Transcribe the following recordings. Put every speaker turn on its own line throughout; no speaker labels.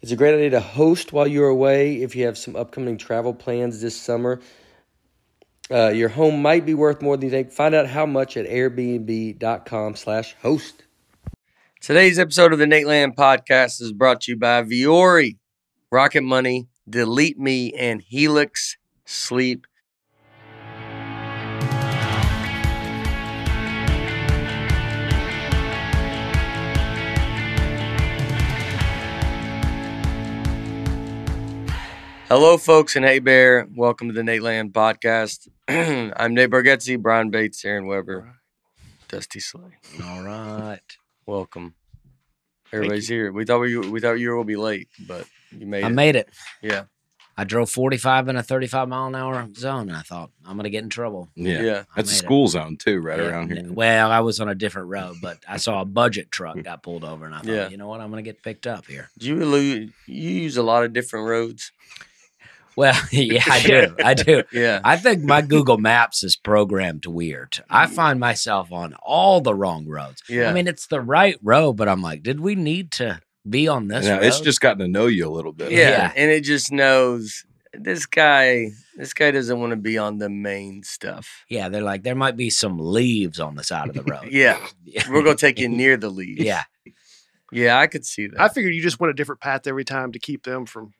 It's a great idea to host while you're away if you have some upcoming travel plans this summer. Uh, your home might be worth more than you think. Find out how much at airbnb.com/host. Today's episode of the Nate Land Podcast is brought to you by Viore, Rocket Money, Delete Me, and Helix Sleep. Hello, folks, and hey, Bear. Welcome to the Nate Land Podcast. I'm Nate Bargatze, Brian Bates, Aaron Weber, Dusty Slay.
All right.
Welcome. Everybody's here. We thought we we thought you were gonna be late, but you made
I
it.
made it.
Yeah.
I drove 45 in a 35 mile an hour zone, and I thought, I'm going to get in trouble.
Yeah.
yeah.
I
That's a
made it.
school zone too, right
Yeah,
around here.
n- Well, I was on a different road, but I saw a budget truck got pulled over, and I thought,
Yeah.
you know what? I'm going to get picked up here.
Do you allude, you use a lot of different roads?
Well, yeah, I do. I do.
Yeah.
I think my Google Maps is programmed weird. I find myself on all the wrong roads.
Yeah.
I mean, it's the right road, but I'm like, did we need to be on this
Yeah,
road?
it's just gotten to know you a little
yeah.
bit.
Yeah.
And it just knows this guy this guy doesn't want to be on the main stuff.
yeah, they're like, there might be some leaves on the side of the road.
Yeah.
yeah.
We're gonna take you near the lead.
yeah.
Yeah, I could see that.
I figured you just went a different path every time to keep them from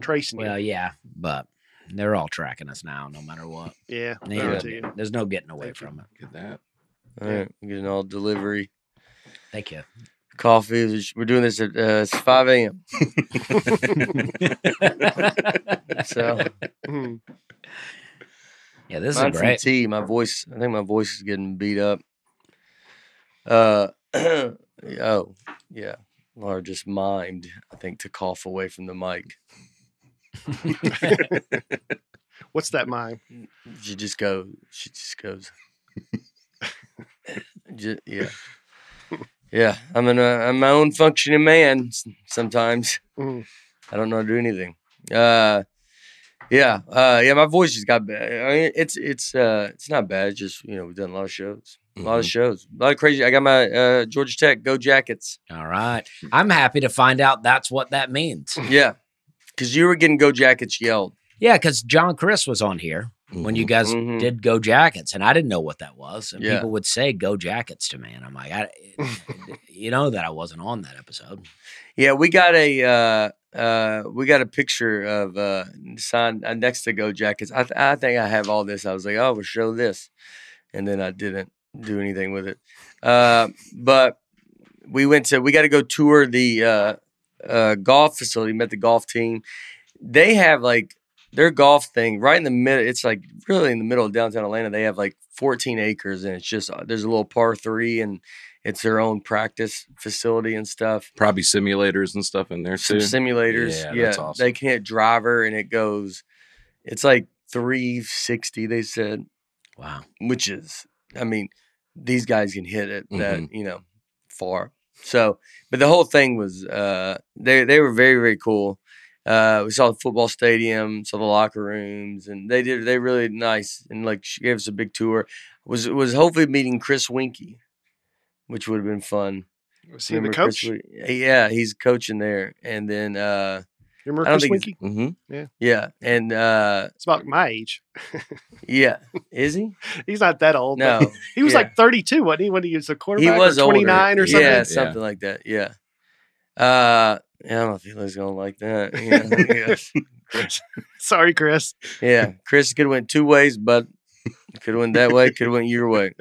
tracing
Well,
you.
yeah, but they're all tracking us now, no matter what.
Yeah, I
They-
guarantee you.
There's no getting away
Thank you.
from it.
Look at that.
All right. We're getting all delivery.
Thank you.
Coffee. We're doing this at uh, it's five AM. So
Mhm.
yeah,
Mine's
this is
some
great.
tea. My voice. I think my voice is getting beat up. Uh oh yeah. Laura just mimed. I think to cough away from the mic.
What's that mime?
She just go. She just goes. Ju- yeah. Yeah, I'm an uh, I'm my own functioning man. s- Sometimes
Mhm.
I don't know how to do anything. Uh, yeah, uh, yeah. My voice just got bad. I mean, it's it's uh, it's not bad. It's just you know, we've done a lot of shows, a lot
Mm-hmm.
of shows, a lot of crazy. I got my uh, Georgia Tech Go Jackets.
All right. I'm happy to find out that's what that means.
Yeah, because you were getting Go Jackets yelled.
Yeah, because John Chris was on here
Mm-hmm.
when you
Mm-hmm.
guys
Mhm.
did Go Jackets, and I didn't know what that was. And
Yeah.
people would say Go Jackets to me, and I'm like, I, you know that I wasn't on that episode.
Yeah, we got a uh, uh, we got a picture of uh, sign uh, next to Go Jackets. I, th- I think I have all this. I was like, oh, we'll show this, and then I didn't do anything with it. Uh, but we went to we got to go tour the uh, uh, golf facility. Met the golf team. They have like their golf thing right in the middle. It's like really in the middle of downtown Atlanta. They have like 14 acres, and it's just uh, there's a little par three, and it's their own practice facility and stuff
Mm-hmm. Probably simulators and stuff in there
some
too.
simulators. Yeah,
Yeah, that's awesome.
they can hit driver and it goes. It's like 360. They said,
Wow.
which is, I mean, these guys can hit it that you know far. So, but the whole thing was uh, they they were very very cool. Uh, we saw the football stadium, saw the locker rooms, and they did they really nice and like she gave us a big tour. Was was hopefully meeting Chris Winky, which would have been fun.
Was he the
Remember Chris
coach?
Wi- yeah, he's coaching there, and then uh, I
You remember
don't
Chris
think it's-
Winky?
hmm
yeah, and uh,
It's about my age.
yeah, is he?
He's not that old. but
No,
he was
yeah.
like 32, wasn't he, when he was a
he
quarterback?
was
or
older.
29 or something.
Yeah,
Yeah.
something like that. Yeah. Uh, I don't know if he was going to like that. Yeah, yes.
Chris.
Sorry, Chris.
Yeah, Chris could have went two ways, but could have went that way, could have went your way.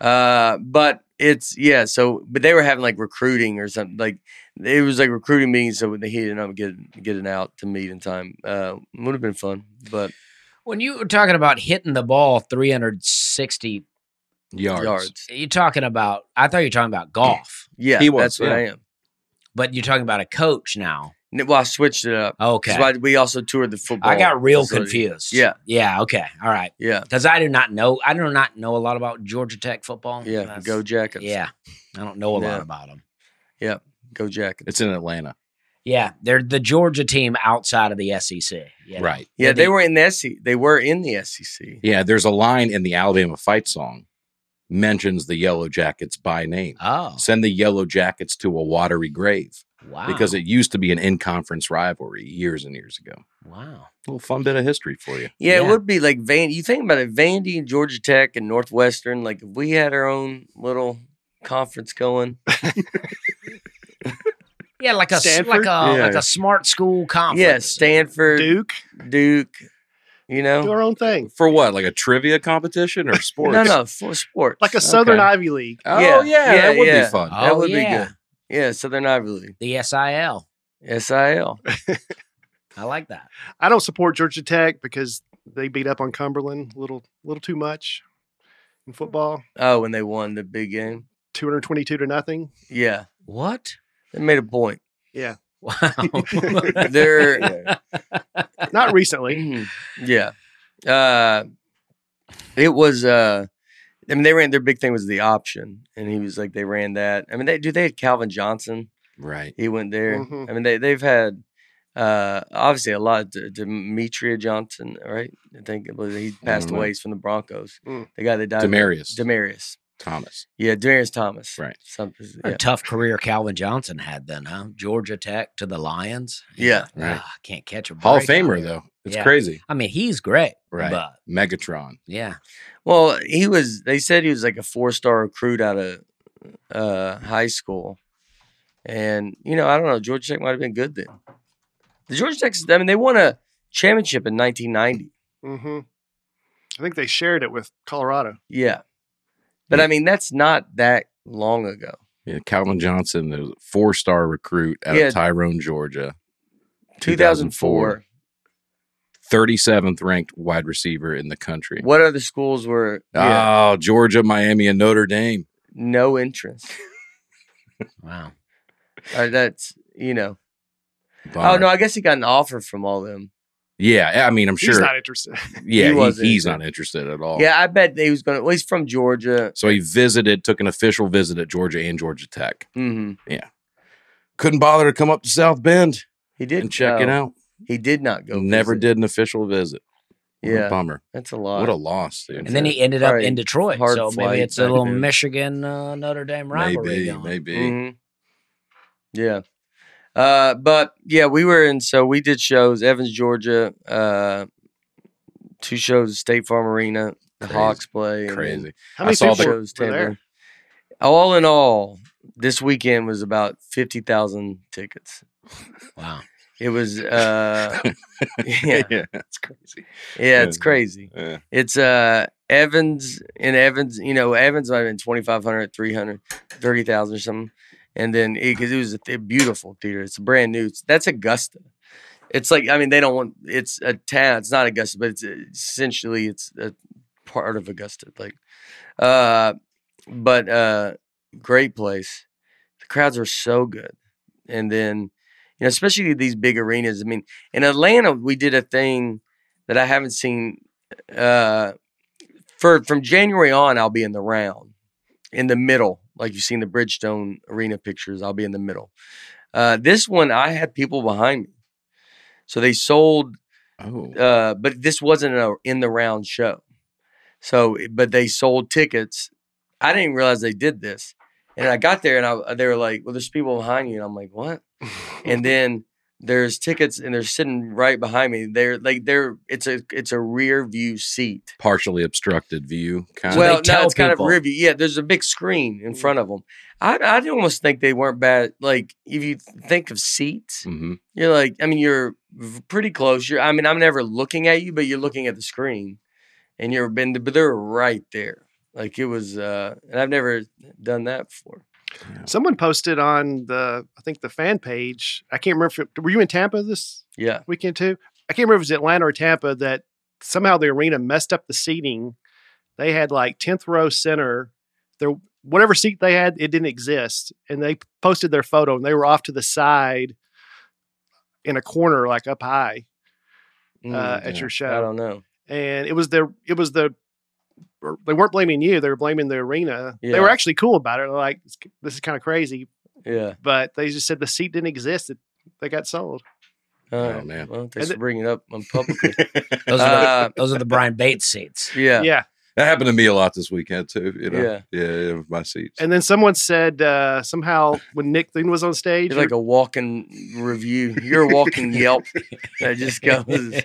Uh, but it's yeah. So, but they were having like recruiting or something. Like it was like recruiting meetings, so he didn't up getting getting out to meet in time. Uh, would have been fun, but
When you were talking about hitting the ball 360,
Yards.
yards.
you're talking about, I thought you were talking about golf,
Yeah,
He was,
that's what
yeah.
I am.
but you're talking about a coach now.
N- Well, I switched it up.
Okay.
That's why we also toured the football.
I got real
facility.
confused.
Yeah.
Yeah. Okay. All right.
Yeah,
Because I do not know, I do not know a lot about Georgia Tech football.
yeah.
Oh, That's-
Go Jackets.
Yeah. I don't know a
Yeah.
lot about them.
go Jackets.
It's in Atlanta.
Yeah. They're the Georgia team outside of the SEC. you know?
Right.
Yeah,
Yeah,
they,
they-
were in the SEC. They were in the E SEC.
Yeah, there's a line in the Alabama fight song mentions the Yellow Jackets by name.
Oh.
Send the Yellow Jackets to a watery grave
Wow.
because it used to be an in conference rivalry years and years ago.
wow.
little fun bit of history for you.
Yeah, it
Yeah.
would be like Van. You think about it, Vandy and Georgia Tech and Northwestern. Like if we had our own little conference going,
Yeah, like a
Stanford?
like a like
Yeah.
a smart school conference.
yeah, Stanford, Duke,
Duke,
you
do
know,
our own thing.
For what? Like a trivia competition or sports?
no, no, for sports,
Like a Southern
Okay.
Ivy League.
Oh,
Yeah,
yeah.
yeah,
that would
yeah.
be fun.
Oh,
that would be
yeah.
good. Yeah, Southern Ivy League,
The SIL.
SIL.
I like that.
I don't support Georgia Tech because they beat up on Cumberland a little, little too much in football.
Oh, when they won the big game,
222 to nothing.
yeah,
What?
they made a point.
Wow.
They're
Not recently.
yeah, uh, it was. uh I mean, they ran their big thing was the option, and he was like, they ran that. I mean, they do. They had Calvin Johnson.
Right.
He went there.
Mhm.
I mean, they they've had uh, obviously a lot. D- Demetria Johnson, right? I think it was- he passed
Mhm.
away. He's from the Broncos.
Mm.
The guy that died.
Demarius
Demarius.
Thomas.
Yeah, Demarius Thomas.
Right.
Something.
a
Yeah.
tough career Calvin Johnson had then, huh? Georgia Tech to the Lions.
Yeah.
Right.
Ah, can't catch a break
Hall of
out
Famer,
here.
though. It's
Yeah.
crazy.
I mean, he's great.
Right.
But
Megatron.
yeah.
Well, he was. They said he was like a four star recruit out of uh, high school, and you know I don't know. Georgia Tech might have been good then. The Georgia Tech. I mean, they won a championship in 1990.
hmm I think they shared it with Colorado.
Yeah. But I mean, that's not that long ago.
Yeah, Calvin Johnson, the four star recruit out
Yeah.
of Tyrone, Georgia,
2004.
2004. 37th ranked wide receiver in the country.
What other schools were yeah,
Oh, Georgia, Miami, and Notre Dame.
no interest?
Wow.
Or that's, you know. Oh,
Bummer.
no, I guess he got an offer from all them.
Yeah, I mean, I'm sure.
He's not interested.
he
yeah, he
wasn't
he's
either.
not interested at all.
Yeah, I bet they was going to, well, he's from Georgia.
So he visited, took an official visit at Georgia and Georgia Tech.
hmm
Couldn't bother to come up to South Bend
He did
and check it
no,
out.
He did not go.
Never
visit.
did an official visit. What a
Yeah,
bummer.
that's a lot.
What a loss, dude.
And then he ended up
Probably
in Detroit.
hard
So
flight
maybe it's a
back
little
then.
Michigan uh, Notre Dame rivalry
maybe,
going.
maybe.
Mhm. Mm-hmm. Yeah. Uh, but yeah, we were in, so we did shows, Evans, Georgia, uh, two shows at State Farm Arena, the
Crazy.
Hawks play. and then
Crazy.
How
I
many
saw
people
the-
were, were
shows
there?
Tampa. All in all, this weekend was about 50,000 tickets.
Wow.
It was, uh, yeah,
that's crazy.
yeah, it's crazy.
Yeah.
It's, uh, Evans and Evans, you know, Evans might have been 2,500, 300, 30,000 or something. And then because it, was a th- beautiful theater, it's brand new. It's, that's Augusta. It's like, I mean, they don't want, it's a town, it's not Augusta, but it's essentially, it's a part of Augusta. Like, uh, but, uh, great place. The crowds are so good. And then, you know, especially these big arenas. I mean, in Atlanta, we did a thing that I haven't seen. Uh, for from January on, I'll be in the round, in the middle, like you've seen the Bridgestone Arena pictures. I'll be in the middle. Uh, this one, I had people behind me, so they sold
Oh.
uh, but this wasn't a in the round show. So, but they sold tickets. I didn't realize they did this, and I got there and I, they were like, "Well, there's people behind you," and I'm like, "What?" and then There's tickets and they're sitting right behind me. They're like they're it's a it's a rear view seat.
partially obstructed view. Kind
they
well,
of.
no,
tell
it's kind of
people?
rear view. Yeah, there's a big screen in front of them. I I almost think they weren't bad. Like if you think of seats,
hmm
you're like I mean you're v- pretty close. You're I mean I'm never looking at you, but you're looking at the screen, and you're been but they're right there. Like it was, uh and I've never done that before.
Someone posted on the I think the fan page. I can't remember. If it, were you in Tampa this
Yeah,
weekend too? I can't remember if it was Atlanta or Tampa that somehow the arena messed up the seating. They had like tenth row center. Their whatever seat they had, it didn't exist, and they posted their photo and they were off to the side in a corner, like up high uh,
Mm,
at your
I
show.
don't know.
And it was their it was the or they weren't blaming you; they were blaming the arena. They were
Yeah.
actually cool about it. They're like, "This is kind of crazy,
Yeah.
but they just said the seat didn't exist. It, they got sold.
All
Oh,
right.
man.
Well, thanks
And
for bringing it up on publicly.
Those are the,
uh,
those are the Brian Bates seats.
yeah.
yeah.
That happened to me a lot this weekend too. You know,
Yeah.
yeah, yeah, with my seats.
And then someone said uh, somehow when Nick Thune was on stage,
You're like a walking review. You're a walking Yelp that just goes.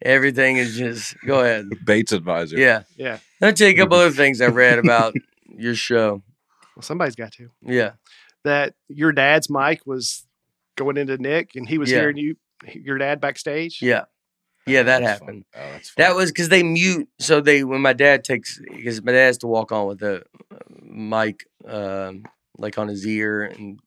Everything is just go ahead.
Bates advisor.
Yeah.
yeah,
I'll tell you a couple other things I read about your show.
well, somebody's got to
Yeah.
that your dad's mic was going into Nick, and he was
Yeah.
hearing you, your dad backstage.
Yeah. Yeah, that
That's
happened.
Fun. Oh, that's fun.
That was because they mute. So they when my dad takes because my dad has to walk on with the uh, mic um, like on his ear and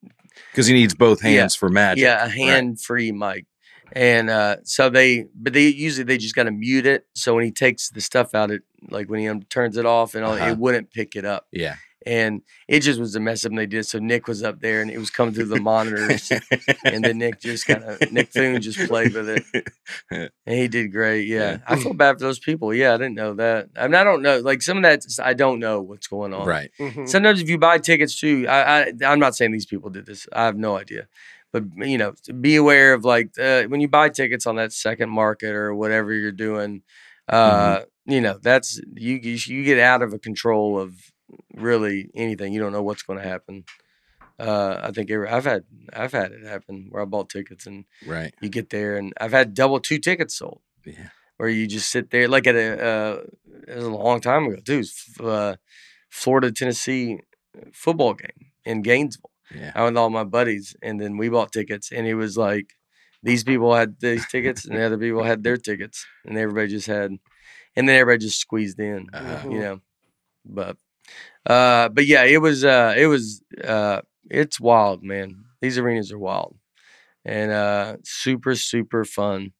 because he needs both
Yeah.
hands for magic.
Yeah, a
right?
hand free mic. And uh, so they, but they usually they just got to mute it. So when he takes the stuff out, it like when he um, turns it off and all,
Uh-huh.
it wouldn't pick it up.
Yeah.
And it just was a mess up. And they did. So Nick was up there and it was coming through the monitors. and then Nick just kind of, Nick Thune just played with it and he did great. Yeah.
Yeah.
I feel bad for those people. Yeah. I didn't know that. I mean, I don't know. Like some of that, I don't know what's going on.
Right.
Mhm.
Sometimes if you buy tickets too, I, I I'm not saying these people did this. I have no idea, but you know, be aware of like uh, when you buy tickets on that second market or whatever you're doing. Uh, You know, that's you you sh- you get out of a control of really anything. You don't know what's going to happen. Uh, I think every, I've had I've had it happen where I bought tickets and
Right.
you get there and I've had double two tickets sold
Yeah.
where you just sit there like at a uh, it was a long time ago too. It was f- Uh, Florida Tennessee uh, football game in Gainesville.
Yeah.
I went with all my buddies, and then we bought tickets, and it was like these people had these tickets, and the other people had their tickets, and everybody just had, and then everybody just squeezed in,
Uh-huh.
uh,
Mm-hmm.
you know. But, uh, but yeah, it was uh, it was uh, it's wild, man. These arenas are wild, and uh, super super fun.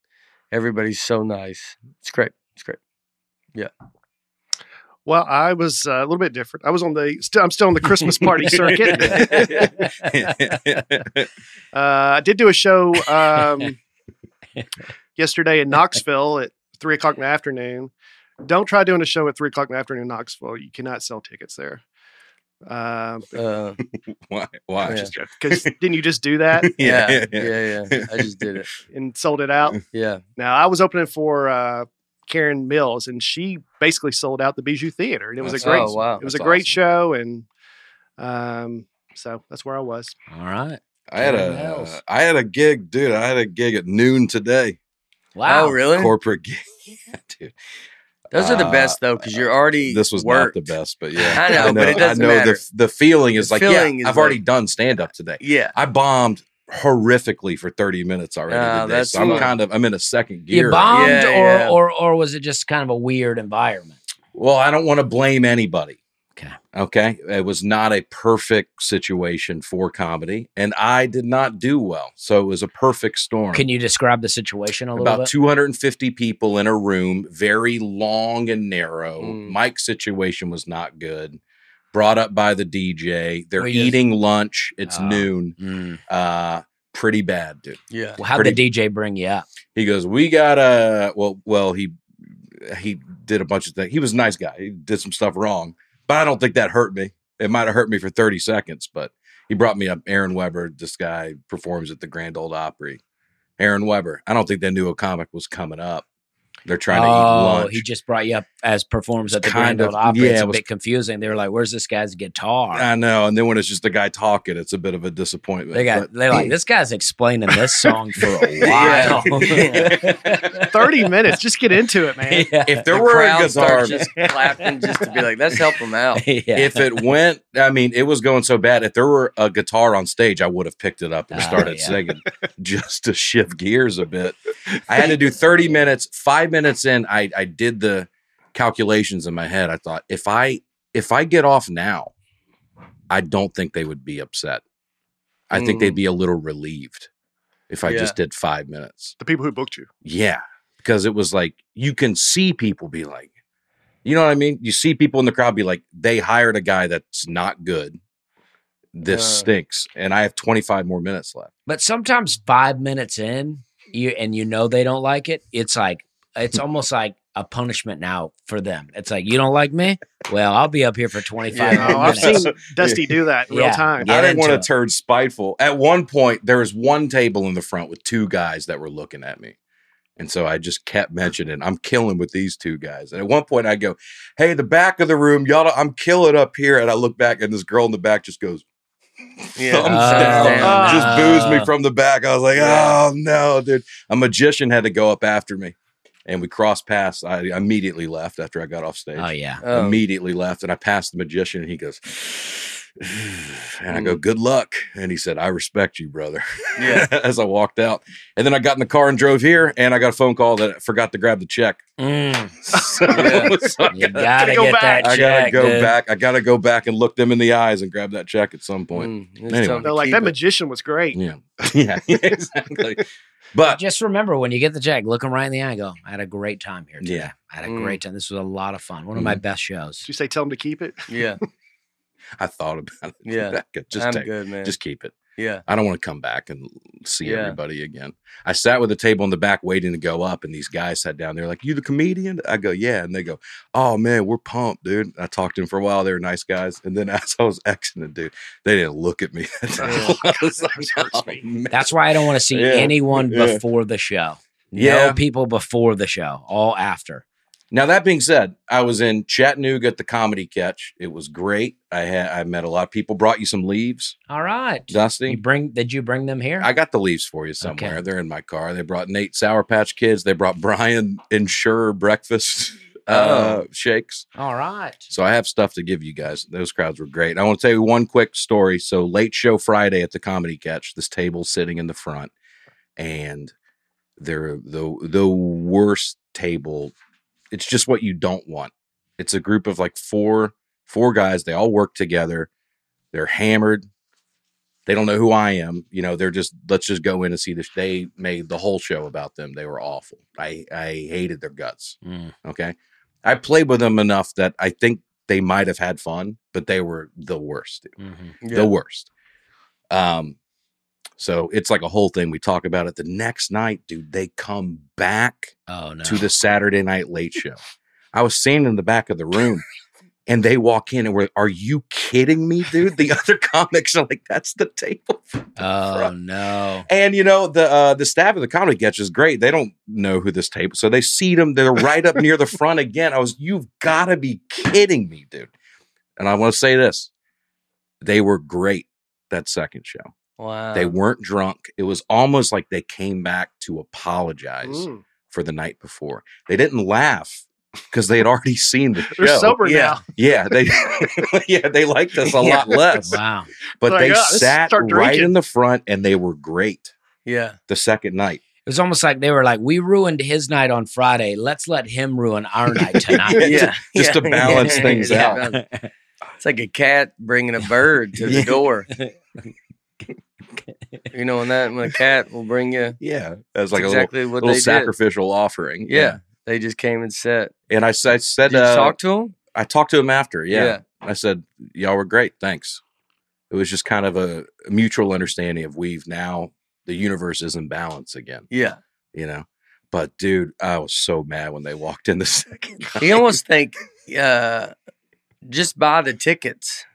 Everybody's so nice. It's great. It's great.
Well, I was uh, a little bit different. I was on the still, I'm still on the Christmas party circuit. uh, I did do a show um, yesterday in Knoxville at three o'clock in the afternoon. Don't try doing a show at three o'clock in the afternoon in Knoxville. You cannot sell tickets there. Um,
Uh,
Why? Why?
Yeah.
Just-
because didn't you just do that
yeah,
Yeah,
yeah, yeah, I just did it.
and sold it out?
Yeah.
Now I was opening for uh, Karen Mills, and she basically sold out the Bijou Theater, and it was
That's
a great,
Oh wow.
it was a
That's
great
awesome.
show, and um, so that's where I was.
All right.
I had
Karen
a
Mills.
uh, I had a gig, dude. I had a gig at noon today.
Wow.
Oh really?
Corporate gig, yeah, dude.
Those are the
Uh,
best though, because you're already
This was
worked.
not the best, but yeah,
I know, but it doesn't
I know
matter.
the the feeling is
The
like,
feeling
yeah,
is
I've already done stand up today.
Yeah,
I bombed horrifically for 30 minutes already.
Ah,
today.
that's
so I'm
fun.
kind of I'm in a second gear.
You bombed,
Yeah,
or,
yeah.
or or was it just kind of a weird environment?
Well, I don't want to blame anybody.
Okay.
Okay. It was not a perfect situation for comedy, and I did not do well. So it was a perfect storm.
Can you describe the situation a little
about
bit?
250 people in a room, very long and narrow.
Hmm.
Mm.
Mike's situation was not good. Brought up by the DJ. They're
We just-
eating lunch. It's
Oh.
noon.
Mm.
Uh, pretty bad, dude.
yeah.
Well, how'd the DJ bring you up?
He goes, "We got a well, well he he did a bunch of things. He was a nice guy. He did some stuff wrong, but I don't think that hurt me. It might have hurt me for thirty seconds, but he brought me up. Aaron Weber, this guy performs at the Grand Old Opry. Aaron Weber. I don't think they knew a comic was coming up. They're trying to
oh,
eat lunch.
he just brought you up as performs at the
Kind
Grand Ole
of,
Opry.
yeah,
it's
it
a
was-
bit confusing. They were like, "Where's this guy's guitar?"
I know. And then when it's just the guy talking, it's a bit of a disappointment.
they got.
but-
They're like, "This guy's explaining this song for a
Yeah.
while."
Thirty minutes. Just get into it, man.
Yeah.
if there
the
were a
crowd
guitar,
starts just clapping just to be like, let's help them out.
Yeah.
if it went, I mean, it was going so bad. If there were a guitar on stage, I would have picked it up and
Oh,
started
yeah.
singing just to shift gears a bit. I had to do 30 minutes, five minutes in. I, I did the calculations in my head. I thought, if I if I get off now, I don't think they would be upset. I think
Mm.
Hmm.
they'd be a little relieved if I just did five minutes.
The people who booked you.
Yeah, because it was like you can see people be like, you know what I mean? You see people in the crowd be like, they hired a guy that's not good. This
Uh.
stinks, and I have 25 more minutes left.
But sometimes five minutes in, you and you know they don't like it. It's like it's almost like a punishment now for them. It's like you don't like me. Well, I'll be up here for twenty five
Yeah, no, I've
minutes.
seen Dusty do that in real
Yeah.
time.
Yeah.
I
Get
didn't want
into
to
it.
turn spiteful. At one point, there was one table in the front with two guys that were looking at me. And so I just kept mentioning, I'm killing with these two guys. And at one point, I go, Hey, the back of the room, y'all, don't- I'm killing up here. And I look back, and this girl in the back just goes,
Yeah.
Thumbs
Thumbs
down.
down.
Ah. just boos me
Ah.
from the back. I was like,
Yeah.
Oh, no, dude. A magician had to go up after me. And we crossed paths. I immediately left after I got off stage
Oh yeah.
Um,
immediately left and I passed the magician and he goes and I go good luck and he said I respect you brother
Yeah.
as I walked out and then I got in the car and drove here and I got a phone call that I forgot to grab the check
Mm,
so,
Yeah.
so I
you
gotta,
gotta
go
get
back.
that.
I gotta
check,
go
dude.
back I gotta go back and look them in the eyes and grab that check at some point
Mm, it's
Anyway.
time to
They're like
keep
that
it.
magician was great.
yeah yeah exactly but
Just remember when you get the check, look them right in the eye. and Go. I had a great time here. Today.
Yeah. Mm.
I had a
Mm.
great time. This was a lot of fun. One of my best shows.
Did you say tell him to keep it?
Yeah.
I thought about it
Yeah.
just
I'm
take,
good, man.
just keep it
yeah.
I don't want to come back and see
Yeah.
everybody again. I sat with a table in the back waiting to go up, and these guys sat down. They're like, "You the comedian?" I go, "Yeah," and they go, "Oh man, we're pumped, dude." I talked to them for a while. They were nice guys, and then as I was exiting, dude, they didn't look at me.
Yeah.
I was like,
Oh, That hurts
"Oh,
me."
man."
That's why I don't want to see
Yeah.
anyone
Yeah.
before the show.
Yeah.
No people before the show. All after.
Now that being said, I was in Chattanooga at the Comedy Catch. It was great. I had I met a lot of people. Brought you some leaves,
All right. You
Dusty.
bring? Did you bring them here?
I got the leaves for you somewhere.
Okay.
They're in my car. They brought Nate Sour Patch Kids. They brought Brian Insurer Breakfast uh, shakes.
All right.
So I have stuff to give you guys. Those crowds were great. I want to tell you one quick story. So late show Friday at the Comedy Catch, this table sitting in the front, and they're the the worst table. It's just what you don't want. It's a group of like four four guys. They all work together. They're hammered. They don't know who I am. You know, they're just let's just go in and see this. They made the whole show about them. They were awful. I I hated their guts.
Mm.
Okay. I played with them enough that I think they might have had fun, but they were the worst. dude.
Mhm.
Yeah.
The worst. Um, so it's like a whole thing. We talk about it the next night, dude. They come back
Oh no.
to the Saturday night late show. I was standing in the back of the room and they walk in and we're, are you kidding me, dude? The other comics are like, that's the table.
Oh no.
And you know the uh, the staff of the comedy catch is great. They don't know who this table, so they seat them. They're right up near the front again. I was, you've got to be kidding me, dude. And I want to say this: they were great that second show.
Wow.
Uh-huh.
they weren't drunk. It was almost like they came back to apologize
Mm.
for the night before. They didn't laugh because they had already seen the
They're
show.
sober
yeah.
now.
Yeah, they yeah they liked us a lot less,
Wow.
but
Like,
they
"Yeah, let's
sat
start
right
drinking."
in the front and they were great
Yeah.
the second night.
It was almost like they were like, "We ruined his night on Friday. Let's let him ruin our night tonight."
Yeah, just to balance things
Yeah.
out.
It's like a cat bringing a bird to the
Yeah.
door. you know, and that when a cat will bring you
Yeah, as
it's
like
exactly
a
what
little,
they
little sacrificial offering.
did. Yeah. They just came and sat.
and I, s- I said,
Did you
uh,
talk to him?
I talked to him after. Yeah. I said, y'all were great, thanks. It was just kind of a mutual understanding of we've now the universe is in balance again,
Yeah.
you know. But dude, I was so mad when they walked in the second.
You almost think, uh, just buy the tickets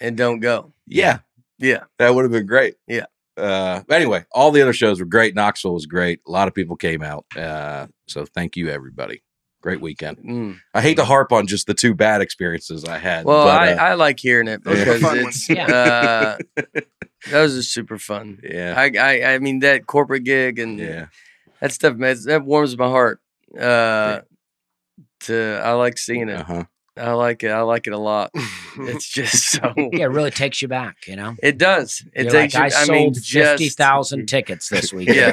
and don't go.
yeah,
Yeah.
that would have been great.
Yeah.
Uh, anyway, all the other shows were great. Knoxville was great. A lot of people came out. Uh, so thank you, everybody. Great weekend.
Mm.
I hate to harp on just the two bad experiences I had.
Well,
but, uh,
I, I like hearing it
Those were
because
fun
it's
ones.
uh, those are super fun.
yeah,
I, I I mean that corporate gig and
yeah,
that stuff man, that warms my heart. Uh, To I like seeing it.
uh huh.
I like it. I like it a lot. It's just so.
Yeah, it really takes you back, you know?
It does. It
You're
takes.
like,
you,
I,
I,
sold
mean, just
50,000 tickets this week.
Yeah.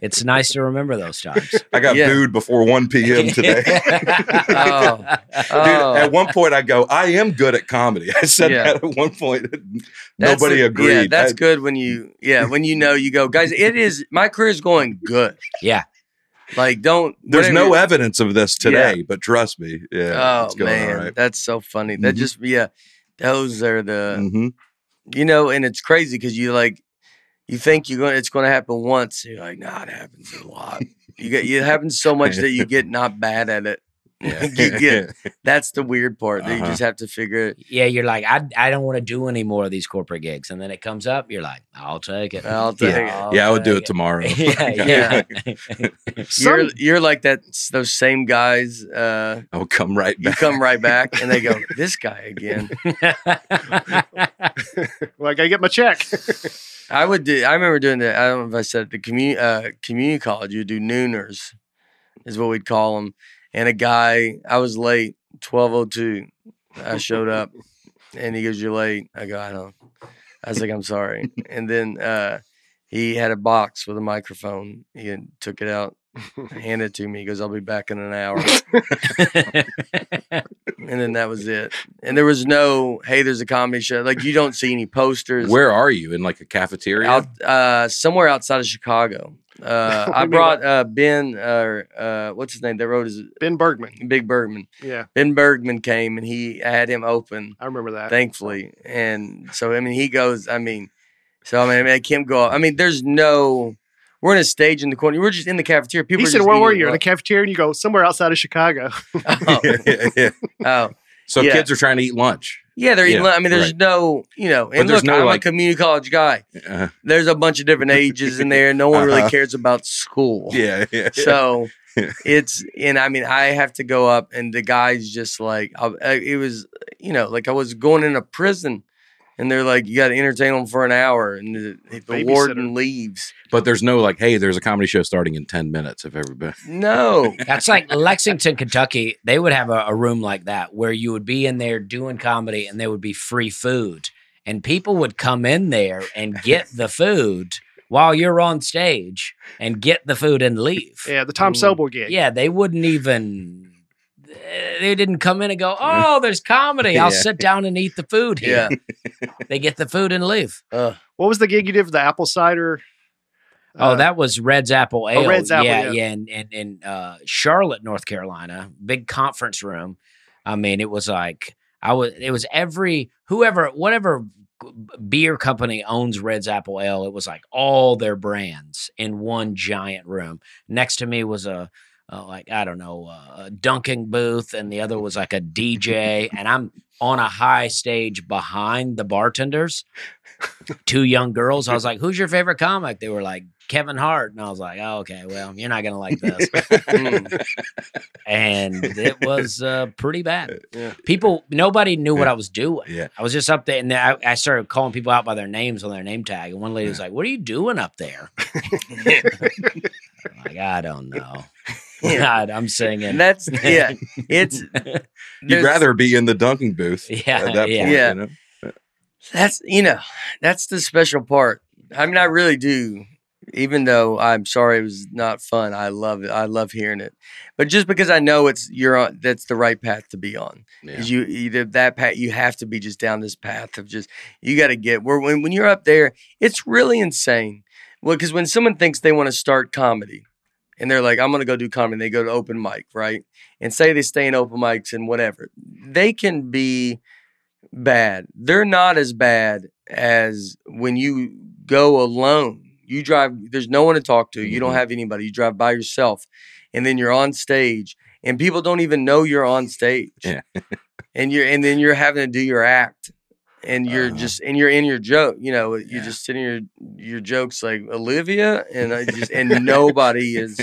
It's nice to remember those times.
I got
Yeah.
booed before 1 p.m. today.
Oh.
Dude,
Oh.
at one point I go, I am good at comedy. I said
Yeah.
that at one point.
That's
Nobody
a-
agreed.
Yeah, that's
I-
good when you yeah when you know you go guys. It is my career is going good.
Yeah.
Like don't
There's
whatever-
no evidence of this today, but trust me, yeah,
Oh man, that's so funny. That
Mhm.
just yeah, those are the
hmm
you know, and it's crazy because you like you think you're going to it's going to happen once. You're like, nah, it happens a lot. You get it happens so much that you get not bad at it.
Yeah.
you get that's the weird part that you
Uh-huh.
just have to figure it.
yeah, you're like, I, I don't want to do any more of these corporate gigs. And then it comes up, you're like, I'll take it.
I'll take it.
yeah, I would do it
take
tomorrow.
yeah, yeah.
You're
Some-
you're like that those same guys. Uh,
I'll come right
you
back.
come right back and they go, this guy again.
well, I gotta get my check.
I would do. I remember doing that. I don't know if I said it, the community uh, community college. You do nooners, is what we'd call them. And a guy, I was late, twelve oh two. I showed up, and he goes, "You're late." I go, "I know." I was like, "I'm sorry." And then uh, he had a box with a microphone. He had- took it out, handed it to me. He goes, "I'll be back in an hour." and then that was it. And there was no, "Hey, there's a comedy show." Like you don't see any posters.
Where are you in like a cafeteria?
Out, uh, somewhere outside of Chicago. Uh,
What do
I
you mean?
brought uh, Ben, or uh, what's his name? That wrote his
ben Bergman.
Big Bergman.
Yeah,
Ben Bergman came and he I had him open,
I remember that.
thankfully. And so, I mean, he goes, I mean, so I mean, I, mean, I can't go. I mean, there's no, we're in a stage in the corner. We're just in the cafeteria. People
he
are
said,
just
"Where were
eating
you in the cafeteria?" And you go somewhere outside of Chicago.
lunch." oh,
Yeah, yeah.
oh.
So
Yeah.
kids are trying to eat lunch.
yeah, they're eating.
Yeah,
lunch. I mean, there's
right.
no, you know, and
there's
look,
no,
I'm
like-
a community college guy.
Uh,
There's a bunch of different ages in there. No one really
Uh-huh.
cares about school.
yeah, yeah.
So it's and I mean I have to go up and the guy's just like I, I- it was you know like I was going in a prison and they're like you got to entertain them for an hour and the, the
Babysitter.
warden leaves.
but there's no like, hey, there's a comedy show starting in ten minutes. If everybody,
No,
That's like Lexington, Kentucky. They would have a, a room like that where you would be in there doing comedy and there would be free food. And people would come in there and get the food while you're on stage and get the food and leave.
Yeah, the Tom
Mm.
Sobel gig.
Yeah, they wouldn't even. They didn't come in and go, oh, there's comedy. I'll
Yeah.
sit down and eat the food
yeah,
here. They get the food and leave.
uh,
What was the gig you did for the apple cider?
Oh,
uh, Oh,
that was Red's Apple Ale.
Red's Apple,
yeah,
yeah.
yeah, and in, in, uh, Charlotte, North Carolina, big conference room. I mean, it was like I was. It was every whoever, whatever beer company owns Red's Apple Ale. It was like all their brands in one giant room. Next to me was a. Uh, like I don't know, uh, a dunking booth, and the other was like a DJ, and I'm on a high stage behind the bartenders, two young girls. I was like, "Who's your favorite comic?" They were like, "Kevin Hart," and I was like, oh, "Okay, well, you're not gonna like this."
mm,
and it was uh, pretty bad.
Yeah.
People, nobody knew what I was doing.
Yeah.
I was just up there, and then I, I started calling people out by their names on their name tag. And one lady was like, "What are you doing up there?" I'm like, I don't know.
yeah.
God, I'm singing.
And that's yeah, it's
you'd
there's-
rather be in the dunking booth
yeah,
at that
yeah.
point.
Yeah.
You know?
That's you know, that's the special part. I mean, I really do. Even though I'm sorry, it was not fun. I love it. I love hearing it, but just because I know it's you're on, that's the right path to be on.
Yeah.
Is You either that path, you have to be just down this path of just you got to get where when when you're up there, it's really insane. Well, because when someone thinks they want to start comedy, and they're like, I'm gonna go do comedy, they go to open mic, right? And say they stay in open mics and whatever, they can be bad. They're not as bad as when you go alone. You drive, there's no one to talk to. You don't
Mhm.
have anybody. You drive by yourself and then you're on stage and people don't even know you're on stage.
Yeah.
and you're and then you're having to do your act. and you're
Uh-huh.
just and you're in your joke. You know, you're
Yeah.
just sitting your your jokes like Olivia, and I just and nobody is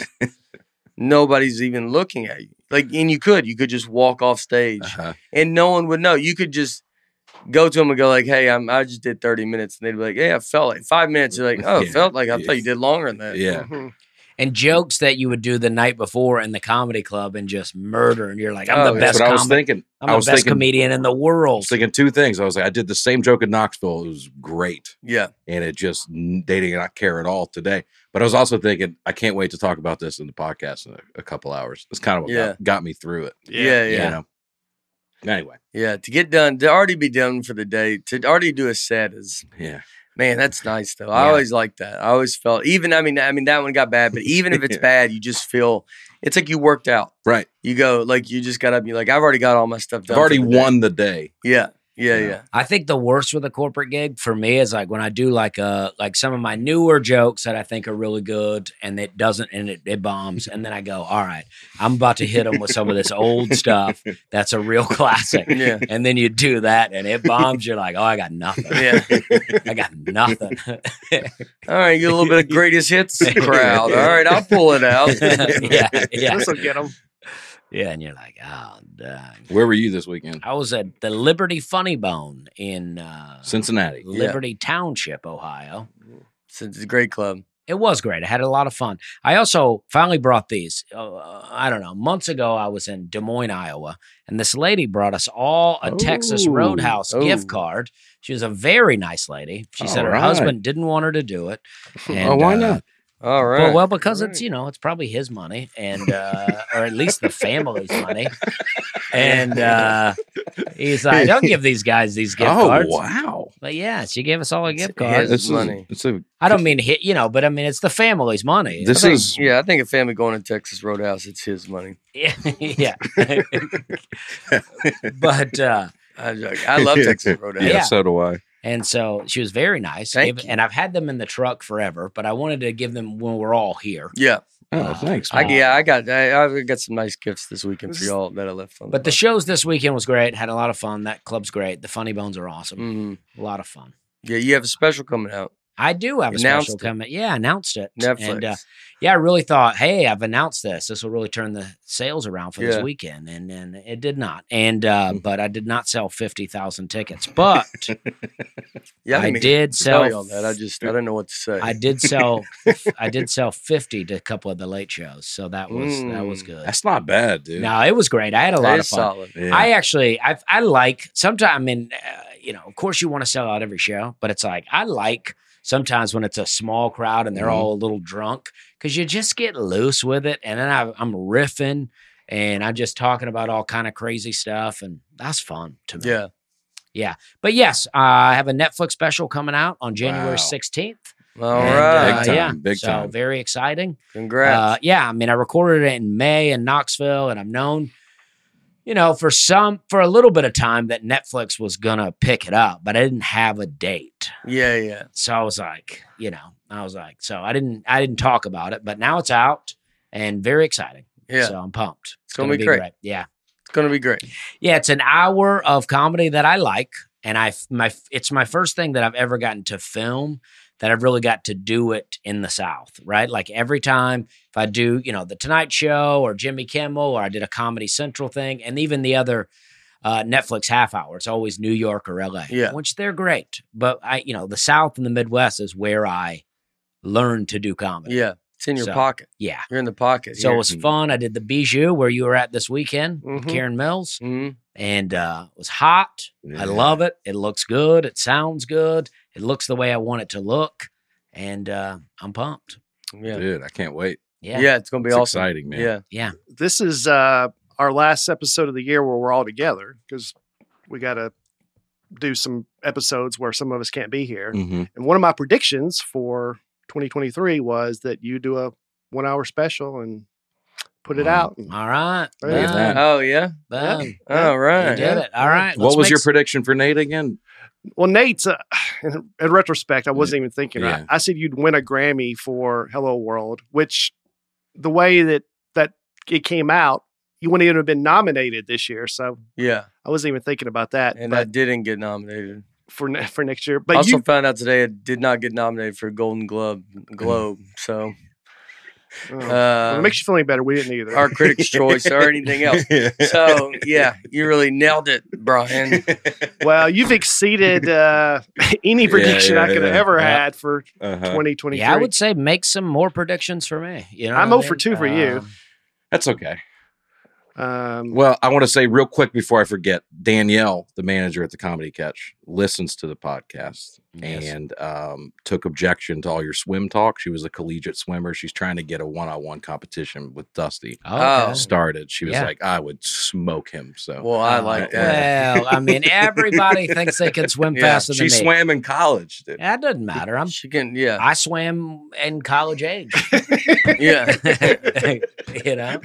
nobody's even looking at you. Like, and you could you could just walk off stage,
Uh-huh.
and no one would know. You could just go to them and go like, "Hey, I'm I just did 30 minutes," and they'd be like, "Hey, I felt like five minutes." You're like, "Oh,
Yeah.
felt like I
Yeah.
thought you did longer than that."
Uh,
Yeah.
mm-hmm.
and jokes that you would do the night before in the comedy club and just murder. And you're like, I'm
Oh,
the
that's
best.
That's what I was
comic.
thinking.
I'm
I
the
was
best
thinking-
comedian in the
I
world.
was thinking two things. I was like, I did the same joke in Knoxville. It was great.
yeah.
And it just, n- they did not care at all today. But I was also thinking, I can't wait to talk about this in the podcast in a, a couple hours. It's kind of what
Yeah.
got, got me through it.
Yeah. Yeah.
You
Yeah.
know? Anyway.
To get done, to already be done for the day, to already do a set is
Yeah.
Man, that's nice though. I
Yeah.
always like that. I always felt even. I mean, I mean that one got bad, but even if it's
Yeah.
bad, you just feel it's like you worked out.
Right.
You go like you just got up. and You're like, I've already got all my stuff done.
I've
for
already
the day."
won the day.
Yeah, yeah,
Yeah.
yeah,
I think the worst with a corporate gig for me is like when I do like uh like some of my newer jokes that I think are really good and it doesn't and it, it bombs and then I go all right I'm about to hit them with some of this old stuff that's a real classic
yeah,
and then you do that and it bombs you're like oh I got nothing
yeah.
I got nothing
All right, get a little bit of greatest hits crowd. All
Yeah.
right, I'll pull it out.
yeah yeah
This will get them.
yeah and you're like oh dang.
Where were you this weekend?
I was at the Liberty Funny Bone in uh,
Cincinnati.
Liberty Township Ohio
It's it's a great club.
it was great. I had a lot of fun. I also finally brought these. Uh, I don't know. Months ago, I was in Des Moines, Iowa, and this lady brought us all a Texas
Oh,
Roadhouse gift
oh.
card. She was a very nice lady. She said her
All right.
husband didn't want her to do it. And,
oh, why
uh,
not?
All right.
well, well, because it's
Right.
you know it's probably his money, and uh, or at least the family's money, and uh, he's like, "Don't give these guys these gift
Oh,
cards."
wow.
But yeah, she gave us all a gift
It's his
card.
This
This
is
is
money.
It's a,
I don't mean to hit, you know, but I mean it's the family's money.
I
This
think-
is-
yeah. I think a family going to Texas Roadhouse, it's his money.
Yeah, yeah. but uh,
I, joke. I love Texas
yeah,
Roadhouse.
Yeah.
so do I.
and so she was very nice,
Thank
Gave- and I've had them in the truck forever. But I wanted to give them when we're all here.
yeah.
Oh,
Uh,
thanks.
I,
man.
Wow.
yeah, I got I, I got some nice gifts this weekend for
This-
y'all that I left on.
But the shows this weekend was great. Had a lot of fun. That club's great. The Funny Bones are awesome.
hmm
A lot of fun.
Yeah, you have a special coming out.
I do have a
Announced
special
it.
coming. Yeah, announced it.
Netflix.
And uh, yeah, I really thought, hey, I've announced this. This will really turn the sales around for
Yeah. Mm.
this weekend, and then it did not. And uh, but I did not sell fifty thousand tickets, but
yeah,
I
didn't
did
even tell
sell
y'all that. I just I don't know what to say.
I did sell I did sell 50 to a couple of the late shows. So that was that was
Mm,
good.
That's not bad, dude.
No, it was great. I had a
That
lot of
is
fun.
solid.
Yeah.
I actually I I like sometimes I mean uh, you know, of course you want to sell out every show, but it's like I like sometimes when it's a small crowd and they're
Mhm.
all a little drunk cuz you just get loose with it and then I, I'm riffing and I'm just talking about all kind of crazy stuff and that's fun to me.
Yeah.
But yes, I have a Netflix special coming out on January
Wow.
16th.
All
And,
right.
uh,
Big time,
yeah.
big
so
time.
very exciting. Uh,
Congrats.
yeah, I mean, I recorded it in May in Knoxville, and I'm known, you know, for some for a little bit of time that Netflix was gonna pick it up, but I didn't have a date,
yeah, yeah.
so I was like, you know, I was like, so I didn't, I didn't talk about it, but now it's out and very exciting.
Yeah.
So I'm pumped.
It's gonna be great.
Yeah,
It's gonna be great.
yeah, it's an hour of comedy that I like, and I my it's my first thing that I've ever gotten to film that I've really got to do it in the South, right? Like every time if I do, you know, the Tonight Show or Jimmy Kimmel, or I did a Comedy Central thing, and even the other uh, Netflix half hour, it's always New York or LA,
Yeah.
which they're great, but I, you know, the South and the Midwest is where I learned to do comedy.
Yeah. It's in your
So-
pocket.
Yeah.
You're in the pocket.
So it was fun. I did the Bijou where you were at this weekend, with
Mhm.
Mm-hmm.
Karen Mills
hmm
and uh, it was hot.
Yeah.
I love it. It looks good. It sounds good. It looks the way I want it to look, and uh, I'm pumped.
yeah. yeah.
dude. I can't wait.
Yeah,
it's gonna be
It's
awesome.
exciting, man.
Yeah.
This is uh, our last episode of the year where we're all together because we got to do some episodes where some of us can't be here.
Mhm.
And one of my predictions for 2023 was that you do a one hour special and put it
Wow.
out. And
All right,
Look at
boom,
that.
Oh yeah.
boom.
Yeah.
All right.
You did it. All right.
What
let's
was
make
your
s-
prediction for Nate again?
Well, Nate's, uh, in, in retrospect, I wasn't even thinking.
Yeah.
I, I said you'd win a Grammy for Hello World, which the way that that it came out, you wouldn't even have been nominated this year. So
Yeah.
I wasn't even thinking about that.
And I
but
didn't get nominated.
for ne- for next year. But
also
you,
found out today it did not get nominated for a Golden Globe. Globe. So
oh, well,
uh,
it makes you feel any better. We didn't either.
our Critics' Choice or anything else. So yeah, you really nailed it, Brian.
well, you've exceeded uh, any
Yeah,
prediction I
yeah,
could have
yeah.
ever
Yeah.
had for
Uh-huh.
2023.
Yeah, I would say make some more predictions for me. You know,
I'm
what I
0 for
mean?
2 for you.
Um,
That's okay.
Um,
Well, I want to say real quick before I forget, Danielle, the manager at the Comedy Catch, listens to the podcast
Yes.
and um, took objection to all your swim talk. She was a collegiate swimmer. She's trying to get a one-on-one competition with Dusty
Oh.
Uh, okay.
started. She was
Yeah.
like, "I would smoke him." So
Well,
Oh,
I like that.
Well, I mean, everybody thinks they can swim
Yeah,
faster
she
than me.
swam in college. Dude.
That doesn't matter. I'm.
She can. Yeah.
I swam in college age.
Yeah.
you know,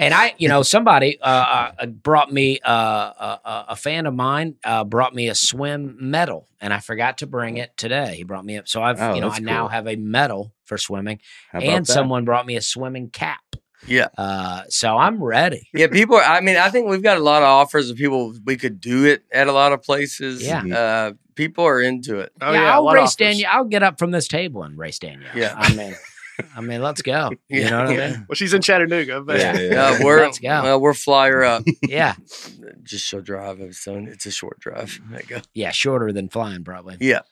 and I, you know, somebody uh, uh, brought me uh, a, a- a fan of mine uh, brought me a swim medal, and I forgot to bring it today. He brought me up, so I've,
Oh,
you know, I
that's
now
cool.
have a medal for swimming,
How about
and
that?
someone brought me a swimming cap.
Yeah.
Uh, so I'm ready.
Yeah, people. Are, I mean, I think we've got a lot of offers of people. We could do it at a lot of places.
Yeah.
Mm-hmm.
uh, people are into it.
oh,
yeah,
yeah, a
I'll
lot of
race
offers.
Danielle. I'll get up from this table and race Danielle.
Yeah.
I mean, I mean, let's go. You
Yeah,
know what
yeah.
I mean?
Well, she's in Chattanooga, but
Yeah, yeah,
Uh,
yeah.
we're
Let's go.
well, we're flyer up.
Yeah,
Just show drive, son. It's a short drive.
Mm-hmm.
There you go.
yeah, shorter than flying probably.
Yeah,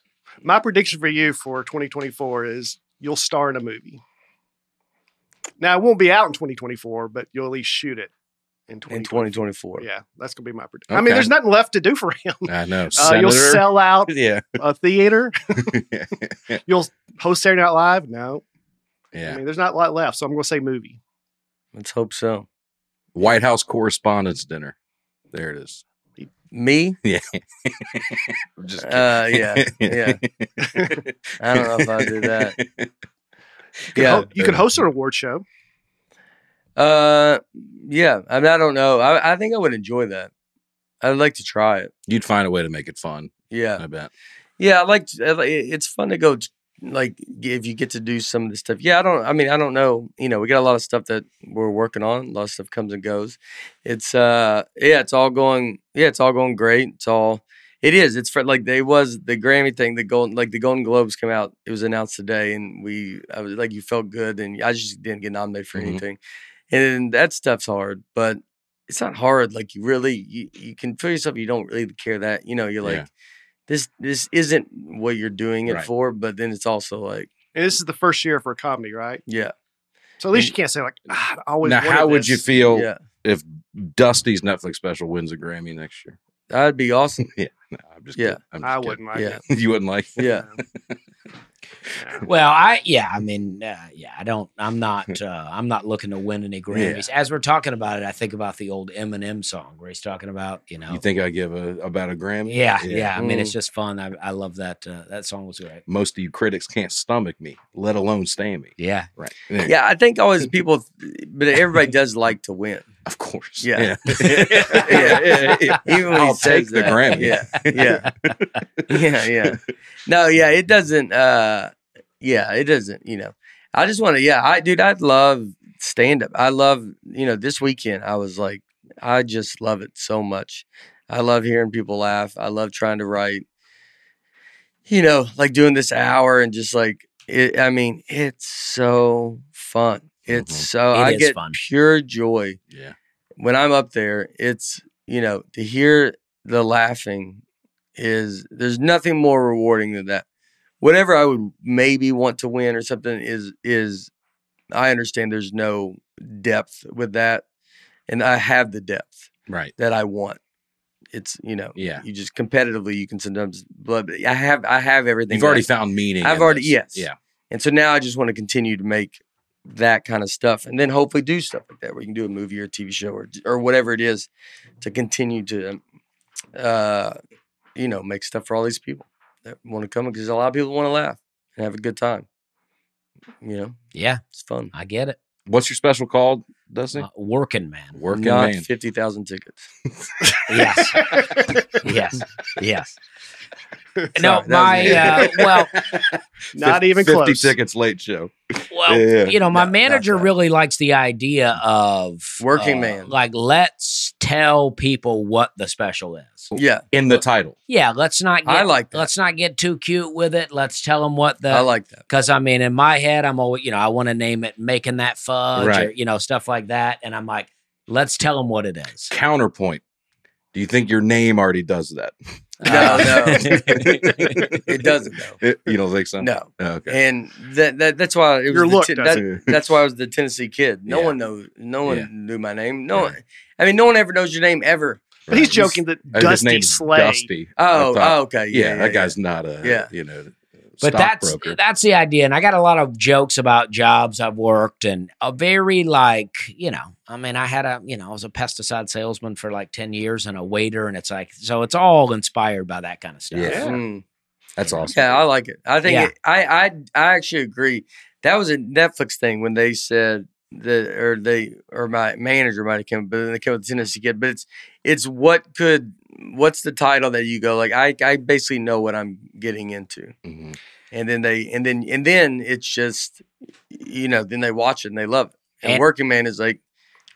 my prediction for you for 2024 is you'll star in a movie. Now it won't be out in 2024, but you'll at least shoot it in
in
2024.
2024.
Yeah, that's gonna be my prediction. I mean,
Okay.
there's nothing left to do for him.
I know.
Uh, you'll
Senator.
sell out
Yeah,
a theater. You'll host Saturday Night Live. No, I
yeah.
mean, there's not a lot left, so I'm gonna say movie.
Let's hope so.
White House Correspondents' Dinner. There it is.
Me?
I'm just
Uh, yeah, yeah.
kidding.
I don't know if I'll do that.
You
Yeah.
could ho- you could host an award show.
Uh, yeah. I mean, I don't know. I, I think I would enjoy that. I'd like to try it.
You'd find a way to make it fun.
Yeah.
I bet.
Yeah, I like to- I li- it- it's fun to go t- like g- if you get to do some of this stuff. Yeah, I don't I mean, I don't know, you know, we got a lot of stuff that we're working on. A lot of stuff comes and goes. It's uh yeah, it's all going yeah, it's all going great. It's all it is. It's for like they was the Grammy thing, the golden like the Golden Globes came out. It was announced today and we I was like you felt good and I just didn't get nominated for
Mhm.
anything. And that stuff's hard, but it's not hard. Like you really you, you can feel yourself you don't really care that, you know, you're like
Yeah.
this this isn't what you're doing it
Right.
for, but then it's also like,
And this is the first year for a comedy, right?
yeah,
So at least
And-
you can't say like, ah, I always.
Now,
wanted
how would you
this."
feel
yeah,
if Dusty's Netflix special wins a Grammy next year?
that'd be awesome.
No, I'm just
Yeah.
kidding. I'm just
I
kidding.
wouldn't like
Yeah.
it.
you wouldn't like.
Yeah,
Well, I yeah, I mean, uh, yeah, I don't. I'm not.
Hmm.
Uh, I'm not looking to win any Grammys. As we're talking about it, I think about the old Eminem song where he's talking about you know.
You think I give a about Mm. a Grammy?
yeah, yeah, I mean, it's just fun. I, I love that. Uh, that song was great.
Most of you critics can't stomach me, let alone stand me.
Yeah,
Right.
yeah. I think always people, but everybody does like to win,
Of course.
Yeah.
yeah. yeah, yeah.
even when he
I'll
says
take the
that.
Grammy.
Yeah, yeah, yeah, yeah. No, yeah, it doesn't. uh Yeah, it doesn't. You know, I just want to. Yeah, I dude, I love stand up. I love you know. This weekend, I was like, I just love it so much. I love hearing people laugh. I love trying to write. you know, like doing this hour and just like it, I mean, it's so fun. It's
Mhm.
so
Mm-hmm. It
I
is
get
fun.
pure joy
Yeah.
when I'm up there. It's you know to hear the laughing is there's nothing more rewarding than that. Whatever I would maybe want to win or something is is I understand there's no depth with that, and I have the depth
Right.
that I want. It's you know
Yeah.
you just competitively you can sometimes but I have I have everything
You've already
that-
found meaning.
I've
in
already-
this.
yes.
Yeah.
and so now I just want to continue to make that kind of stuff and then hopefully do stuff like that where you can do a movie or a TV show or or whatever it is to continue to um, uh you know make stuff for all these people that want to come because a lot of people want to laugh and have a good time you know
yeah,
it's fun
I get it.
What's your special called, Dusty?
Uh, working man.
Working
not
man.
50,000 tickets
Yes, yes, yes. no,
Sorry, that was
my
me.
uh, well,
Not
Fif-
even
50
close.
tickets late show.
well,
Yeah,
you know, my
no, not
manager
that.
really likes the idea of
Working
uh,
man.
Like, let's tell people what the special is.
Yeah,
In the title.
Yeah, let's not. Get,
I like that.
Let's not get too cute with it. Let's tell them what
I
the.
like that.
Because I mean, in my head, I'm always, you know, I want to name it "Making That Fudge" or
Right.
you know stuff like that, and I'm like, let's tell them what it is.
Counterpoint. Do you think your name already does that?
Um,
No,
no.
It doesn't though.
It- you don't think so?
No,
Oh, Okay.
and that, that that's why it was
Your
the
look
Ten-
doesn't.
that- that's why I was the Tennessee kid. No
Yeah.
one knows. No one
Yeah.
knew my name. No
Right.
one. I mean, no one ever knows your name ever.
But he's
Right.
joking that
Uh, his
Dusty
name's
Slay.
Dusty.
Oh,
I thought,
oh, okay.
yeah,
Yeah, yeah,
that guy's not a,
Yeah.
you know,
but that's
stockbroker.
that's the idea and i got a lot of jokes about jobs i've worked and a very like you know i mean i had a you know i was a pesticide salesman for like 10 years and a waiter and it's like so it's all inspired by that kind of stuff
Yeah.
Yeah.
Mm.
That's awesome.
Yeah, I like it. I think
Yeah.
it, I I I actually agree. That was a Netflix thing when they said that, or they or my manager might have come, but then they came with Tennessee Kid. But it's it's what could what's the title that you go like? I I basically know what I'm getting into,
Mhm.
and then they and then and then it's just you know then they watch it and they love it. And,
And-
Working Man is like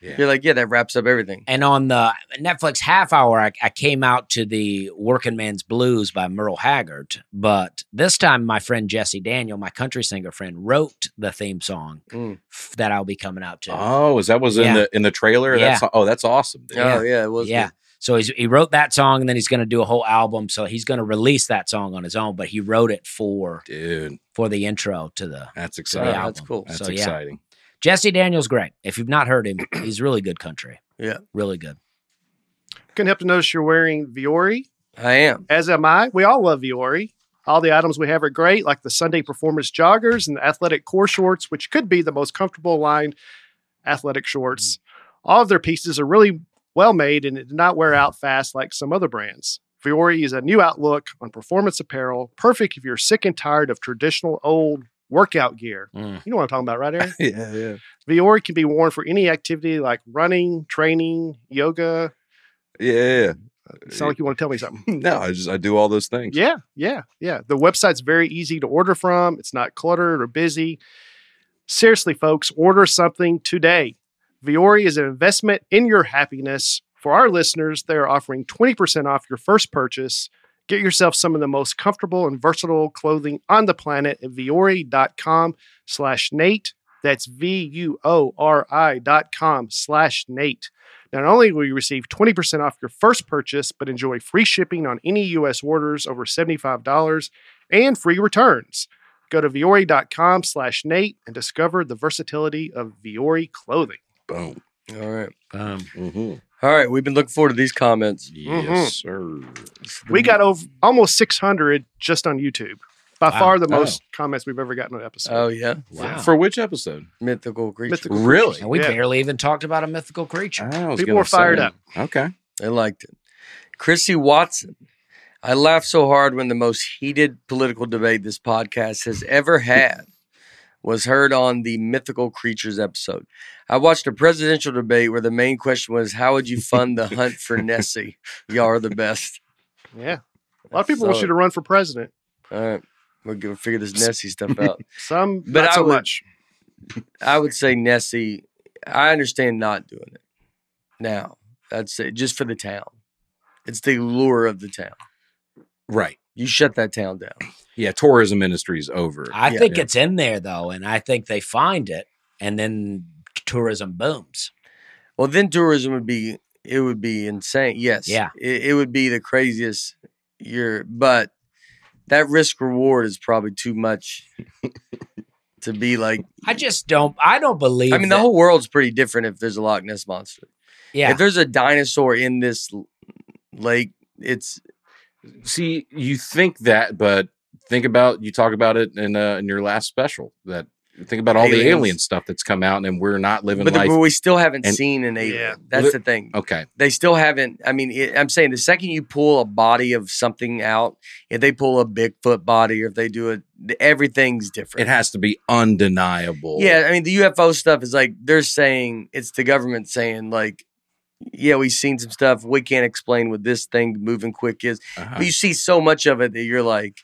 Yeah.
you're like yeah that wraps up everything.
and on the netflix half hour I, I came out to the working man's blues by merle haggard but this time my friend jesse daniel my country singer friend wrote the theme song
Mm. Uh-huh.
f- that i'll be coming out to
Oh, is that was in
Yeah.
the in the trailer?
Yeah.
That's oh, that's awesome. dude.
Oh yeah, it was
yeah.
good.
So he's, he wrote that song, and then he's going to do a whole album. So he's going to release that song on his own, but he wrote it for
Dude,
for the intro to the
that's
to the
exciting.
Yeah.
album.
that's cool.
That's
so yeah,
exciting.
Jesse Daniels great. If you've not heard him, he's really good country.
Yeah.
really good.
Couldn't help to notice you're wearing Viore,
I am.
as am I. We all love Viore. All the items we have are great, like the Sunday performance joggers and the athletic core shorts, which could be the most comfortable line athletic shorts. All of their pieces are really well made and it did not wear out fast like some other brands. Fiore is a new outlook on performance apparel, perfect if you're sick and tired of traditional old workout gear.
Mm.
You know what I'm talking about, right, Aaron?
Yeah, yeah.
Viore can be worn for any activity like running, training, yoga.
Yeah.
It sounds like you want to tell me something.
No, I just I do all those things.
Yeah, yeah, yeah. The website's very easy to order from. It's not cluttered or busy. Seriously, folks, order something today. Viore is an investment in your happiness. For our listeners, they are offering 20% off your first purchase. Get yourself some of the most comfortable and versatile clothing on the planet at viore.com slash Nate. That's V-U-O-R-I dot com slash Nate. Not only will you receive 20% off your first purchase, but enjoy free shipping on any U.S. orders over $75 and free returns. Go to viore.com slash Nate and discover the versatility of Viore clothing.
Boom.
All right.
Mm-hmm.
All right, we've been looking forward to these comments.
Mm-hmm.
Yes, sir.
We got over almost 600 just on YouTube. By
Wow.
far the
Oh.
most comments we've ever gotten on an episode.
Oh yeah,
Wow.
For which episode?
mythical creature.
Mythical
Really?
and we
Yeah.
barely even talked about a mythical creature.
I was
People
gonna
were fired
say.
up.
Okay.
I liked it. Chrissy Watson. I laughed so hard when the most heated political debate this podcast has ever had was heard on the Mythical Creatures episode. I watched a presidential debate where the main question was, How would you fund the hunt for Nessie? Y'all are the best.
Yeah. A lot of people want you to run for president.
All right. We'll go figure this Nessie stuff out.
Some,
But
but not
I
so
would-
much.
I would say Nessie, I understand not doing it now. That's it, just for the town. It's the lure of the town.
Right.
You shut that town down.
Yeah, tourism industry is over.
I
Yeah.
think
Yeah.
it's in there though, and I think they find it, and then tourism booms.
Well, then tourism would be it would be insane. Yes,
Yeah.
it, it would be the craziest year. But that risk reward is probably too much to be like.
I just don't. I don't believe.
I mean, the
that-
whole world's pretty different if there's a Loch Ness monster.
yeah.
If there's a dinosaur in this l- lake, it's
See, you think that, but think about you talk about it in uh, in your last special that think about all the
Aliens.
alien stuff that's come out and we're not living
but, the-
life.
but we still haven't
and- Oh.
seen an alien.
Yeah.
That's
Lit-
the thing.
okay.
They still haven't. I mean, it, I'm saying the second you pull a body of something out, if they pull a Bigfoot body or if they do it, everything's different.
It has to be undeniable.
Yeah, I mean the UFO stuff is like they're saying it's the government saying like yeah, we've seen some stuff. We can't explain what this thing moving quick is. But
Uh-huh.
you see so much of it that you're like,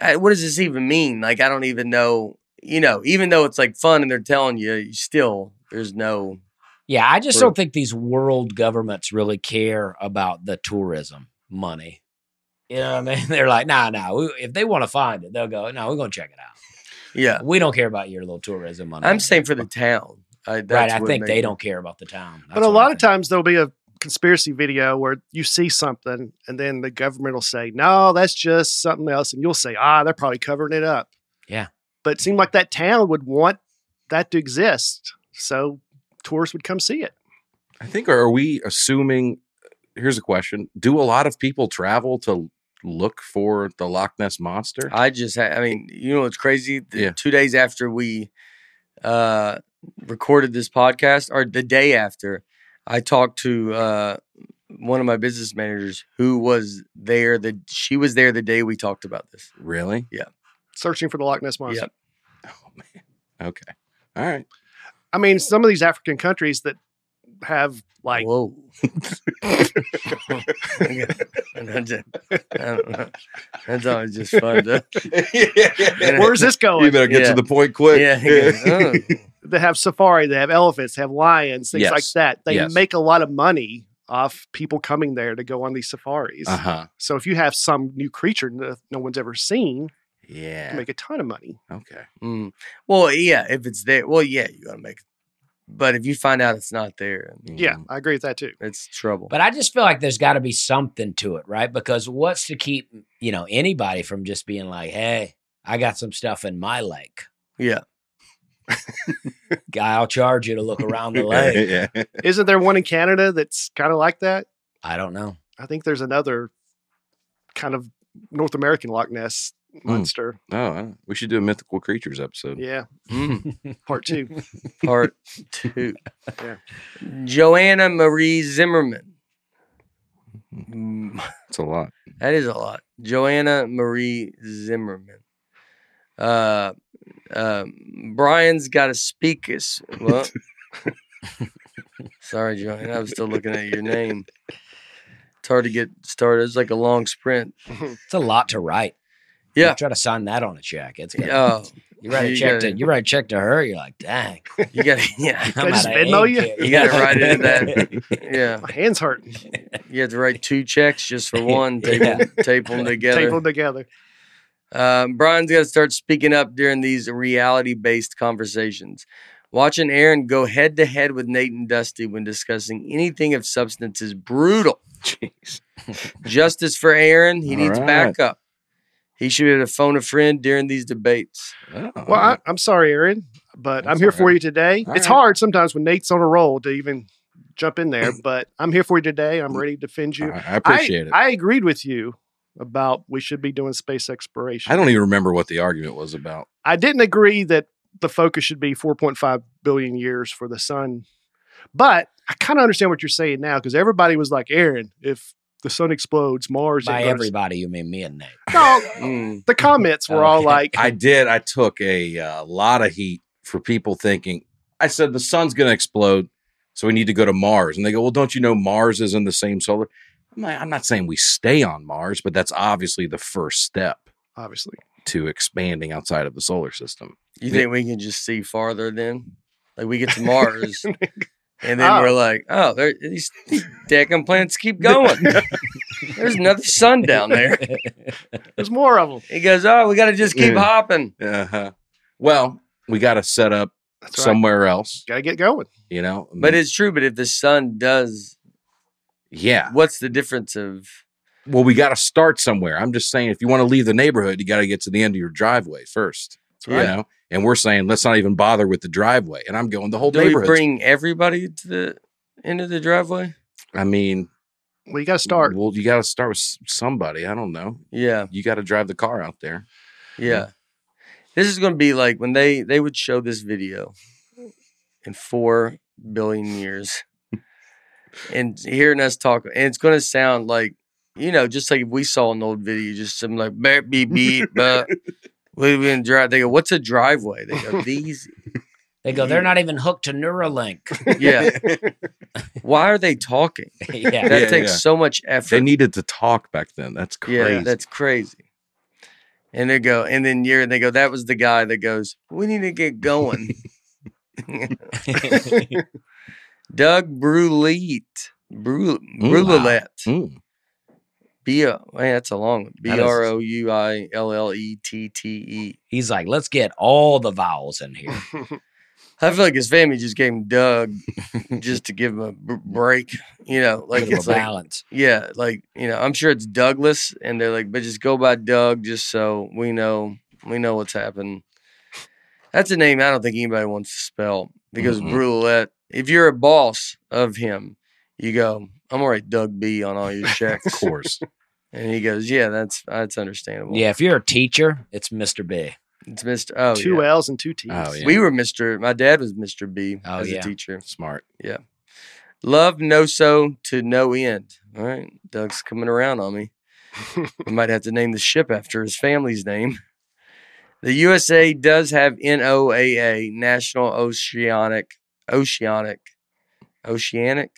"I- what does this even mean? Like, I don't even know. You know, even though it's like fun and they're telling you, you still there's no.
Yeah, I just
Or-
don't think these world governments really care about the tourism money. You know what I mean? They're like, nah, nah. We, if they want to find it, they'll go. No, we're gonna check it out.
Yeah,
We don't care about your little tourism money.
I'm saying for the town. I, that's
right. I
what
think
makes-
they don't care about the town. That's
but a
what I
lot of
think.
times there'll be a conspiracy video where you see something and then the government will say, no, that's just something else. And you'll say, ah, they're probably covering it up.
Yeah.
But it seemed like that town would want that to exist. So tourists would come see it.
I think are we assuming? Here's a question: Do a lot of people travel to look for the Loch Ness monster?
I just, ha- I mean, you know, what's crazy. The
Yeah.
Two days after we uh, recorded this podcast, or the day after, I talked to uh, one of my business managers who was there. The she was there the day we talked about this.
really?
Searching for the Loch Ness Monster.
Yep.
Oh man. Okay. All right.
I mean, some of these African countries that have like
Whoa. That's it. I don't know. That's always just fun. To,
where's this
You
going? Oh,
better get
Yeah.
to the point quick.
yeah. "Oh." he goes,
they have safari, they have elephants, they have lions, things like
Yes.
that. They
Yes.
make a lot of money off people coming there to go on these safaris.
Uh huh.
So if you have some new creature that no one's ever seen, you
Yeah.
make a ton of money.
Okay.
"Oh." Mm. Well, yeah. If it's there, well, yeah, you gotta make. It. But if you find out it's not there,
Yeah,
Mm.
I agree with that too.
it's trouble.
But I just feel like there's got to be something to it, right? Because what's to keep you know anybody from just being like, "Hey, I got some stuff in my lake.
yeah.
Guy, I'll charge you to look around the lake."
yeah.
Isn't there one in Canada that's kind of like that?
I don't know.
I think there's another kind of North American Loch Ness monster.
Oh, I- we should do a mythical creatures episode.
Yeah,
Mm.
part two.
Part two.
Yeah.
Joanna Marie Zimmerman. Mm.
It's a lot.
That is a lot. Joanna Marie Zimmerman. Uh, um, Brian's got to speak us. Well, sorry, Joanna. I'm still looking at your name. It's hard to get started. It's like a long sprint.
It's a lot to write. You
Yeah.
try to sign that on a check. It's gonna,
Oh,
you write a
you
check to
gotta-
you write a check to her. You're like, dang,
you got to, yeah,
I'm
just
outta
Venmo
ink
you?
here.
You gotta write it in that- yeah.
My hands hurting.
You have to write two checks just for one. Tape,
Yeah.
'em- tape them together.
Tape them together.
Um, Brian's got to start speaking up during these reality based conversations. Watching Aaron go head to head with Nate and Dusty when discussing anything of substance is brutal.
Jeez.
Justice for Aaron, he
All
needs
right.
backup. He should be able to phone a friend during these debates.
Oh,
Well, I, I'm sorry, Aaron, but I'm
That's
here
all
for
right.
you today.
All
it's
right.
hard sometimes when Nate's on a roll to even jump in there, but I'm here for you today. I'm ready to defend you.
Oh, I, I Mm. appreciate it. I,
I agreed with you about we should be doing space exploration.
don't even remember what the argument was about.
I didn't agree that the focus should be 4.5 billion years for the sun. But I kind of understand what you're saying now because everybody was like, Aaron, if the sun explodes, Mars.
By
and Earth-"
everybody, you mean me and Nate.
No,
Mm.
the comments were all
Okay.
like,
I did. I took a uh, lot of heat for people thinking. I said the sun's going to explode, so we need to go to Mars. And they go, "Well, don't you know Mars is in the same solar?" I'm, like, I'm not saying we stay on Mars, but that's obviously the first step
obviously.
to expanding outside of the solar system.
You
Yeah.
think we can just see farther then? Like we get to Mars. And then
Oh.
we're like, oh, there, these, these decking plants keep going. There's another sun down there.
There's more of them.
He goes, oh, we got to just keep
Yeah.
hopping.
Uh-huh. Well, we got to set up
That's right.
somewhere else,
Got to get going.
you know.
But it's true. But if the sun does,
yeah.
what's the difference of?
Well, we got to start somewhere. I'm just saying, if you want to leave the neighborhood, you got to get to the end of your driveway first.
That's right.
You know, and we're saying let's not even bother with the driveway. And I'm going the whole
Do we
neighborhood.
bring everybody to the end of the driveway?
I mean,
Well, you got to start.
Well, you got to start with s- somebody. I don't know.
Yeah,
You got to drive the car out there.
yeah. This is going to be like when they they would show this video in four billion years, and hearing us talk, and it's going to sound like you know, just like if we saw an old video, just some like beep beep beep. but we been drive. They go, what's a driveway? They go, these.
They go, they're not even hooked to Neuralink.
Yeah, Why are they talking?
yeah.
That
Yeah,
takes
yeah.
so much effort.
They needed to talk back then. That's crazy.
Yeah, that's crazy. And they go, and then you're, they go, that was the guy that goes, we need to get going. Doug Brulette. Bru- Brulette.
Mm.
B O, man, that's a long one. B
That is-
R O U I L L E T T E.
He's like, let's get all the vowels in here.
I feel like his family just gave him Doug just to give him a b- break, you know, like
Give 'em
it's
a
like,
balance.
yeah, like, you know, I'm sure it's Douglas and they're like, but just go by Doug just so we know, we know what's happened. That's a name I don't think anybody wants to spell because
Mm-hmm.
Mhm.
Brulette, if you're a boss of him, you go, I'm all right, Doug B on all your
Of
checks.
course.
and he goes, yeah, that's, that's understandable.
yeah, if you're a teacher, it's Mr. B.
It's Mr. Oh,
Two
yeah.
L's and two T's.
Oh, yeah.
We were Mr. My dad was Mr. B
Oh,
as
yeah.
a teacher.
Smart.
Love no so to no end. All right, Doug's coming around on me. we might have to name the ship after his family's name. The USA does have NOAA, National Oceanic, Oceanic, Oceanic,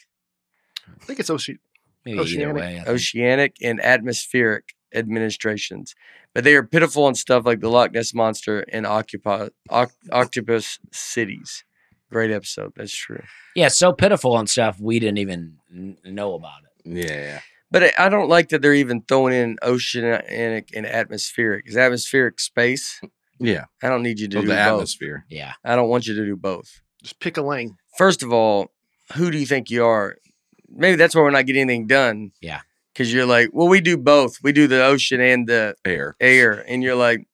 I think it's Ocean.
Maybe either
Oceanic.
way. I think.
Oceanic, and Atmospheric administrations, but they are pitiful on stuff like the Loch Ness monster and Occupy, Oc- Octopus cities. Great episode. That's true.
yeah, it's so pitiful and stuff. We didn't even n- know about it.
Yeah.
But I- I don't like that they're even throwing in uh, oceanic and atmospheric. Is atmospheric space?
Yeah.
I don't need you to
Oh,
Of
do
the
both.
atmosphere.
Yeah.
I don't want you to do both.
Just pick a lane.
First of all, who do you think you are? Maybe that's why we're not getting anything done.
Yeah.
Because you're like, well, we do both. We do the ocean and the
Air.
air. And you're like,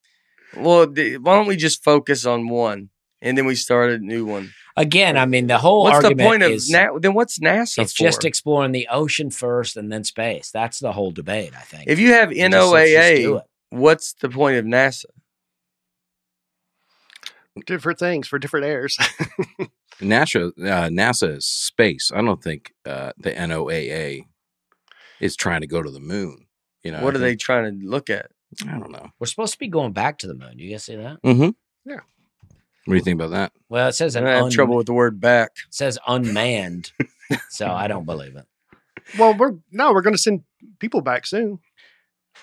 well, th- why don't we just focus on one? And then we start a new one.
Again, I mean, the whole
what's the
argument
point of
is
Na- then? What's NASA
it's
for?
just exploring the ocean first and then space. That's the whole debate, I think.
if you have
It's just- let's just do
NOAA,
it.
what's the point of NASA?
Different things for different airs.
NASA. Uh, NASA is space. I don't think uh, the NOAA is trying to go to the moon. You know.
What
I
are they trying to look at?
think- I don't know.
We're supposed to be going back to the moon. You guys see that?
Mm-hmm.
Yeah.
What do you think about that?
Well, it says
I
an
have
un-
trouble with the word back.
it says unmanned, so I don't believe it.
well, we're no, we're going to send people back soon.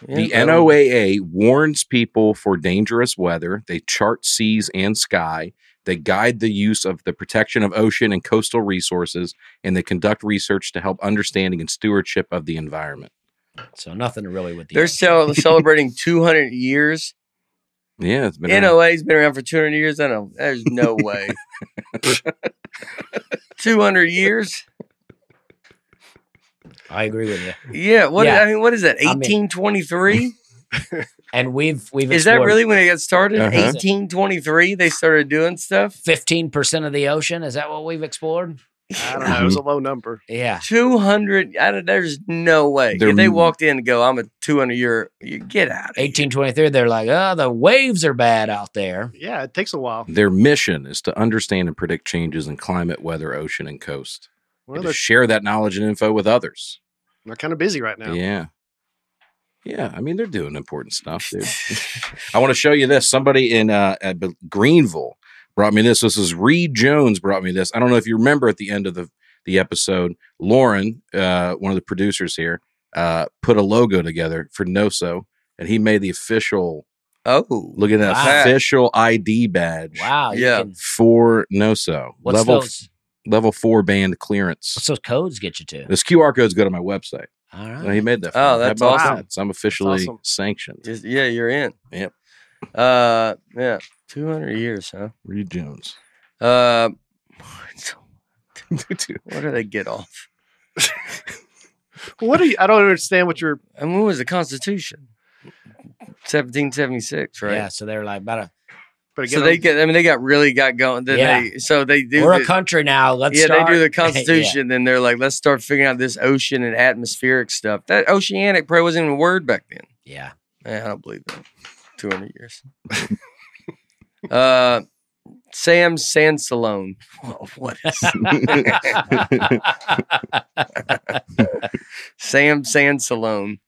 The NOAA warns people for dangerous weather. They chart seas and sky. They guide the use of the protection of ocean and coastal resources, and they conduct research to help understanding and stewardship of the environment.
So nothing really with the
They're
ocean.
cel- celebrating 200 years.
Yeah, it's been around.
NOAA's been around for 200 years. I don't. There's no way. 200 years.
I agree with you.
Yeah. What
Yeah.
I mean, what is that?
mean-
1823.
And we've we've
is that
explored
really when it got started?
Uh-huh.
1823. They started doing stuff.
fifteen percent of the ocean? Is that what we've explored?
I don't know. It was a low number.
Yeah.
200. I don't, there's no way.
They're-
if they walked in and go, I'm a 200 year. You get out. Of here."
1823, they're like, oh, the waves are bad out there.
Yeah, it takes a while.
Their mission is to understand and predict changes in climate, weather, ocean, and coast,
Well,
and to
they're,
share that knowledge and info with others.
they're kind of busy right now.
Yeah. Yeah, I mean they're doing important stuff, dude. I want to show you this. Somebody in uh, at B- Greenville brought me this. This is Reed Jones brought me this. I don't know if you remember at the end of the the episode, Lauren, uh, one of the producers here, uh, put a logo together for Noso, and he made the official.
Oh,
Look at that
Wow.
official ID badge
Wow. you
Yeah.
can-
for Noso
what's
level
those?
level four band
What's
clearance.
those codes get you to?
This QR codes go to my website.
All right.
So he made that. for
Oh,
me. How
that's
about
awesome.
that? So I'm officially
awesome.
sanctioned.
just, yeah, you're in.
Yep.
Uh, yeah. 200 years, huh?
Reed Jones.
Uh, what do they get off?
What do you? I don't understand what you're.
I mean, what was the Constitution? 1776, right?
Yeah. So they're like, about a,
But
So they
again,
get. I mean, they got really got going. Then
Yeah.
they so they do.
we're a
the-
country now. Let's
yeah,
start.
they do the
Yeah.
Constitution. Then they're like, let's start figuring out this ocean and atmospheric stuff. That oceanic probably wasn't even a word back then.
yeah.
Eh, I don't believe that. 200 years. uh, Sam Sansalone. Whoa, What is Sam Sansalone.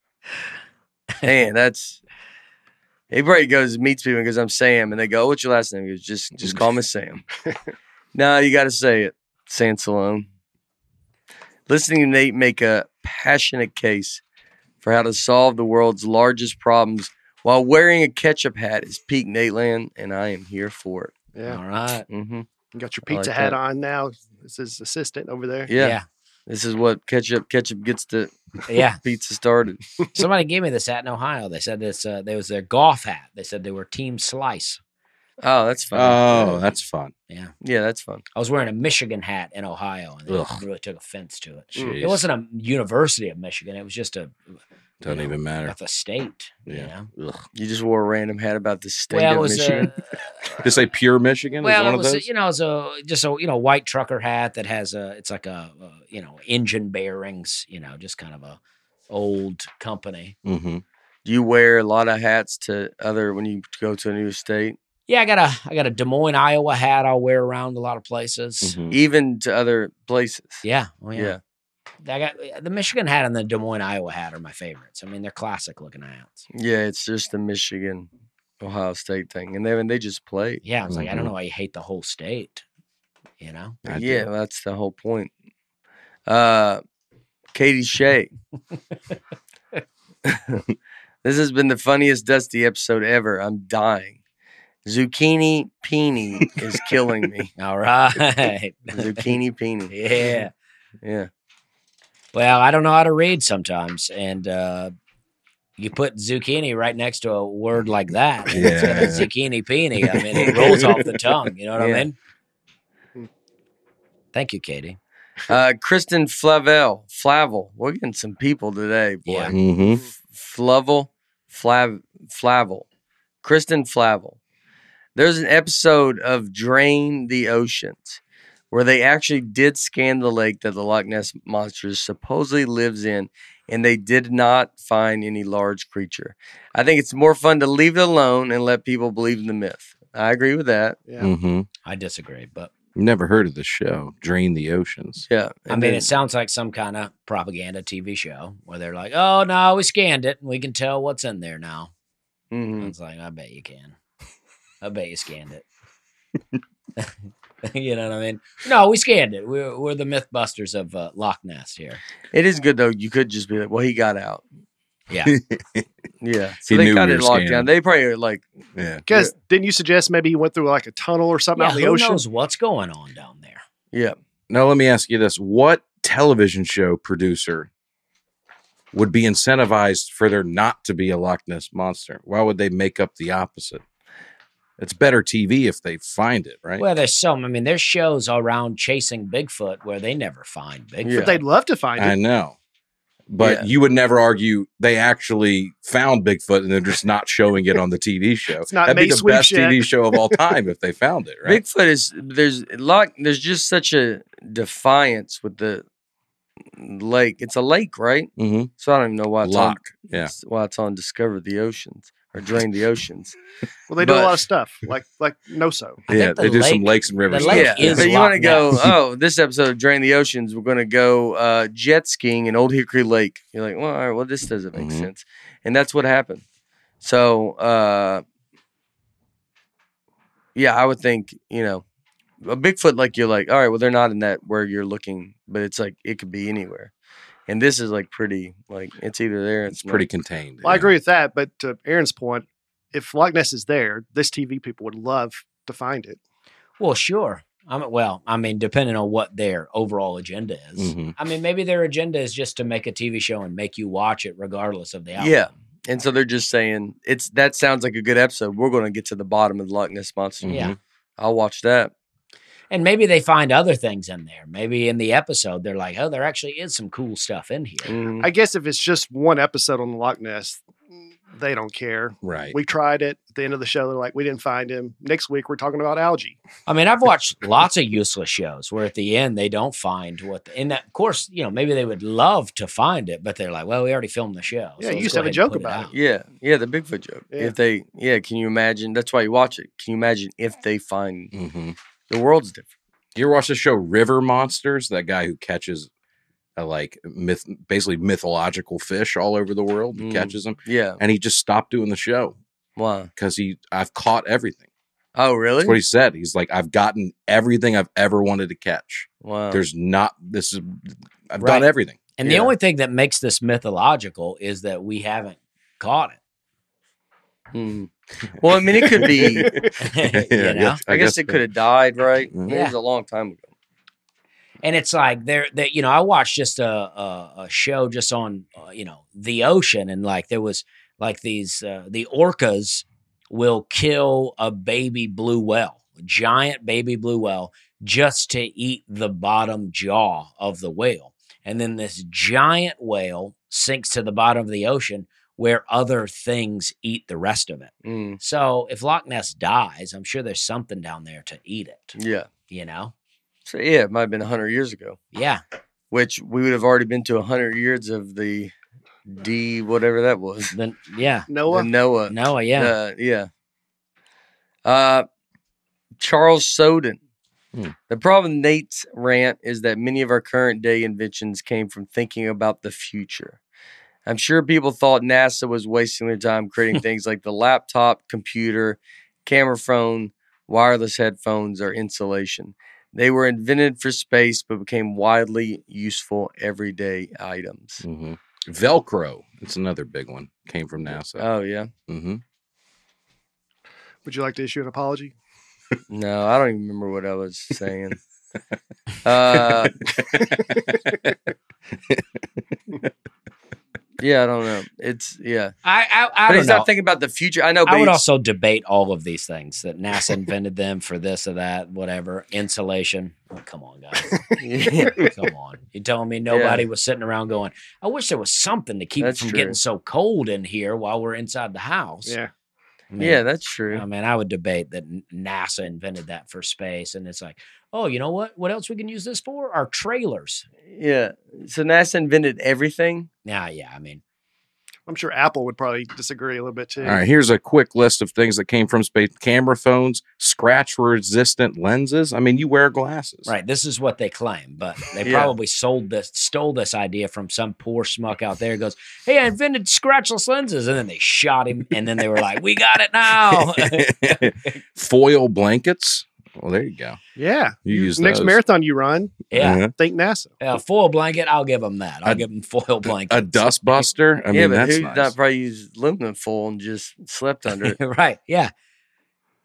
Man, that's he probably goes and meets people and goes, I'm Sam. And they go, "Oh, What's your last name? He goes, Just just call me Sam. no, you gotta say it. Sansalone. listening to Nate make a passionate case for how to solve the world's largest problems while wearing a ketchup hat is peak Nate land, and I am here for it.
Yeah.
All right.
hmm
You got your
I like
pizza hat
that.
on now. This is assistant over there.
Yeah, this is what ketchup ketchup gets the
Yeah. yeah.
pizza started.
Somebody gave me this hat in Ohio. They said this. Uh, there was their golf hat. They said they were Team Slice.
Oh, that's fun.
Oh, that's fun.
yeah, that's fun.
I was wearing a Michigan hat in Ohio, and they
Ugh.
really took offense to it.
Mm.
Jeez.
It wasn't a University of Michigan. It was just a
Doesn't
you know,
even matter.
Of a state. Yeah.
Yeah. Ugh.
You just wore a random hat about the state
Well, it
of
was
Michigan.
a-
Just say pure Michigan is
well, it
one of
was
those.
a, you know, it's a just a you know white trucker hat that has a it's like a, a you know engine bearings, you know, just kind of a old company.
hmm
Do you wear a lot of hats to other when you go to a new state,
Yeah, I got a I got a Des Moines, Iowa hat I'll wear around a lot of places.
Mm-hmm.
even to other places?
Mm. Yeah, oh yeah.
Mm-hmm. yeah.
I got the Michigan hat and the Des Moines, Iowa hat are my favorites. I mean, they're classic looking hats.
Yeah, it's just the Michigan, Ohio State thing, and then they just play.
Yeah, I was like, I don't
Mm-hmm.
Mhm.
know why you hate the whole state. You know,
I do.
yeah, that's the whole point. Uh, Katie Shea. this has been the funniest Dusty episode ever. I'm dying. Zucchini Peeny is killing me.
all right,
Zucchini Peeny.
yeah.
Yeah.
Well, I don't know how to read sometimes, and uh, you put zucchini right next to a word like that. and it's gonna be
Yeah.
zucchini peeny. I mean, it rolls off the tongue. You know what
Yeah.
I mean? Thank you, Katie.
Uh, Kristen Flavel. Flavel. We're getting some people today, boy.
Yeah.
hmm
F- Flavel, Flav, Flavel, Kristen Flavel. There's an episode of Drain the Oceans where they actually did scan the lake that the Loch Ness monster supposedly lives in, and they did not find any large creature. I think it's more fun to leave it alone and let people believe in the myth. I agree with that.
Yeah.
hmm
I disagree, but
Never heard of the show. Drain the oceans.
Yeah.
I mean, it sounds like some kind of propaganda TV show where they're like, "Oh no, we scanned it, and we can tell what's in there now." I
hmm
was like, "I bet you can. I bet you scanned it." you know what I mean? No, we scanned it. We're we're the MythBusters of uh, Loch Ness here.
it is good though. You could just be like, well, he got out.
Yeah.
Yeah. So
He
they
knew
got
we
it
were
locked
scanning.
down. They probably are like,
Yeah.
Because didn't you suggest maybe you went through like a tunnel or something
Yeah,
out in the
who
ocean?
knows what's going on down there?
yeah.
Now let me ask you this: What television show producer would be incentivized for there not to be a Loch Ness monster? Why would they make up the opposite? It's better TV if they find it, right?
Well, there's some. I mean, there's shows around chasing Bigfoot where they never find Bigfoot.
Yeah.
But they'd love to find
I
it.
know. But
Yeah.
you would never argue they actually found Bigfoot and they're just not showing it on the TV show.
It's not
That'd be
Mace
the best
Winchett.
TV show of all time if they found it, right?
Bigfoot is there's lock there's just such a defiance with the lake. It's a lake, right?
Mm-hmm.
So I don't even know why it's
Loch.
on,
yeah.
why it's on Discover the Oceans or Drain the Oceans.
Well, they do a
But-
lot of stuff like like NOSO.
I think
Yeah,
the
they do some
lake-
lakes and rivers.
the lake
stuff.
yeah,
is
but you want to go?
Loch Ness.
Oh, this episode of Drain the Oceans, we're going to go uh, jet skiing in Old Hickory Lake. You're like, well, all right, well, this doesn't make
Mhm.
sense, and that's what happened. So, uh, yeah, I would think you know, a Bigfoot like you're like, all right, well, they're not in that where you're looking, but it's like it could be anywhere, and this is like pretty, like it's either there,
It's
it's, not.
pretty contained.
Well, I
yeah.
agree with that. But to Aaron's point, if Loch Ness is there, this TV people would love to find it.
Well, sure. I mean, well, I mean, depending on what their overall agenda is.
Mm-hmm.
Mhm.
I mean, maybe their agenda is just to make a TV show and make you watch it regardless of the outcome.
Yeah. And so they're just saying it's that sounds like a good episode. We're going to get to the bottom of the Loch Ness monster.
Yeah.
I'll watch that.
And maybe they find other things in there. Maybe in the episode, they're like, oh, there actually is some cool stuff in
Mm-hmm.
here.
Mhm.
I guess if it's just one episode on Loch Ness, they don't care.
Right.
We tried it at the end of the show. They're like, we didn't find him. Next week, we're talking about algae.
I mean, I've watched lots of useless shows where at the end they don't find what, the, and that, of course, you know, maybe they would love to find it, but they're like, well, we already filmed the show.
Yeah, you
let's
used
go
to have
ahead
a
and
joke
put
about it.
out."
Yeah, yeah, the Bigfoot joke.
Yeah.
If they, yeah, can you imagine? That's why you watch it. Can you imagine if they find
hmm
the world's different?
You ever watch the show River Monsters? That guy who catches uh, like myth, basically mythological fish all over the world. He
Mm.
catches them,
Yeah,
and he just stopped doing the show
why?
because he I've caught everything.
Oh, really?
That's what he said. He's like, I've gotten everything I've ever wanted to catch.
wow.
There's not this is I've
Right.
done everything.
And the
Yeah.
only thing that makes this mythological is that we haven't caught
Hmm. Well, I mean, it could be.
it. you
Yeah,
know?
yeah.
I, guess, it could have died, right? I mean, It
Yeah.
was a long time ago.
and it's like there that you know i watched just a a, a show just on uh, you know the ocean and like there was like these uh, the orcas will kill a baby blue whale a giant baby blue whale just to eat the bottom jaw of the whale and then this giant whale sinks to the bottom of the ocean where other things eat the rest of it
Mm,
so if loch ness dies i'm sure there's something down there to eat it
yeah.
you know
So yeah, it might have been hundred years ago,
yeah
which we would have already been to hundred years of the D whatever that was.
then yeah
The
Noah.
Noah.
Noah, yeah.
Uh, yeah. Uh, Charles Soden.
Hmm.
The problem with Nate's rant is that many of our current day inventions came from thinking about the future. I'm sure people thought NASA was wasting their time creating things like the laptop, computer, camera phone, wireless headphones, or insulation. They were invented for space but became widely useful everyday items.
Mhm. Velcro. It's another big one. Came from NASA.
Oh, yeah.
hmm
Would you like to issue an apology?
No, I don't even remember what I was saying. uh, yeah, I don't know. It's yeah,
I I, I
but
don't
he's
know.
not thinking about the future. I know, but
I would
he's-
also debate all of these things that NASA invented them for this or that, whatever insulation. Oh, come on, guys,
yeah,
come on! You telling me nobody was sitting around going, "I wish there was something to keep
That's
it from
true.
getting so cold in here while we're inside the house."
Yeah.
I mean,
yeah, that's
I
true.
mean, I would debate that N- NASA invented that for space, and it's like, oh, you know what? What else we can use this for? Our trailers.
Yeah, so NASA invented everything.
Yeah, yeah. I mean,
I'm sure Apple would probably disagree a little bit too.
All right, here's a quick list of things that came from space: camera phones, scratch-resistant lenses. I mean, you wear glasses,
Right. This is what they claim, but they
Yeah.
probably sold this, stole this idea from some poor schmuck out there. who Goes, hey, I invented scratchless lenses, and then they shot him, and then they were like, we got it
Oh.
now.
Foil blankets. Well, there you go.
Yeah.
You use
next
those.
marathon you run,
yeah,
Uh-huh.
think NASA.
yeah, foil blanket. I'll give them that. I'll
A-
give them foil blanket.
A dustbuster. I mean,
yeah, but
that's
who
nice.
not probably used aluminum foil and just slept under it?
right. Yeah.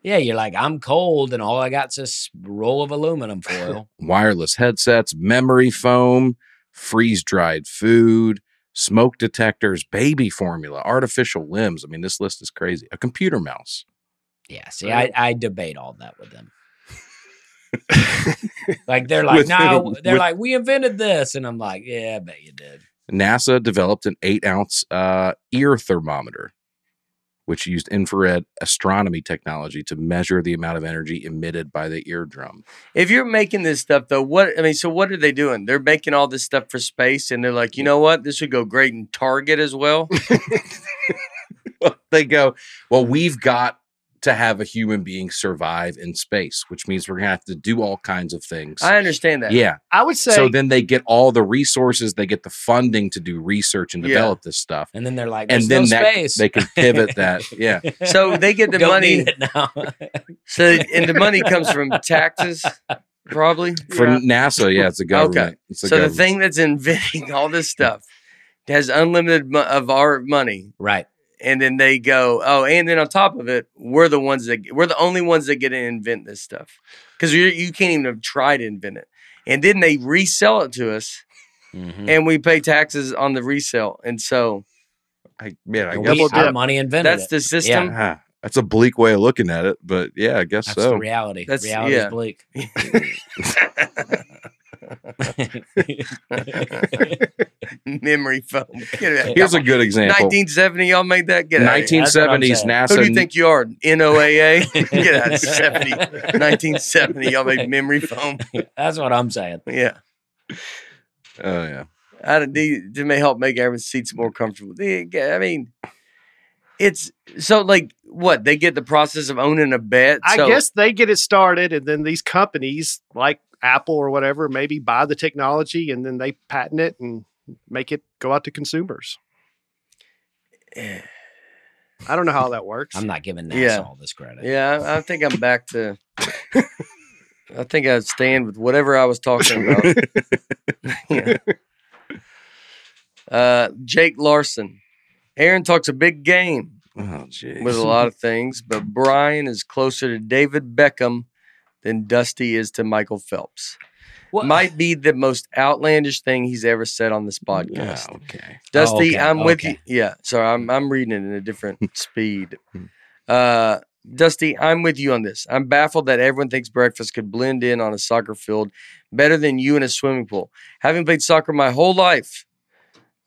Yeah, you're like, I'm cold, and all I got's this roll of aluminum foil.
wireless headsets, memory foam, freeze dried food, smoke detectors, baby formula, artificial limbs. I mean, this list is crazy. A computer mouse.
Yeah, see, I, I debate all that with them. like they're like,
With-
no, they're
with-
like, we invented this, and I'm like, yeah, I bet you did.
NASA developed an eight ounce uh, ear thermometer, which used infrared astronomy technology to measure the amount of energy emitted by the eardrum.
If you're making this stuff though, what I mean, so what are they doing? They're making all this stuff for space, and they're like, you know what? This would go great in Target as well.
they go, well, we've got to have a human being survive in space, which means we're going to have to do all kinds of things.
I understand that.
yeah.
I would say
so then they get all the resources, they get the funding to do research and
Yeah.
develop this stuff,
And then they're like,
and
There's
then
no
that
space.
they can pivot that. Yeah,
So they get the
Don't
money.
need it now.
So, and the money comes from taxes, probably.
for
Yeah.
NASA, yeah, it's a government. It's a
So the
government.
thing that's inventing all this stuff has unlimited mo- of our money,
right.
and then they go, oh, and then on top of it, we're the ones that we're the only ones that get to invent this stuff because you you can't even try to invent it, and then they resell it to us,
Hmm. Mm-hmm.
and we pay taxes on the resale, and so
I, man, I
And
guess
we,
Double
our
dip.
money invented
that's
it.
the system.
Ah, that's a bleak way of looking at it, but yeah, I guess
That's
so.
the reality.
That's-
Reality's
yeah.
bleak.
Memory foam. Get it out.
Here's a good example.
1970, y'all made that. Get out. of here.
1970s
Yeah,
Who
NASA.
do you think you are? NOAA? Get out of 70, 1970. Y'all made memory foam.
That's what I'm saying.
Yeah.
Oh yeah,
I don't need to may help make everyone's seats more comfortable. They get- I mean, it's so like what they get the process of owning a bed.
I
so,
guess they get it started, and then these companies like Apple or whatever maybe buy the technology, and then they patent
eh,
it and make it go out to consumers. I don't know how that works.
I'm not giving NASA
Yeah.
all this credit.
Yeah, I, I think I'm back to. I think I stand with whatever I was talking about. Yeah. Uh, Jake Larson. Aaron talks a big game
Oh, jeez.
with a lot of things, but Brian is closer to David Beckham than Dusty is to Michael Phelps.
Well,
Might be the most outlandish thing he's ever said on this
Yeah,
podcast.
okay.
Dusty,
Oh, okay,
I'm with
okay.
you. Yeah, sorry, I'm I'm reading it in a different speed.
Hmm.
Uh, Dusty, I'm with you on this. I'm baffled that everyone thinks breakfast could blend in on a soccer field better than you in a swimming pool. Having played soccer my whole life,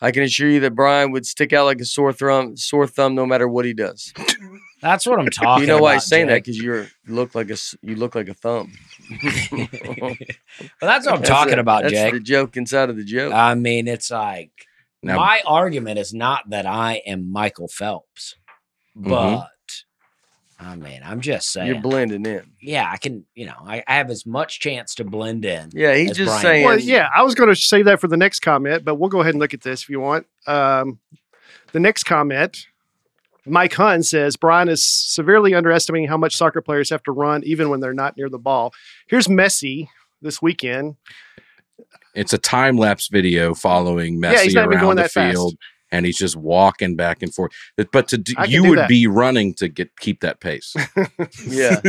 I can assure you that Brian would stick out like a sore thumb, sore thumb, no matter what he does.
that's what I'm talking.
you know why
about,
he's saying that
Jake.
because you look like a s- you look like a thumb.
well, that's what I'm talking
it.
about, Ah,
That's
Jake.
The joke inside of the joke.
I mean, it's like
Now-
my argument is not that I am Michael Phelps,
Mhm.
but I mean, I'm just saying.
You're blending in.
yeah, I can. You know, I, I have as much chance to blend in.
Yeah, he's
That's
just
Brian.
saying.
Well, yeah, I was going to save that for the next comment, but we'll go ahead and look at this if you want. Um, the next comment, Mike Hun says Brian is severely underestimating how much soccer players have to run, even when they're not near the ball. Here's Messi this weekend.
It's a time lapse video following Messi
Yeah, he's not even
around
going
the
that fast.
field, and he's just walking back and forth. But- But to do,
I can
you
do
would
that.
be running to get keep that pace.
Yeah.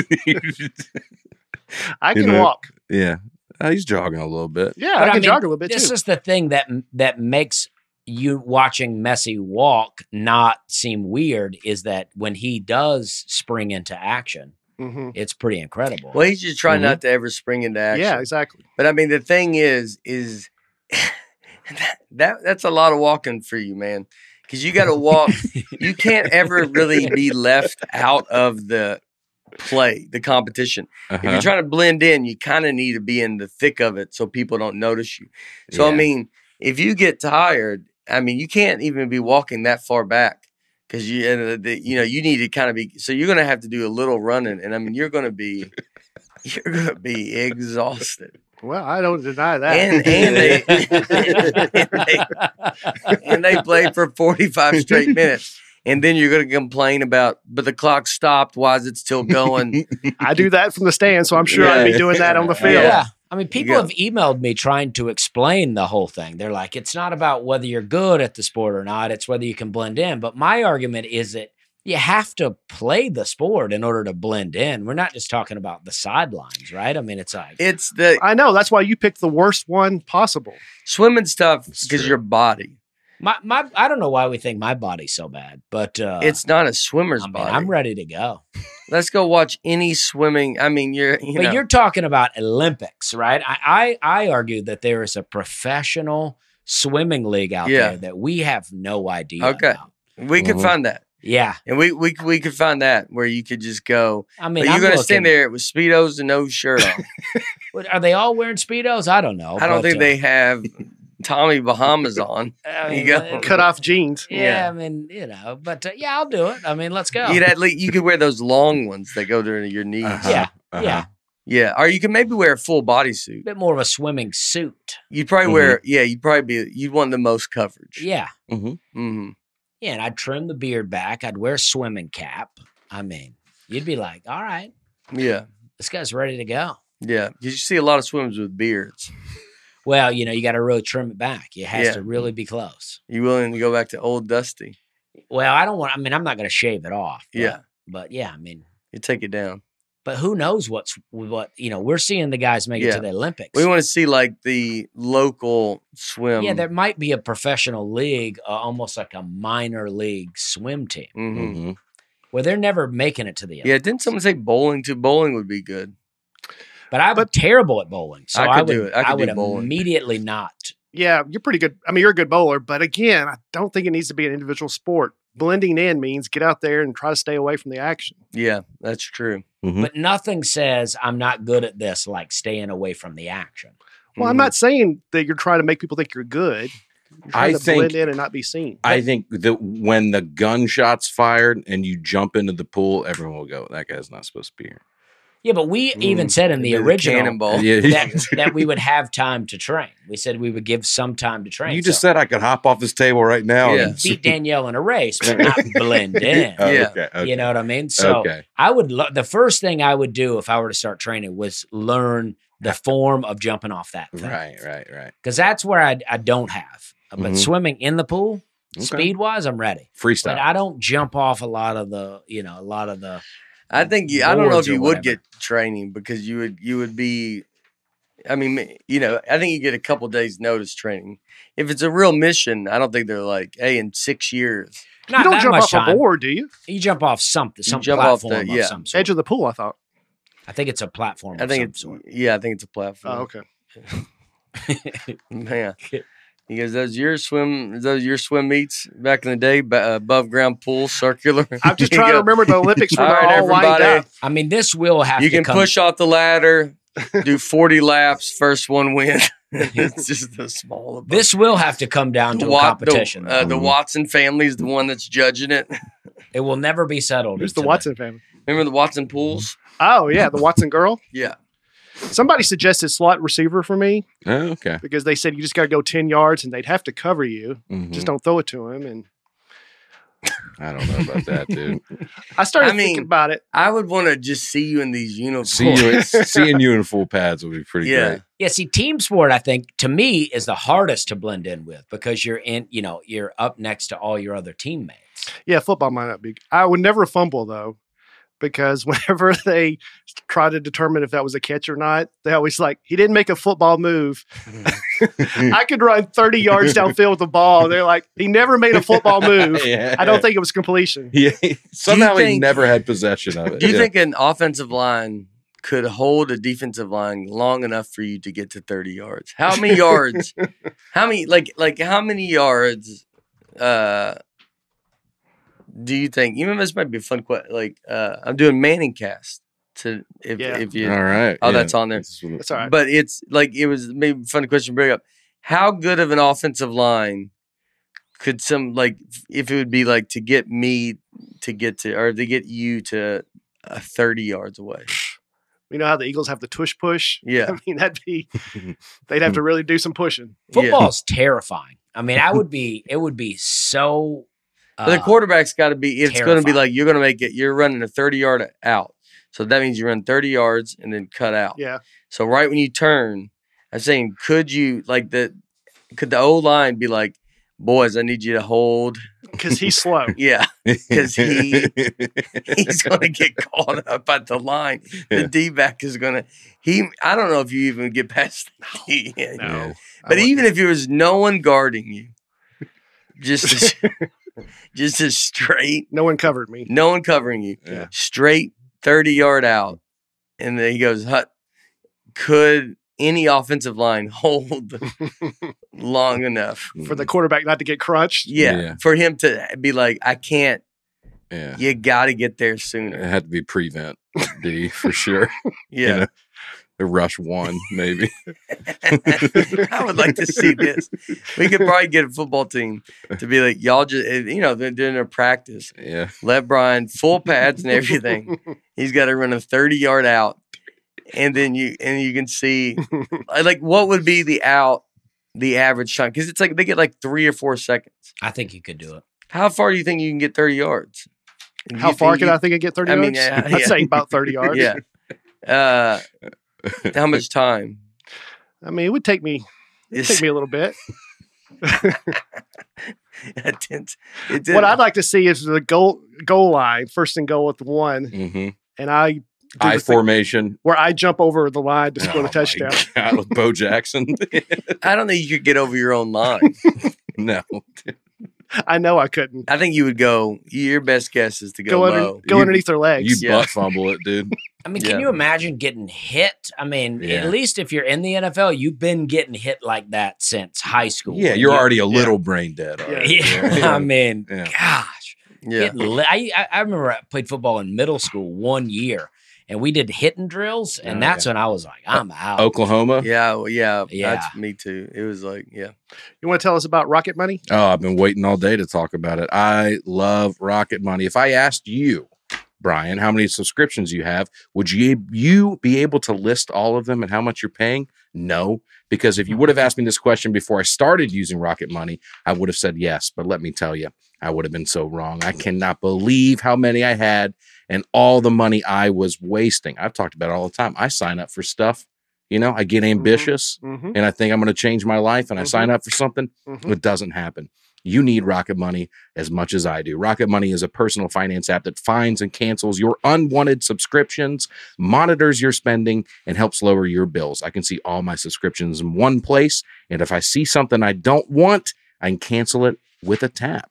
I
You
can
know,
walk.
yeah, Uh, he's jogging a little bit.
Yeah, I
But
can
I mean,
jog a little bit
this
too.
is the thing that that makes you watching Messi walk not seem weird is that when he does spring into action,
Mhm.
it's pretty incredible.
Well, he's just trying
Mm-hmm.
not to ever spring into action.
Yeah, exactly.
But I mean, the thing is, is that, that that's a lot of walking for you, man. Because you got to walk. you can't ever really be left out of the play, the competition. If
Uh-huh.
you're trying to blend in, you kind of need to be in the thick of it so people don't notice you. So I
Yeah.
mean, if you get tired, I mean, you can't even be walking that far back. Because you, and uh, the- the- you know, you need to kind of be. So you're going to have to do a little running, and I mean, you're going to be, you're going to be exhausted.
Well, I don't deny that.
And and they, and they and they played for 45 straight minutes. And then you're going to complain about, but the clock stopped. Why is it still going?
I do that from the stand, so I'm sure I'd be
Yeah.
doing that on the
Yeah.
field.
yeah. I mean, people
Yeah.
have emailed me trying to explain the whole thing. They're like, it's not about whether you're good at the sport or not, it's whether you can blend in. But my argument is that you have to play the sport in order to blend in. We're not just talking about the sidelines, right? I mean, it's like,
it's the
I know that's why you picked the worst one possible.
swimming stuff
It's
because
true.
your body.
My my I don't know why we think my body's so bad, but uh
it's not a swimmer's
I mean,
body.
I'm ready to go.
Let's go watch any swimming. I mean, you're, you
but
know,
you're talking about Olympics, right? I, I I argue that there is a professional swimming league out
Yeah.
there that we have no idea.
Okay.
about.
we could
Mm-hmm.
Mhm.
find that.
Yeah.
And we, we, we could find that where you could just go.
I mean,
but
I'm
you're going to
looking-
stand there with Speedos and no shirt on.
What, Are they all wearing speedos? I don't know.
I don't
but,
think
uh,
they have Tommy Bahamas on.
I
you
mean,
go.
uh,
Cut off jeans.
Yeah,
yeah.
I mean, you know, but uh, yeah, I'll do it. I mean, let's go.
You'd at least, you could wear those long ones that go to your knees.
Uh-huh.
yeah, yeah,
Uh-huh.
a
Yeah, or you could maybe wear a full bodysuit.
bit more of a swimming suit.
You'd probably
Mhm.
wear, yeah, you'd probably be, you'd want the most coverage.
Mm-hmm. Yeah,
Mhm.
Mm-hmm.
hmm
yeah, and I'd trim the beard back. I'd wear a swimming cap. I mean, you'd be like, all right,
Yeah,
this guy's ready to go.
yeah. Because you see a lot of swimmers with beards.
Well, you know, you got to really trim it back. It has
Yeah.
to really be close.
You willing to go back to old Dusty?
Well, I don't want. I mean, I'm not going to shave it off. but-
Yeah,
but yeah, I mean,
you take it down.
but who knows what's what? You know, we're seeing the guys make it
Yeah.
to the Olympics.
We want to see like the local swim.
yeah, there might be a professional league, uh, almost like a minor league swim team,
hmm
Mhm.
where they're never making it to the Olympics.
Yeah, didn't someone say bowling too? Bowling would be good.
But I'm
But-
terrible at bowling, so
I
I,
could
would
do it. I could do
would
bowling.
immediately not.
Yeah, you're pretty good. I mean, you're a good bowler, but again, I don't think it needs to be an individual sport. Blending in means get out there and try to stay away from the action.
Yeah, that's true.
Mhm.
But nothing says I'm not good at this like staying away from the action.
Well, I'm
Mhm.
not saying that you're trying to make people think you're good. You're trying
I
to
think-
blend in and not be seen.
I think that when the gunshots fired and you jump into the pool, everyone will go, "That guy's not supposed to be here."
Yeah, but we even
Mm,
said in the
Maybe
original
cannonball.
Yeah, he-
that, that we would have time to train. We said we would give some time to train.
you just
so
said I could hop off this table right now.
Yeah.
and-
beat Danielle in a race, but not blend in.
Oh,
Yeah.
Okay, okay,
You know what I mean? So
okay.
I would lo- the first thing I would do if I were to start training was learn the form of jumping off that thing.
Right, right, right.
Because that's where I, I don't have. But
Mm-hmm.
Mhm.
swimming in the pool,
Okay.
speed wise, I'm ready. But
Freestyle.
I don't jump off a lot of the, you know, a lot of the
I think you, I don't know if
boards or
you would
whatever.
get training because you would you would be. I mean, you know, I think you get a couple days notice training. If it's a real mission, I don't think they're like, hey, in six years.
not
you don't
that
jump
much
off
time.
a board, do you?
You jump off something, some
jump off
platform
the-
of
yeah.
some sort.
Edge of the pool, I thought.
I think it's a platform.
I
of
think
some
it's
sort.
yeah, I think it's a
Oh,
platform.
okay. Oh,
Man, you guys, those your swim, those your swim meets back in the day, ba- uh, above ground pool, circular.
I'm just
You
trying to
go,
remember the Olympics when
All
they're
right,
all lined
everybody,
up.
I mean, this will have
you
to
can
come-
push off the ladder, do 40 laps, first one wins. it's just the small. above-
This will have to come down to a
Wat-
competition.
The, uh, the
Mhm.
Watson family is the one that's judging it.
it will never be settled.
Who's the
until
Watson family?
Remember the Watson
Mm-hmm.
pools?
Oh yeah, the Watson girl.
Yeah.
Somebody suggested slot receiver for me
Oh, okay.
because they said you just got to go ten yards and they'd have to cover you.
Mhm.
Mm.
Just don't throw it to him. And
I don't know about that, dude.
I started
I mean-
thinking about it.
I would want to just see you in these uniforms.
See you, seeing you in full pads would be pretty
Yeah.
great.
Yeah, see, team sport, I think, to me, is the hardest to blend in with because you're in, you know, you're up next to all your other teammates.
Yeah, football might not be. I would never fumble though, because whenever they try to determine if that was a catch or not, they always like he didn't make a football move.
Hmm.
I could run thirty yards downfield with the ball. They're like he never made a football move.
yeah.
I don't think it was completion.
Yeah. Somehow he
think-
never had possession of it.
Do you
Yeah.
think an offensive line could hold a defensive line long enough for you to get to 30 yards? How many yards? How many like like how many yards uh do you think? You know, this might be a fun question. Like uh I'm doing Manning cast to if
Yeah.
if you
All right.
Oh, that's on there.
This is-
That's all right.
but it's like it was maybe a fun question to bring up. How good of an offensive line could some like if it would be like to get me to get to or to get you to uh, thirty yards away?
You know how the Eagles have the tush push.
Yeah.
I mean that'd be they'd have to really do some pushing.
Yeah.
Football's terrifying. I mean, I would be, it would be so.
But the
uh,
quarterback's got to be. It's going to be
terrifying.
like you're going to make it. You're running a thirty yard out, so that means you run thirty yards and then cut out.
Yeah.
So right when you turn, I'm saying, could you like the could the O line be like, boys, I need you to hold.
Because he's slow.
Yeah. 'Cause he- he's going to get caught up at the line.
Yeah.
The D back is going to he. I don't know if you even get past the D. end.
No.
Yeah.
I
But
wouldn't.
even if there was no one guarding you, just as, just as straight,
no one covered me.
no one covering you,
Yeah.
straight thirty yard out, and then he goes, "Hut, could any offensive line hold long enough?"
for the quarterback not to get crunched.
Yeah,
Yeah.
for him to be like, "I can't.
Mm, Yeah.
You got to get there
It
sooner."
had to be prevent D for sure.
Yeah.
know. The rush one, maybe.
I would like to see this. We could probably get a football team to be like, y'all just, you know, they're doing their practice.
Yeah.
Let Brian full pads and everything. He's got to run a 30 yard out. And then you, and you can see, I like, what would be the out, the average shot? Cause it's like they get like three or four seconds.
uh, I think you could do it.
How far do you think you can get 30 yards? Do
How
you
far
think
can
you-
I think I get 30
I
yards?
mean, yeah,
I'd
yeah.
say about 30 yards.
Yeah. Uh, how much time?
I mean, it would take me it would
It's-
take me a little bit.
it didn't- it
What I'd
didn't-
like to see is the goal goal line, first and goal at the one,
Mm-hmm.
and I do the
Eye
thing
formation.
where I jump over the line to
Oh,
score
my
the touchdown.
God, with Bo Jackson.
I don't think you could get over your own line.
no.
I know I couldn't.
I think you would go. Your best guess is to go,
Go, under,
low.
go
You-
underneath their
You
legs.
Yeah.
butt fumble it, dude.
I mean,
Yeah.
can you imagine getting hit? I mean,
Yeah.
at least if you're in the NFL, you've been getting hit like that since high school.
Yeah, you're already a little brain dead.
Yeah.
already.
Yeah,
Yeah.
I mean,
Yeah.
gosh.
yeah,
Getting lit. I, I I remember I played football in middle school one year, and we did hitting drills, and
Oh,
that's when I was like, I'm out.
Oklahoma.
yeah, well, yeah,
Yeah.
That's me too. It was like, yeah,
You want to tell us about Rocket Money?
Oh, I've been waiting all day to talk about it. I love Rocket Money. If I asked you Brian, how many subscriptions you have. Would you you be able to list all of them and how much you're paying? No, because if you would have asked me this question before I started using Rocket Money, I would have said yes. But let me tell you, I would have been so wrong. I cannot believe how many I had and all the money I was wasting. I've talked about it all the time. I sign up for stuff, you know, I get ambitious
Mm-hmm.
and I think I'm going to change my life and I
Mhm.
sign up for something,
Mhm.
it doesn't happen. You need Rocket Money as much as I do. Rocket Money is a personal finance app that finds and cancels your unwanted subscriptions, monitors your spending, and helps lower your bills. I can see all my subscriptions in one place. And if I see something I don't want, I can cancel it with a tap.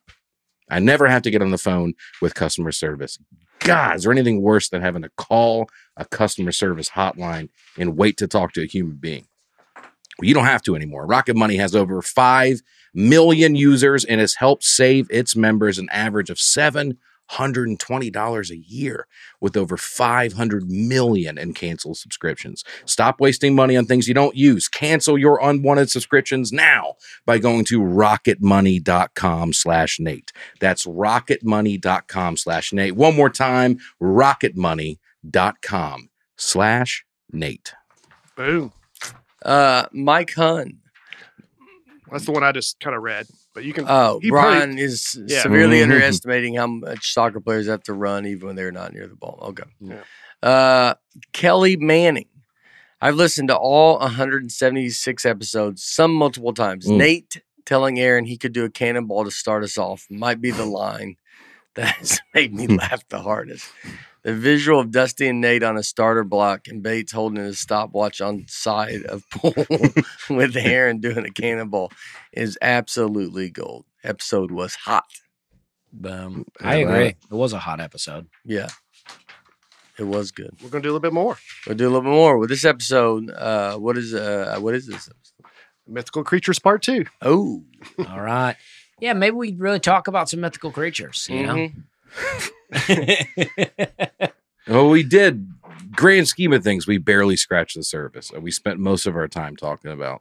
I never have to get on the phone with customer service. God, is there anything worse than having to call a customer service hotline and wait to talk to a human being? Well, you don't have to anymore. Rocket Money has over 5 million users and has helped save its members an average of $720 a year with over 500 million in canceled subscriptions. Stop wasting money on things you don't use. Cancel your unwanted subscriptions now by going to rocketmoney.com slash Nate. That's rocketmoney.com slash Nate. One more time, rocketmoney.com slash Nate.
Boom.
Uh, Mike Hun.
That's the one I just kind of read, but you
Uh,
can.
Oh,
He probably-
Brian is
Yeah.
severely
Mhm.
underestimating how much soccer players have to run even when they're not near the ball. Okay.
Yeah.
Uh, Kelly Manning. I've listened to all 176 episodes, some multiple times.
Mm.
Nate telling Aaron he could do a cannonball to start us off might be the line that has made me laugh the hardest. The visual of Dusty and Nate on a starter block and Bates holding his stopwatch on side of pole with Aaron doing a cannonball is absolutely gold. Episode was hot.
Boom.
Yeah,
I agree.
right.
It was a hot episode.
Yeah. It was good.
We're gonna do a little bit more.
We'll do a little bit more with this episode. Uh, what is uh, what is this? episode?
Mythical creatures part two.
Oh,
All right. Yeah, maybe we really talk about some mythical creatures, you
mhm. Mm-hmm.
know?
Oh, we did. Grand scheme of things, we barely scratched the surface. We spent most of our time talking about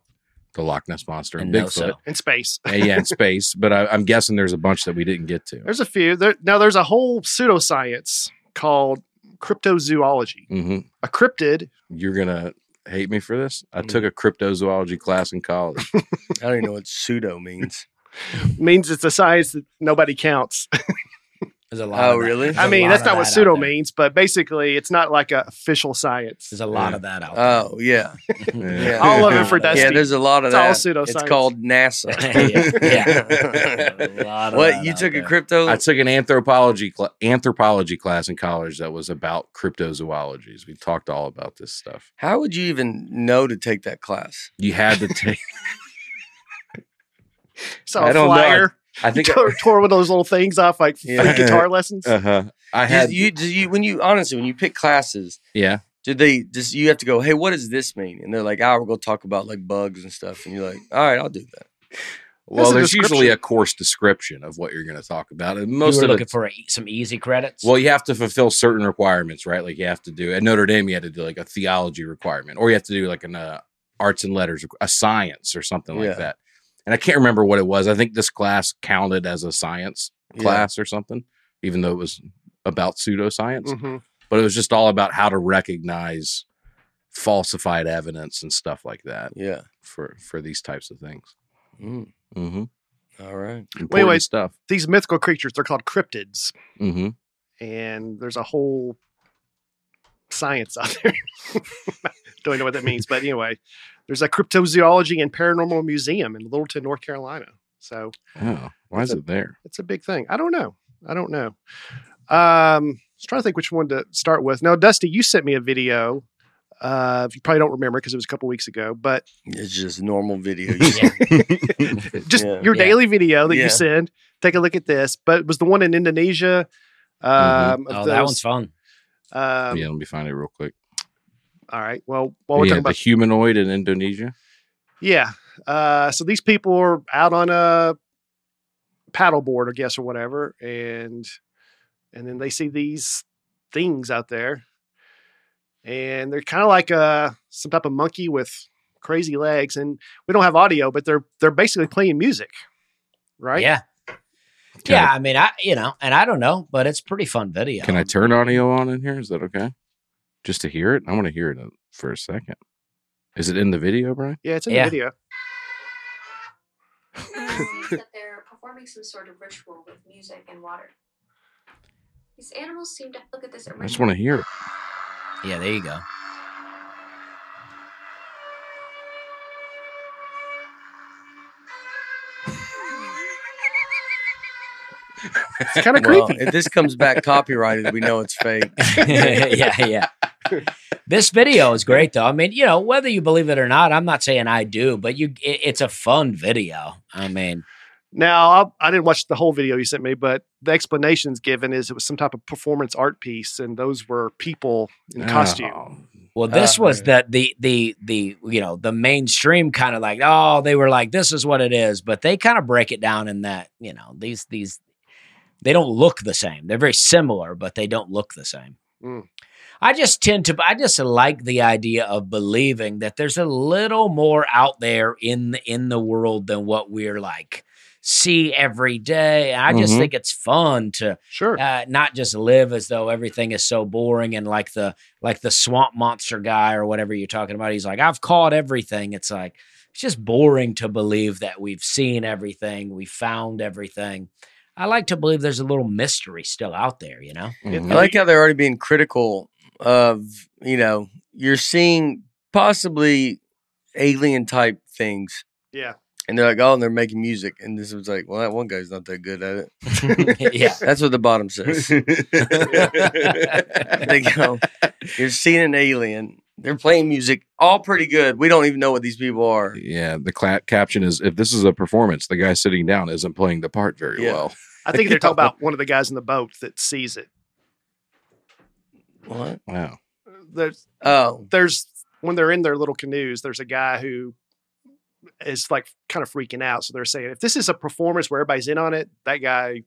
the Loch Ness monster and,
And no
Bigfoot,
sell.
in space.
and yeah, and space. But I, I'm guessing there's a bunch that we didn't get to.
There's a few. There, now, there's a whole pseudoscience called cryptozoology.
hmm
A cryptid,
You're gonna hate me for this. I took a cryptozoology class in college.
I don't even know what pseudo means.
means it's a science that nobody counts.
There's a lot.
Oh,
of that-
really?
there's
I
a
mean,
lot
that's
of
not
that
what
out
pseudo
there.
means, but basically, it's not like a official science.
There's a lot
Yeah.
of that out there.
Oh yeah, Yeah.
All of it for Dusty.
yeah. There's a lot of
It's all
that. It's
pseudoscience.
called NASA.
yeah. yeah. A lot of
what
that
you
out
took
there.
a crypto?
I took an anthropology cl- anthropology class in college that was about cryptozoologies. We talked all about this stuff.
How would you even know to take that class?
You had to take.
So
I
a
don't know. I
flyer.
I think.
tore, tore one of those little things off, like
Yeah.
fake guitar lessons.
Uh huh. I
You,
had.
you, do you when you honestly when you pick classes,
yeah.
did they just you have to go? Hey, what does this mean? And they're like, "Ah, we're gonna talk about like bugs and stuff." And you're like, "All right, I'll do that."
Well,
a
there's usually
description.
a course description of what you're going to talk about, and
You
most
were
of
looking
it.
for a, some easy credits.
Well, you have to fulfill certain requirements, right? Like you have to do at Notre Dame, you had to do like a theology requirement, or you have to do like an uh, arts and letters, requ- a science, or something
Yeah.
like that. And I can't remember what it was. I think this class counted as a science
Yeah.
class or something, even though it was about pseudoscience.
Mm.
Mhm.
But it was just all about how to recognize falsified evidence and stuff like that
Yeah.
for for these types of things.
Mm,
Mm-hmm.
all right.
Important
wait.
stuff.
These mythical creatures, they're called cryptids,
Mm-hmm.
and there's a whole science out there. Don't even know what that means, but anyway, there's a cryptozoology and paranormal museum in Littleton, North Carolina. So
Oh, why
It's
is
a-
it there?
it's a big thing. I don't know. I don't know. Um, I was trying to think which one to start with. Now, Dusty, you sent me a video. Uh, you probably don't remember because it was a couple weeks ago, but
It's just normal video.
Yeah.
just
Yeah.
your
Yeah.
daily video that
Yeah.
you send. Take a look at this. But it was the one in Indonesia. Um,
oh,
of
that one's
those,
fun.
um,
yeah, let me find it real quick.
All right. Well, while we're
yeah,
talking
the
about,
humanoid in Indonesia.
yeah. Uh, so these people are out on a paddleboard, I guess, or whatever, and and then they see these things out there, and they're kind of like uh some type of monkey with crazy legs, and we don't have audio, but they're they're basically playing music, right?
Yeah.
Can
yeah, I mean, I you know, and I don't know, but it's pretty fun video.
Can I turn audio on in here? Is that okay? Just to hear it? I want to hear it for a second. Is it in the video, Brian?
Yeah, it's in
Yeah.
the video.
sees that they're performing some sort of ritual with music and water. These animals seem to look at this.
I just want to hear it.
Yeah, there you go.
It's kind of
Well,
creepy.
if this comes back copyrighted, we know it's fake.
yeah, yeah. This video is great though. I mean, you know, whether you believe it or not, I'm not saying I do, but you, it, it's a fun video. I mean,
Now, I, I didn't watch the whole video you sent me, but the explanations given is it was some type of performance art piece, and those were people in costume.
Well, this
Uh,
was the the the the you know the mainstream kind of like oh they were like this is what it is, but they kind of break it down in that you know these these they don't look the same. They're very similar, but they don't look the same.
Mm.
I just tend to I just like the idea of believing that there's a little more out there in the, in the world than what we're like see every day. And I just
Mhm.
think it's fun to
Sure.
uh, not just live as though everything is so boring and like the like the swamp monster guy or whatever you're talking about. He's like, I've caught everything. It's like it's just boring to believe that we've seen everything, we found everything. I like to believe there's a little mystery still out there, you
Oh.
know.
I like how they're already being critical of, you know, you're seeing possibly alien type things.
Yeah.
And they're like, oh, and they're making music. And this was like, well, that one guy's not that good at it.
yeah,
That's what the bottom says. they go, you're seeing an alien. They're playing music, all pretty good. We don't even know what these people are.
yeah, the cla- caption is if this is a performance, the guy sitting down isn't playing the part very
Yeah.
well.
I think they're talking about one of the guys in the boat that sees it.
What?
Wow.
There's,
Oh,
there's when they're in their little canoes, there's a guy who is like kind of freaking out. So they're saying if this is a performance where everybody's in on it, that guy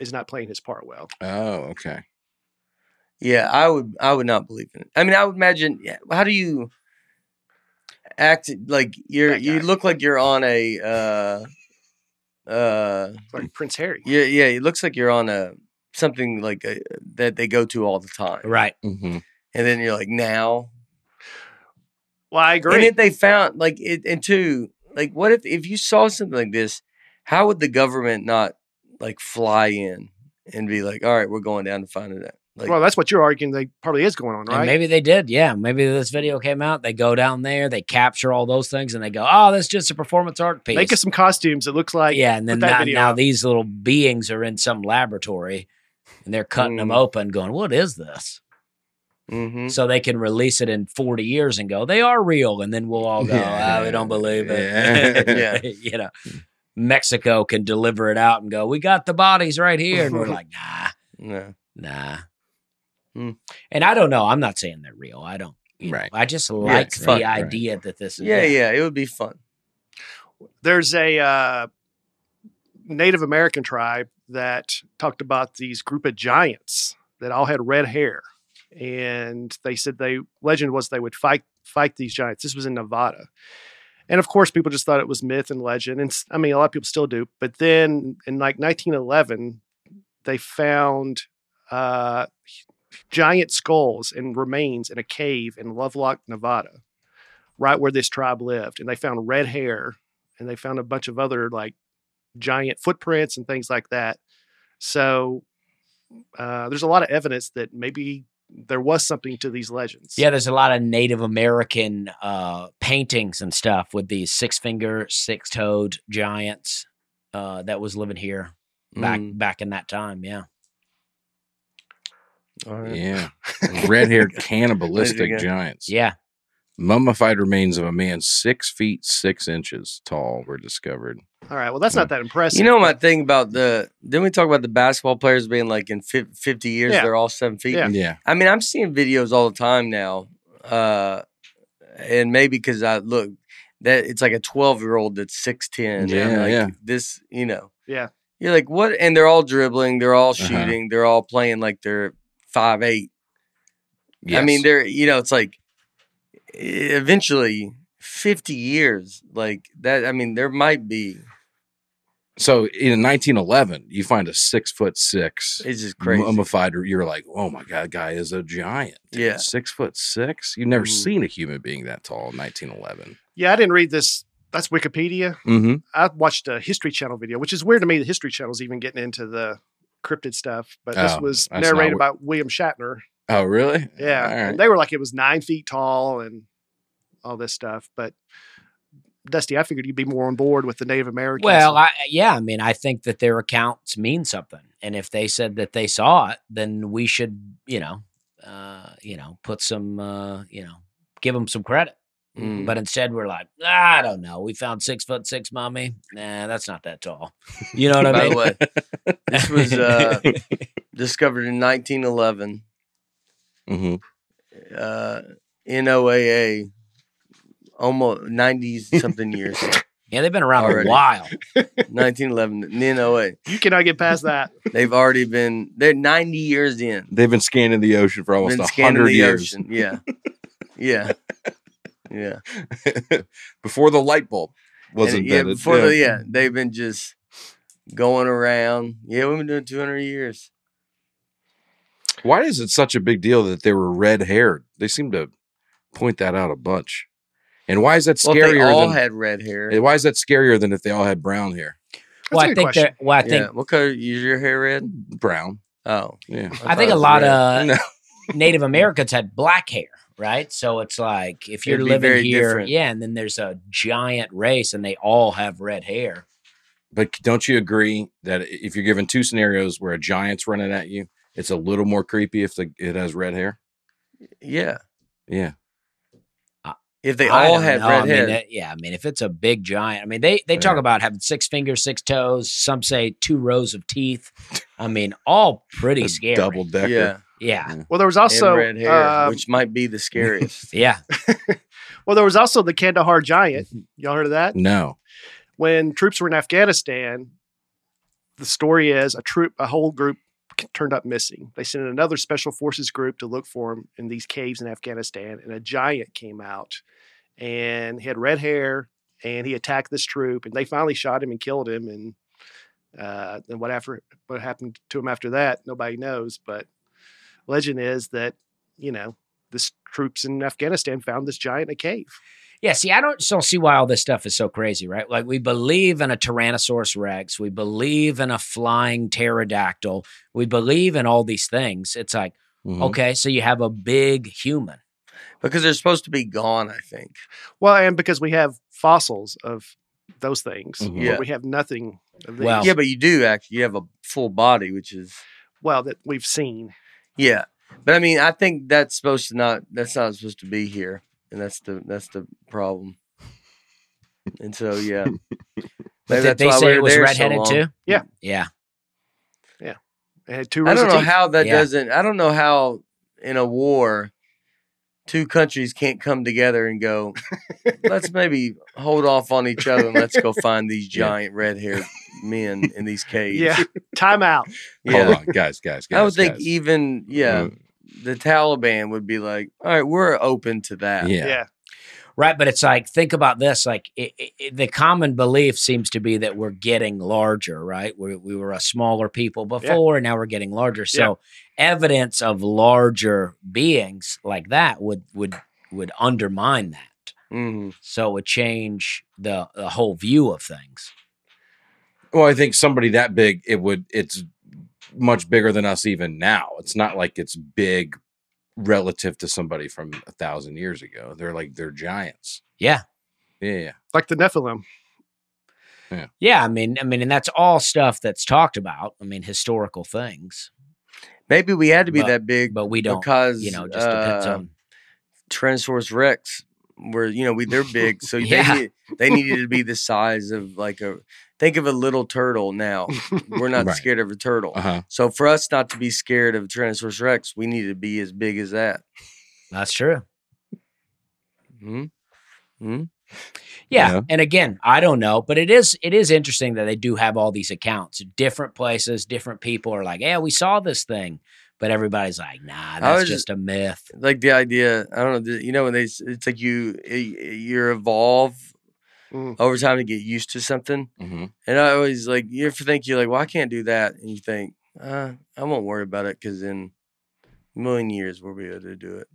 is not playing his part well.
Oh, okay.
yeah. I would, I would not believe in it. I mean, I would imagine. yeah, How do you act like you're?
That
You
guy.
look like you're on a. uh uh
It's like Prince Harry.
Yeah, yeah. It looks like you're on a something like a, that they go to all the time,
right.
hmm
and then you're like now.
Well, I agree.
And if they found like it, and two, like what if if you saw something like this, how would the government not like fly in and be like, all right, we're going down to find it out. Like,
well, that's what you're arguing. They probably is going on,
And
right?
maybe they did. Yeah, maybe this video came out. They go down there, they capture all those things, and they go, "Oh, that's just a performance art piece."
Make us some costumes. It looks like
yeah, and then
that
now,
video
now
up.
these little beings are in some laboratory and they're cutting them
Mm.
open, going, What is this?
hmm
So they can release it in 40 years and go, They are real. And then we'll all go,
Yeah.
Ah, we don't believe it.
Yeah.
you know, Mexico can deliver it out and go, We got the bodies right here. And we're like, Nah,
no.
nah.
Mm.
And I don't know. I'm not saying they're real. I don't. you know,
Right.
I just like
it's
the
fun,
right.
idea that this is.
Yeah, yeah, it would be fun.
there's a uh, Native American tribe that talked about these group of giants that all had red hair, and they said they legend was they would fight fight these giants. This was in Nevada, and of course, people just thought it was myth and legend. And s- I mean, a lot of people still do. But then in like 1911, they found uh, giant skulls and remains in a cave in Lovelock, Nevada, right where this tribe lived, and they found red hair and they found a bunch of other like giant footprints and things like that. So uh, there's a lot of evidence that maybe there was something to these legends.
Yeah, there's a lot of Native American uh, paintings and stuff with these six finger, six toed giants uh, that was living here back
Mm,
back in that time. Yeah,
all right.
Yeah. Red haired
Laser
cannibalistic
gun.
giants.
yeah,
Mummified remains of a man six feet six inches tall were discovered.
All right. Well, that's not that impressive.
You know my thing about the didn't we talk about the basketball players being like in fif- fifty years
Yeah.
they're all seven feet?
Yeah.
Yeah.
I mean, I'm seeing videos all the time now, uh, and maybe because I look that it's like a 12 year old that's six ten.
Yeah,
like,
yeah.
This, you know.
Yeah.
You're like what? And they're all dribbling. They're all
Uh-huh.
shooting. They're all playing like they're five eight. I mean,
Yes.
they're you know, it's like e- eventually 50 years like that. I mean, there might be
So in 1911, you find a six foot six
It's just crazy.
mummified. You're like, oh my god, guy is a giant. dude.
Yeah.
six foot six. You've never
Mhm.
seen a human being that tall in 1911.
Yeah, I didn't read this. That's Wikipedia.
Mm-hmm.
I watched a History Channel video, which is weird to me. The History Channel's even getting into the cryptid stuff, but this
Oh,
was
that's not
narrated
what-
by William Shatner.
Oh really?
Yeah,
All
and
right.
they were like it was nine feet tall and all this stuff. But Dusty, I figured you'd be more on board with the Native Americans.
Well, I, yeah, I mean, I think that their accounts mean something, and if they said that they saw it, then we should, you know, uh, you know, put some, uh, you know, give them some credit.
Mm.
But instead, we're like, "Ah, I don't know. We found six foot six, mommy. Nah, that's not that tall. You know what
By the
I mean?
way, this was uh, discovered in 1911.
Mhm.
Uh, NOAA, almost 90 something years.
yeah, they've been around
Already.
a while.
1911, NOAA.
you cannot get past that.
They've already been, they're 90 years in.
They've been scanning the ocean for almost
been
a
scanning
hundred
the
years
ocean. Yeah. Yeah. Yeah.
before the light bulb was
And, yeah,
invented.
before The, yeah, they've been just going around. Yeah, we've been doing 200 years.
Why is it such a big deal that they were red haired? They seem to point that out a bunch. And why is that
Well, if
scarier
they all
than
had red hair.
and why is that scarier than if they all had brown hair?
Well,
That's a
I
good
think
question.
that. Well, I
yeah.
think
what color is your hair red?
Brown.
Oh.
Yeah.
I
thought
think
it
a
was
lot
red.
of
No.
Native Americans had black hair, right? So it's like if you're
It'd be
living
very
here,
different.
yeah, and then there's a giant race and they all have red hair.
But don't you agree that if you're given two scenarios where a giant's running at you, it's a little more creepy if the, it has red hair?
Yeah.
Yeah.
If they
I
all
don't
had
know.
red
I mean,
hair.
that- yeah, I mean, if it's a big giant, I mean, they they talk
Yeah.
about having six fingers, six toes. Some say two rows of teeth. I mean, all pretty scary.
Double decker.
yeah.
Yeah,
Well, there was
and
also
red hair,
um,
which might be the scariest.
yeah.
well, there was also the Kandahar Giant. Y'all heard of that?
No.
when troops were in Afghanistan, the story is a troop, a whole group c- turned up missing. They sent another special forces group to look for him in these caves in Afghanistan, and a giant came out, and he had red hair, and he attacked this troop, and they finally shot him and killed him, and uh, and what after what happened to him after that, nobody knows. But legend is that you know this troops in Afghanistan found this giant in a cave.
Yeah, see, I don't still see why all this stuff is so crazy, right? Like we believe in a Tyrannosaurus Rex, we believe in a flying pterodactyl, we believe in all these things. It's like,
Mhm.
Mm-hmm.
okay, so you have a big human.
because they're supposed to be gone, I think.
Well, and because we have fossils of those things,
Mhm.
but
Mm, Yeah.
we have nothing of these.
Well-
Yeah, but you do actually. You have a full body, which is
well, that we've seen.
yeah. But I mean, I think that's supposed to not. That's not supposed to be here, and that's the that's the problem. And so, yeah.
But
Maybe
did
that's
they
why
say
we
it
were
was
there so
redheaded
long.
too?
Yeah.
Yeah.
It had two
I
rows
don't
of
know
teeth.
how that
Yeah.
doesn't. I don't know how in a war, two countries can't come together and go. let's maybe hold off on each other and let's go find these
Yeah.
giant red-haired men in these caves.
Yeah. Time out.
yeah.
Hold on, guys, guys, guys.
I would think e,
guys.
even yeah,
Mm.
Mm-hmm.
the Taliban would be like, all right, we're open to that.
Yeah.
Yeah.
Right. But it's like, think about this. Like, it, it, it- the common belief seems to be that we're getting larger, right? We, we were a smaller people before, and now we're getting larger. So, evidence of larger beings like that would would would undermine that.
hmm
So it would change the, the whole view of things.
Well, I think somebody that big, it would it's much bigger than us even now. It's not like it's big relative to somebody from a thousand years ago. They're like they're giants.
Yeah.
Yeah, yeah.
Like the Nephilim.
Yeah. I mean, I mean, and that's all stuff that's talked about. I mean, historical things,
Maybe we had to be
But-
that big
but we don't,
because
you know, it just depends
uh,
on.
Tyrannosaurus Rex. Where you know we they're big, so
Yeah.
they need, they needed to be the size of like a think of a little turtle. Now we're not
Right.
scared of a turtle,
Uh huh.
so for us not to be scared of Tyrannosaurus Rex, we need to be as big as that.
That's true.
hmm
Yeah.
Yeah.
And again, I don't know, but it is it is interesting that they do have all these accounts. Different places, different people are like, Yeah, we saw this thing. But everybody's like, nah, that's
was-
just a myth.
Like the idea, I don't know. You know when they s- it's like you eh, eh, you evolve
Mm.
over time to get used to something.
Mhm.
And I always like you ever think you're like, well, I can't do that, and you think, uh, I won't worry about it because in a million years we'll be able to do it.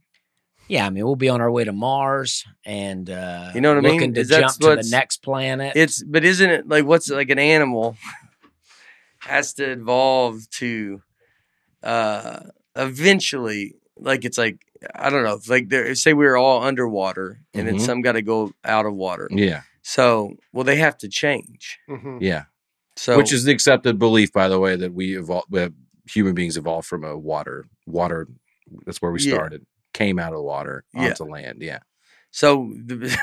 Yeah, I mean, we'll be on our way to Mars, and uh,
You know what I mean?
looking to
Is that's
jump to the
what's-
next planet.
It's but isn't it like what's like an animal has to evolve to uh eventually like it's like I don't know if like there say we were all underwater and then
Mhm.
some got to go out of water.
Yeah.
So well they have to change.
Mhm.
Yeah.
So
Which is the accepted belief, by the way, that we evolved, that human beings evolved from a water, water. That's where we
Yeah.
started. Came out of the water
Yeah.
onto land. Yeah.
so. The,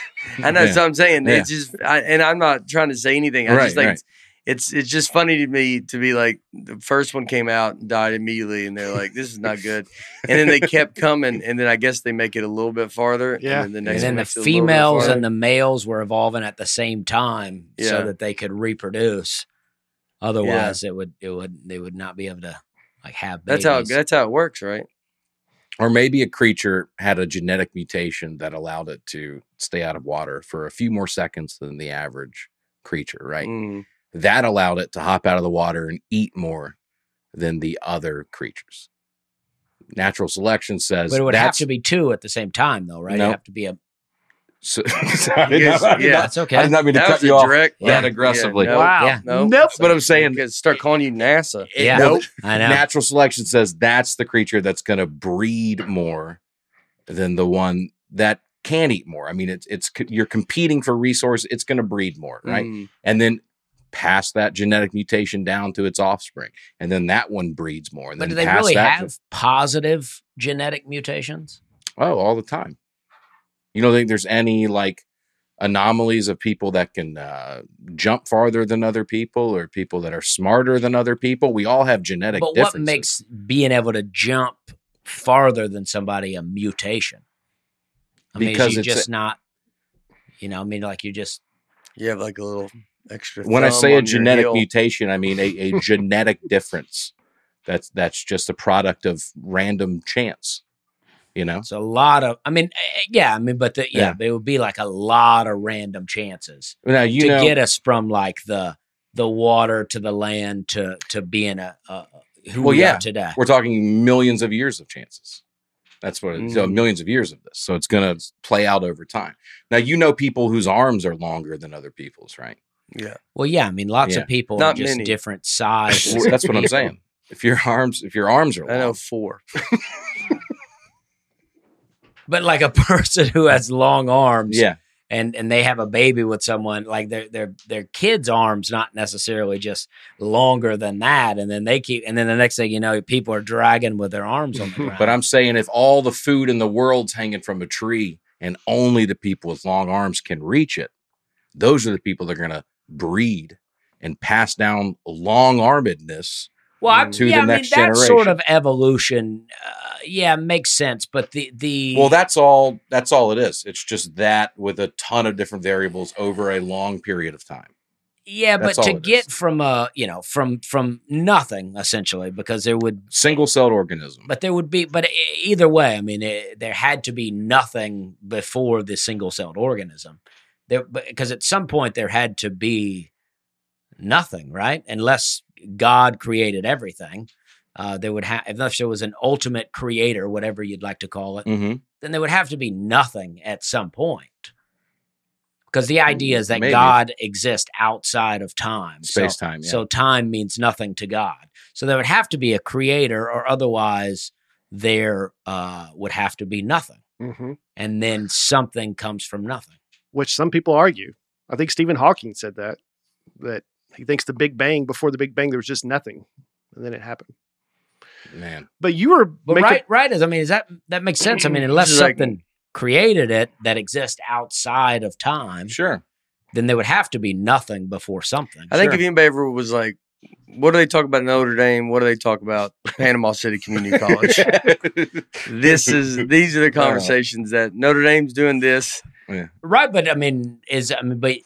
I know
Yeah.
so I'm saying.
Yeah.
It's just, I, and I'm not trying to say anything. I
Right,
just think
right.
it's it's just funny to me to be like the first one came out and died immediately, and they're like, "This is not good," and then they kept coming, and then I guess they make it a little bit farther.
Yeah.
and then the
and
next
then
one
the
makes it a little bit
females and
farther.
the males were evolving at the same time
Yeah.
so that they could reproduce. Otherwise, it would it would they would not be able to like have babies.
that's how that's how it works, right?
Or maybe a creature had a genetic mutation that allowed it to stay out of water for a few more seconds than the average creature, right?
Mm.
That allowed it to hop out of the water and eat more than the other creatures. Natural selection says
But it would have
that's
to be two at the same time, though, right? It'd
Nope.
have to be a.
so- I did
Yes,
not- I did
yeah.
not-
That's
I
okay.
did not mean to
That
cut
was
you
a
off
direct,
Yeah.
that aggressively.
no.
Wow.
Yeah.
No,
Nope.
But I'm
saying
saying
start calling you NASA.
Yeah.
Nope.
I know.
natural selection says that's the creature that's going to breed more than the one that can eat more. I mean, it's it's c- you're competing for resource. It's going to breed more, right?
Mm.
And then pass that genetic mutation down to its offspring, and then that one breeds more. And
but
then
do they
pass
really
that
have positive genetic mutations?
oh, all the time. You don't think there's any like anomalies of people that can uh, jump farther than other people, or people that are smarter than other people? We all have genetic.
But what
differences.
makes being able to jump farther than somebody a mutation? I mean,
Because
is you
it's
just
a-
not, you know, I mean, like you just
You have like a little extra.
when I
thumb
say a
on your
genetic
heel.
mutation, I mean a, a genetic difference. That's that's just a product of random chance, you know.
it's a lot of. I mean, eh, yeah, I mean, but the, yeah,
Yeah.
but it would be like a lot of random chances
Now you
to
know,
get us from like the the water to the land to to being a, a who
Well,
we
yeah.
are today.
we're talking millions of years of chances. That's what it, so
Mhm.
millions of years of this. So it's going to play out over time. Now you know people whose arms are longer than other people's, right?
Yeah.
Well, yeah, I mean, lots
Yeah.
of people
Not
are just
many.
different sizes.
Well,
of
that's what I'm
people.
saying. If your arms, if your arms are
I know
long,
four.
But like a person who has long arms,
yeah,
and and they have a baby with someone like their their their kid's arms not necessarily just longer than that and then they keep and then the next thing you know people are dragging with their arms on the ground
But I'm saying if all the food in the world's hanging from a tree and only the people with long arms can reach it, those are the people that are going to breed and pass down long armedness.
well I,
to the
yeah, I mean
next
that sort
generation.
of evolution uh, yeah makes sense but the the
Well, that's all. That's all it is. It's just that with a ton of different variables over a long period of time.
yeah but
that's all
to
it is.
get from uh you know from from nothing essentially because there would
Single celled organism.
but there would be but e- either way i mean eh, there had to be nothing before the single-celled organism there because at some point there had to be nothing right unless god created everything uh, there would have unless there was an ultimate creator whatever you'd like to call it
Mhm.
then there would have to be nothing at some point because the idea is that
Maybe.
god exists outside of time So-
Space time. Yeah.
so time means nothing to God. So there would have to be a creator, or otherwise there uh, would have to be nothing.
Mhm.
And then something comes from nothing.
Which some people argue. I think Stephen Hawking said that that he thinks the Big Bang before the Big Bang there was just nothing, and then it happened.
Man.
But you were
But
making-
right, right is I mean, is that that makes sense? I mean, unless
is like-
something created it that exists outside of time,
Sure.
then there would have to be nothing before something.
I think if anybody ever was like, what do they talk about in Notre Dame? What do they talk about Panama City Community College? this is these are the conversations that Notre Dame's doing this.
right, but I mean, is I mean, but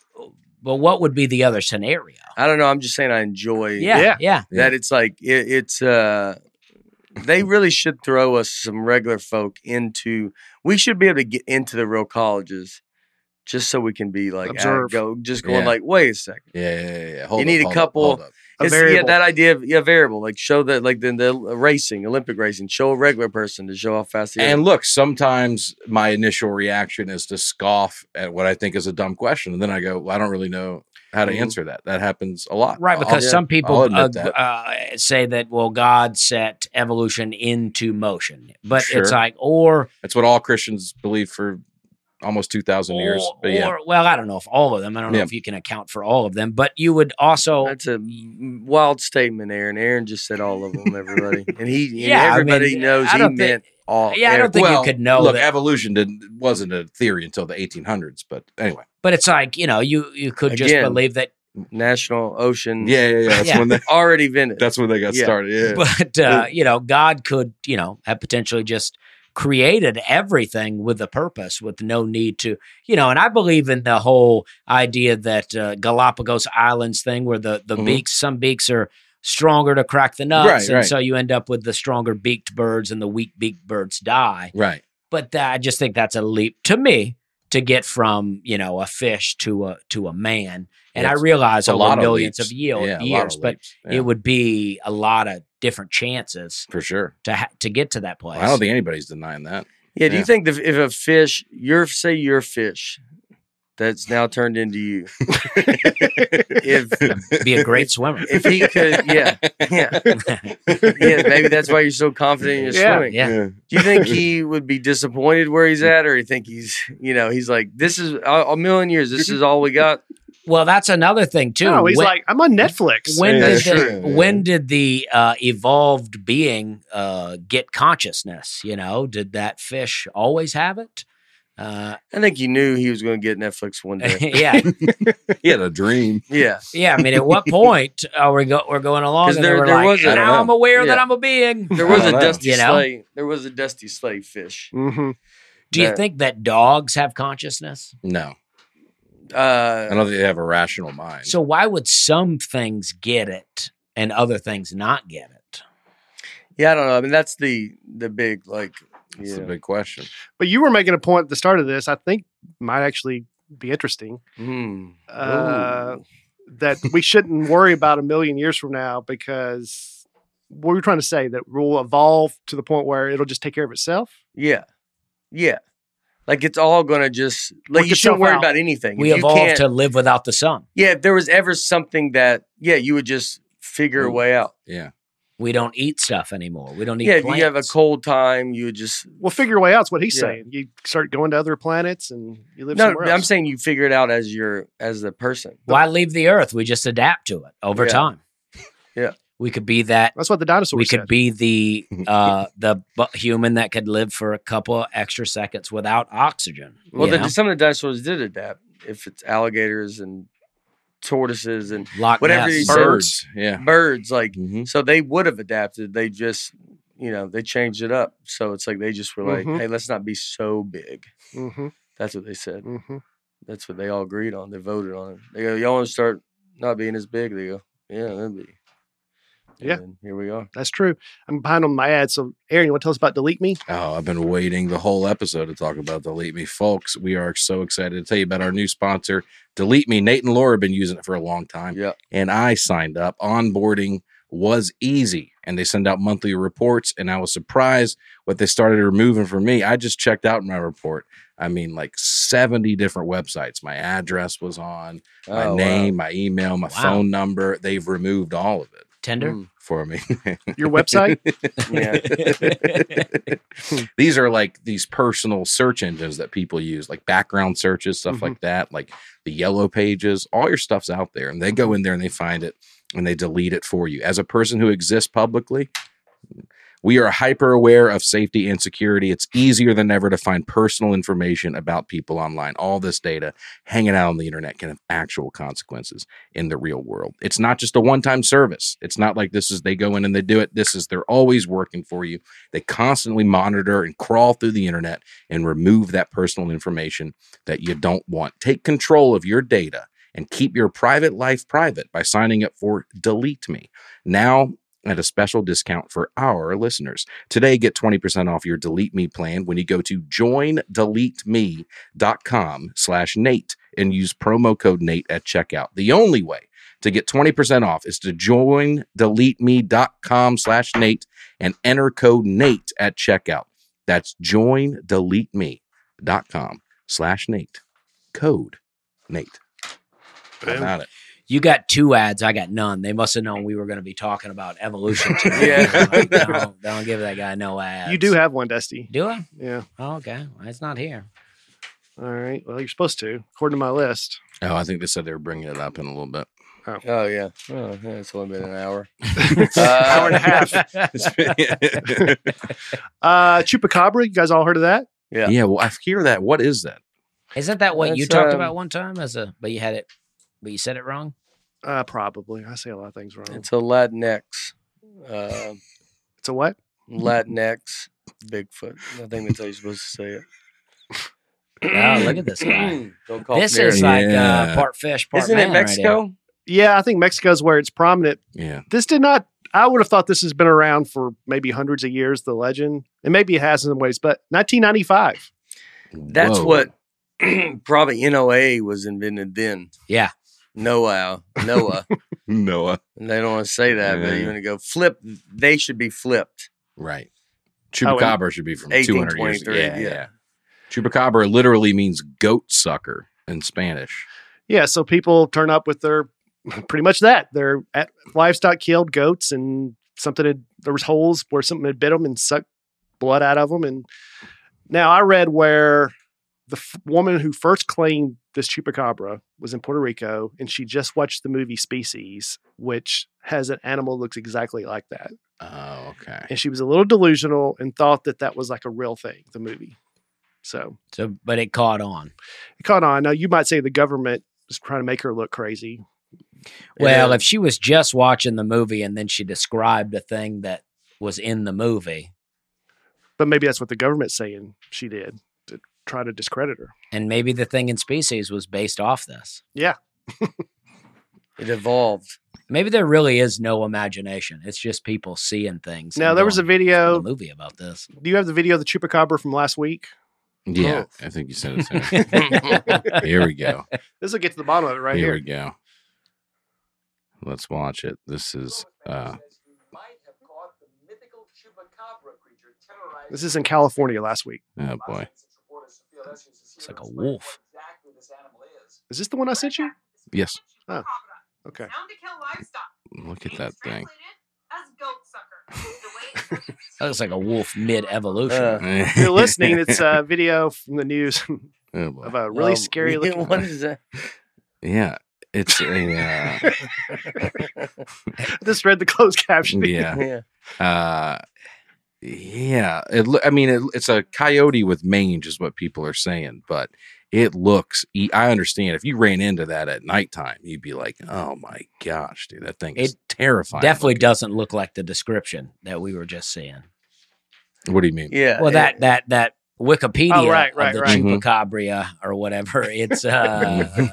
but what would be the other scenario?
I don't know. I'm just saying I enjoy
Yeah, yeah,
Yeah.
that it's like it, it's uh they really should throw us some regular folk into we should be able to get into the real colleges just so we can be like act-
Observe.
go just going
Yeah.
like wait a second.
Yeah, yeah, yeah, yeah. Hold
You
up,
need a
hold up,
couple-
hold up.
A
It's- yeah,
variable.
that idea of yeah variable like show that like the, the racing Olympic racing show a regular person to show how fast he
And look, sometimes my initial reaction is to scoff at what I think is a dumb question, and then I go, well, "I don't really know how to
Mhm.
answer that." That happens a lot,
Right,
I'll-
because
yeah,
some people
I'll admit
uh,
that.
uh, say that, well, God set evolution into motion. But
Sure.
it's like, or,
that's what all Christians believe for almost two thousand years.
or,
But yeah,
or- well, I don't know if all of them, I don't know
Yeah.
if you can account for all of them, but you would also,
That's a wild statement, Aaron. Aaron just said all of them, everybody, and he, and
Yeah, I mean,
everybody knows
I
he
don't thi-
meant all.
yeah, I don't think
Well,
you could know
look,
that.
evolution didn't wasn't a theory until the eighteen hundreds. But anyway,
But it's like, you know, you, you could just
Again.
believe that.
National Ocean.
yeah, yeah, yeah. That's
Mm. Yeah.
when they
already vented.
that's when they got
Yeah.
started. Yeah,
But, uh, you know, God could, you know, have potentially just created everything with a purpose with no need to you know and i believe in the whole idea that uh, galapagos islands thing where the the
Mhm.
beaks some beaks are stronger to crack the nuts
Right,
and
right.
so you end up with the stronger beaked birds and the weak beaked birds die
right.
but that, i just think that's a leap to me to get from you know a fish to a to a man and i
It's-
realize
It's a
over
lot of
millions
leaps.
of year,
Yeah, a lot
years
of
but
leaps. Yeah,
it would be a lot of different chances
for sure.
to ha- to get to that place.
Well, I don't think anybody's denying that.
Yeah, do
Yeah.
you think that if a fish, you're say you're a fish, that's now turned into you. if
be a great swimmer.
if he could, yeah, yeah, yeah, maybe that's why you're so confident in your
Yeah.
swimming.
yeah.
Do you think he would be disappointed where he's at, or you think he's, you know, he's like, this is a, a million years. This is all we got.
Well, that's another thing too.
No, he's
When-
like, I'm on Netflix.
when
Yeah,
did
that's
the,
true, yeah.
when did the uh, evolved being uh, get consciousness? You know, did that fish always have it? Uh,
I think he knew he was going to get Netflix one day.
yeah,
He had a dream.
yeah,
yeah. I mean, at what point are we go? We're going along,
'Cause
and they
there-
were
there
like,
was a-
"And
I don't
now
know.
I'm aware that
Yeah.
I'm a being.
there was
I
a
don't know.
dusty
You know?
slave. There was a dusty slave fish.
hmm
Do you
That-
think that dogs have consciousness?
No, I
Uh,
don't think they have a rational mind.
So why would some things get it and other things not get it?
yeah, I don't know. I mean, that's the the big like.
That's
yeah.
a big question.
But you were making a point at the start of this. I think might actually be interesting.
Hmm.
Uh, that we shouldn't worry about a million years from now because what we're trying to say that we'll evolve to the point where it'll just take care of itself.
Yeah. Yeah. Like it's all gonna just like
Work
you shouldn't
itself
worry
out.
about anything.
We
If you
evolved
can't-
to live without the sun.
Yeah, if there was ever something that yeah, you would just figure a
Mm.
way out.
Yeah.
We don't eat stuff anymore. We don't eat.
Yeah, if you have a
plants.
cold time, you would just
We'll figure a way out. Is what he's
Yeah.
saying. You start going to other planets and you live
no.
somewhere else.
I'm saying you figure it out as your as the person.
Why leave the Earth? We just adapt to it over
Yeah.
time.
Yeah.
we could be that.
that's what the dinosaurs
we
said.
could be the uh, the bu- human that could live for a couple of extra seconds without oxygen.
Well,
you
the,
know?
some of the dinosaurs did adapt. If it's alligators and tortoises and
Loch
whatever
Ness.
you-
Birds. Yeah.
birds, like
Mhm.
so they would have adapted. They just you know they changed it up. So it's like they just were like,
Mhm.
hey, let's not be so big.
hmm
That's what they said.
hmm
That's what they all agreed on. They voted on it. They go, y'all want to start not being as big? They go, yeah, that'd be. And
Yeah.
then here we are.
That's true. I'm behind on my ad. So Aaron, you want to tell us about delete me?
Oh, I've been waiting the whole episode to talk about Delete Me. Folks, we are so excited to tell you about our new sponsor, Delete Me. Nate and Laura have been using it for a long time.
Yeah.
And I signed up. Onboarding was easy. And they send out monthly reports. And I was surprised what they started removing from me. I just checked out my report. I mean, like 70 different websites. My address was on, my
Oh, wow.
name, my email, my
Wow.
phone number. They've removed all of it
Tinder.
Mm,
for me.
Your website?
yeah. Mm.
these are like these personal search engines that people use, like background searches, stuff like that, like the yellow pages, all your stuff's out there. And they go in there and they find it and they delete it for you. As a person who exists publicly, we are hyper aware of safety and security. It's easier than ever to find personal information about people online. All this data hanging out on the internet can have actual consequences in the real world. It's not just a one time service. It's not like this is they go in and they do it. This is they're always working for you. They constantly monitor and crawl through the internet and remove that personal information that you don't want. Take control of your data and keep your private life private by signing up for Delete Me. Now, at a special discount for our listeners. Today, get 20% off your Delete Me plan when you go to joindeleteme.com slash Nate and use promo code Nate at checkout. The only way to get 20% off is to join deleteme.com slash Nate and enter code Nate at checkout. That's joindeleteme.com slash Nate. Code Nate. How
Boom.
about it?
You got two ads. I got none. They must have known we were going to be talking about evolution today.
Yeah.
Like, don't, don't give that guy no ads.
You do have one, Dusty.
Do I?
Yeah.
Oh, okay. Well, it's not here.
All right. Well, you're supposed to, according to my list.
Oh, I think they said they were bringing it up in a little bit.
Oh yeah. Oh, yeah, it's only been an hour.
Hour and a half. Uh, Chupacabra. You guys all heard of that?
Yeah.
yeah. well, I hear that. What is that?
Isn't that what you
That's,
talked
um,
about one time as a? But you had it. But you said it wrong.
Uh, probably. I say a lot of things wrong. It's,
It's a Latinx. Uh,
a what?
Latinx Bigfoot. I think that's how you're supposed to say it.
Wow, Oh, look at this guy.
Don't call
This
it
is like uh,
Yeah.
part fish, part
Isn't
man
it
right
Mexico?
here.
Yeah, I think Mexico's where it's prominent.
Yeah.
This did not. I would have thought this has been around for maybe hundreds of years. The legend, and maybe it has in some ways, but 1995.
That's
Whoa.
what probably NOA was invented then.
Yeah.
Noah. Noah.
Noah.
and they don't want to say that, but
Yeah.
you're going to go flip. They should be flipped.
Right.
Oh,
Chupacabra should be from 200 years.
1823, yeah.
Chupacabra literally means goat sucker in Spanish.
Yeah, so people turn up with their pretty much that their at, livestock killed goats and something had there was holes where something had bit them and sucked blood out of them. And now I read where the f- woman who first claimed this chupacabra was in Puerto Rico, and she just watched the movie Species, which has an animal that looks exactly like that.
Oh, okay.
And she was a little delusional and thought that that was like a real thing, the movie. So
So, but it caught on.
it caught on. Now you might say the government is trying to make her look crazy.
Well,
And-
if she was just watching the movie and then she described a thing that was in the movie,
But maybe that's what the government's saying she did to try to discredit her.
and maybe the thing in Species was based off this.
It evolved.
Maybe there really is no imagination. It's just people seeing things.
Now
and
there was a
going, "There's
video.
a movie about this.
Do you have the video of the chupacabra from last week?
Yeah, I think you said it. Sam.
All
here we go.
This will get to the bottom of it right
here,
here.
we go. Let's watch it. This is uh
This is in California last week.
oh boy.
It's like a wolf.
Is this the one I sent you?
Yes.
Oh, Okay.
Bound to kill livestock.
Look at that thing.
As goat sucker. The way it-
That looks like a wolf mid evolution.
Uh,
If you're listening, it's uh, a video from the news
oh boy.
of a really
Um,
scary looking.
What is that?
Yeah. It's a uh,
I just read the closed caption.
yeah.
Yeah.
Uh yeah, it. loo- I mean, it, it's a coyote with mange, is what people are saying. But it looks. e- I understand if you ran into that at nighttime, you'd be like, "Oh my gosh, dude, that thing is
It
terrifying."
Definitely
looking."
doesn't look like the description that we were just seeing.
What do you mean?
Yeah.
Well, that that that Wikipedia
Oh, right,
of
right,
the
right.
Mhm.
chupacabra or whatever. It's uh,
Mm-hmm.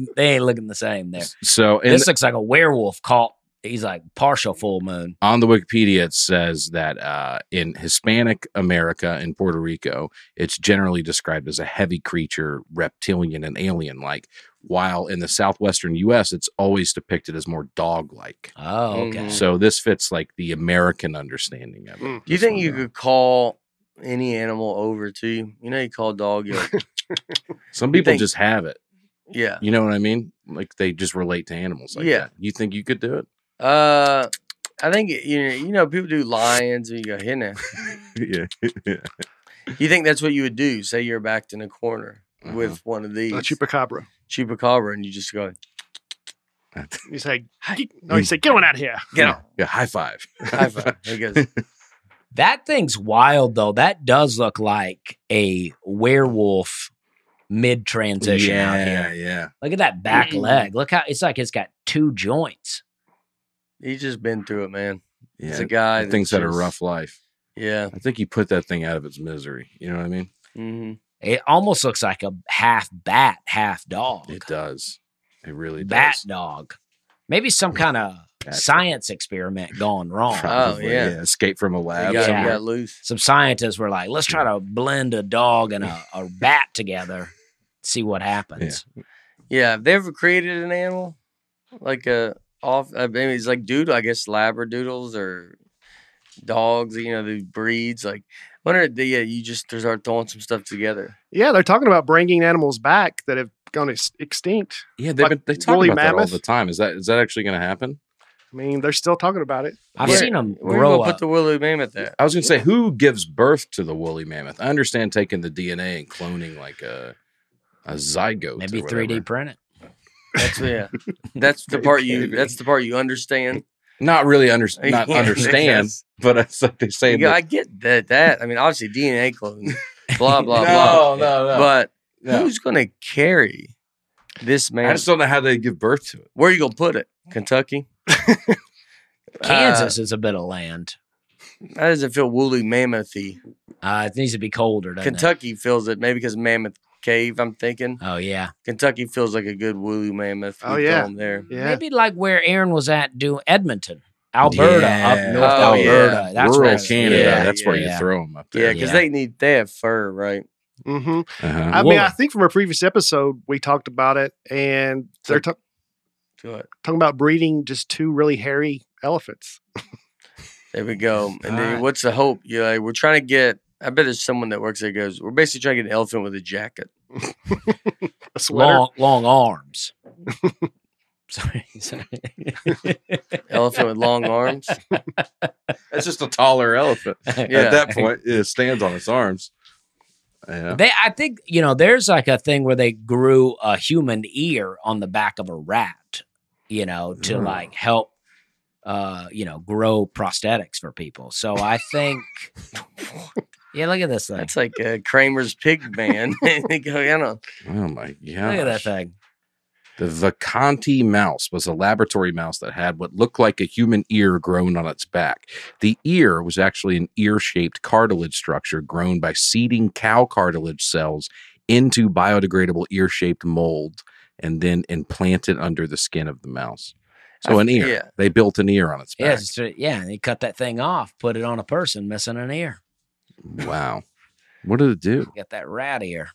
uh, they ain't looking the same there.
So, in,
this looks like a werewolf caught. He's like partial full moon.
on the Wikipedia, it says that uh, in Hispanic America and Puerto Rico, it's generally described as a heavy creature, reptilian and alien like, while in the southwestern U.S., it's always depicted as more dog like.
Oh, okay.
Mhm.
So this fits like the American understanding of it.
Do
Mm.
you
This
think
one
you
does.
could call any animal over to you? You know, you call a dog. You're like,
Some people
think-
just have it.
yeah.
You know what I mean? Like they just relate to animals. Like
Yeah.
that. You think you could do it?
Uh, I think you know, you know people do lions and you go here now.
yeah.
You think that's what you would do? Say you're backed in a corner
Mm-hmm.
with one of these
A chupacabra.
chupacabra, and you just go
You say, no, you say, get one out of here.
get on.
Yeah. High five.
High five. He goes,
That thing's wild though. That does look like a werewolf mid transition out
yeah.
here.
Yeah.
Look at that back
Mm.
leg. Look how it's like it's got two joints.
he's just been through it, man. He's a
Yeah.
guy.
That thing's
that's
had a
just-
rough life.
Yeah.
I think you put that thing out of its misery. You know what I mean?
hmm
It almost looks like a half bat, half dog.
It does. It really
bat
does.
dog. Maybe some kind of
Gotcha.
science experiment gone wrong.
Probably,
Oh, yeah.
Escape from a
You
lab.
got,
Yeah.
you got loose.
Some scientists were like, let's try to blend a dog and a, a bat together, see what happens.
Yeah, have they ever created an animal like a off? I mean, it's like doodle, I guess labradoodles or dogs. You know, the breeds. Like, I wonder. if they- Yeah, you just start throwing some stuff together.
Yeah, they're talking about bringing animals back that have gone ex- extinct.
Yeah, they've
Like
been they talk
woolly
about that all
mammoth?
the time. Is that is that actually going to happen?
I mean, they're still talking about it.
I've
Where-
seen them
Where are you
grow
gonna
up.
put the woolly mammoth there?
I was going to say, who gives birth to the woolly mammoth? I understand taking the DNA and cloning like a a zygote,
Maybe
or whatever.
3D print it.
That's yeah. That's the part you.
Maybe.
That's the part you understand.
Not really under, not
Yeah,
understand,
that's-
but it's like they say.
You go, I get that. That I mean, obviously DNA cloning. Blah blah blah.
no, no, no.
But
no.
who's gonna carry this man?
I just don't know how they give birth to it.
Where you gonna put it? Kentucky.
Uh,
Uh,
Kansas is a bit of land.
That doesn't feel woolly mammothy.
Uh, it needs to be colder, doesn't it?
Kentucky feels it maybe because Mammoth Cave. I'm thinking
Oh, yeah.
Kentucky feels like a good woolly mammoth.
Oh,
We throw
yeah.
'em there.
Yeah.
Maybe like where Aaron was at doing Edmonton, Alberta,
Yeah.
up north
Oh, yeah.
Alberta. That's
Rural
where
Canada.
yeah,
that's where
yeah.
you throw them up
Yeah,
there.
because
Yeah.
they need they have fur, right?
hmm
Uh-huh.
I mean,
Woolly.
I think from a previous episode we talked about it, and they're ta-
To it.
talking about breeding just two really hairy elephants.
There we go. And then
Alright.
what's the hope? You're like, we're trying to get. I bet there's someone that works there goes. We're basically trying to get an elephant with a jacket.
A sweater.
long, long arms. sorry, sorry.
Elephant with long arms.
It's just a taller elephant.
Yeah.
At that point, it stands on its arms. Yeah.
They, I think you know, there's like a thing where they grew a human ear on the back of a rat, you know, to
Mm.
like help, uh, you know, grow prosthetics for people. So I think, yeah, look at this thing.
That's like uh, Kramer's pig man. they go, you know,
Oh my god.
look at that thing.
The Vacanti mouse was a laboratory mouse that had what looked like a human ear grown on its back. The ear was actually an ear shaped cartilage structure grown by seeding cow cartilage cells into biodegradable ear shaped mold and then implanted under the skin of the mouse. So,
I-
an ear.
yeah.
They built an ear on its
Yeah,
back.
it's just- yeah. And he cut that thing off, put it on a person missing an ear.
Wow. What did it do?
Got that rat ear.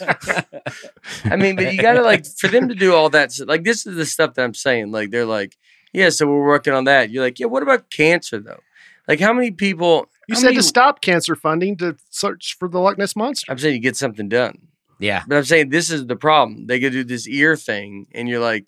I mean, but you gotta like for them to do all that. s- Like this is the stuff that I'm saying. Like they're like, yeah, so we're working on that. You're like, yeah, what about cancer though? Like how many people?
You
how
said
many-
to stop cancer funding to search for the Loch Ness monster.
I'm saying you get something done,
yeah,
but I'm saying this is the problem. They could do this ear thing, and you're like,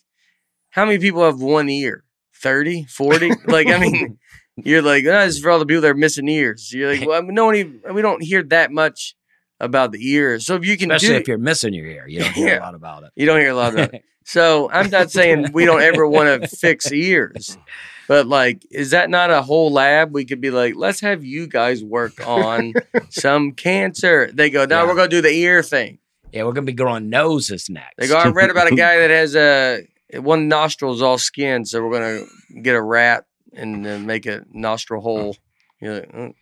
how many people have one ear? 30, 40? like I mean, you're like, oh, this is for all the people that are missing ears. You're like, well, no one even we don't hear that much about the ears. So if you can
especially
do,
if you're missing your ear, you don't hear
Yeah.
a lot about it.
you don't hear a lot of. So I'm not saying we don't ever want to fix ears, but like, is that not a whole lab? We could be like, let's have you guys work on some cancer. They go, no,
Yeah.
we're gonna do the ear thing.
Yeah, we're gonna be growing noses next.
They go, I read about a guy that has a one nostril's all skin, so we're gonna get a rat and then make a nostril hole. You're like, "Mm."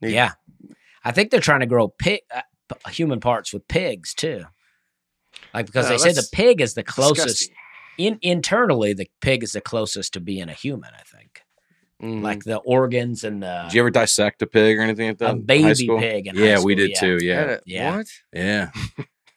Need-
yeah, I think they're trying to grow pig uh, p- human parts with pigs too, like because
Oh,
they say the
that's
pig is the closest
Disgusting.
in internally. The pig is the closest to being a human. I think
Mm.
like the organs and
Did you
the
ever dissect a pig or anything like that?
a
in high
baby
school?
pig. In high
yeah, we
school,
did
yeah.
too. Yeah.
Had a-
Yeah.
What?
Yeah.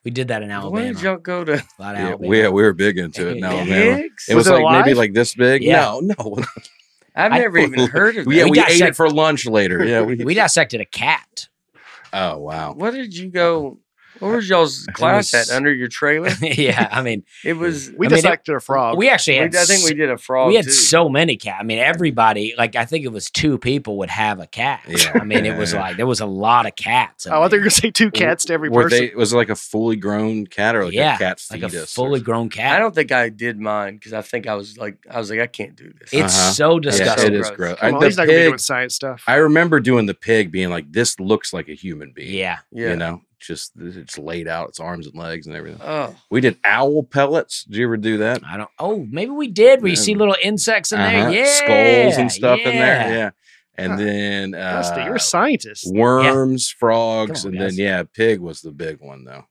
We did that in
Where
Alabama.
did y'all go to?
A lot of
Yeah,
Alabama.
we, we were big into it in
Yeah.
Alabama.
Pigs?
It was,
it
like maybe
alive?
like this big.
Yeah.
No, no,
I've
I-
never even heard of that.
yeah,
We
we, ate
dissect-
it for lunch later. Yeah. We,
we dissected a cat.
oh wow.
Where did you go? Where was y'all's class
was-
at? Under your trailer?
yeah, I mean,
It was.
We
I mean, it-
dissected a frog.
we actually
we-
had.
I think we did a frog.
we had
too.
so many cats. I mean, everybody, like, I think it was two people would have a cat.
Yeah.
I mean, it was like, there was a lot of cats. in
oh, I think
there.
you're gonna say two cats to every
Were
person.
they was it like a fully grown cat or like
Yeah,
a cat
like
fetus?
a
or
fully grown cat.
I don't think I did mine because I think I was like, I was like, I can't do this.
it's
Uh-huh.
so
something? yeah,
disgusting.
it is
Gross.
gross.
Come
I,
on,
the
he's not gonna be doing
pig-
science stuff.
I remember doing the pig being like, "This looks like a human being."
yeah.
yeah.
You know, just it's laid out, its arms and legs and everything.
Oh,
We did owl pellets. Did you ever do that?
I don't, oh, maybe we did where you see
Um,
little insects in
Uh-huh.
there. Yeah.
skulls and stuff in there.
yeah.
Yeah, and
Huh.
then
Dusty, you're
uh,
a scientist.
worms, frogs,
Come on,
and
guys.
then yeah, pig was the big one though.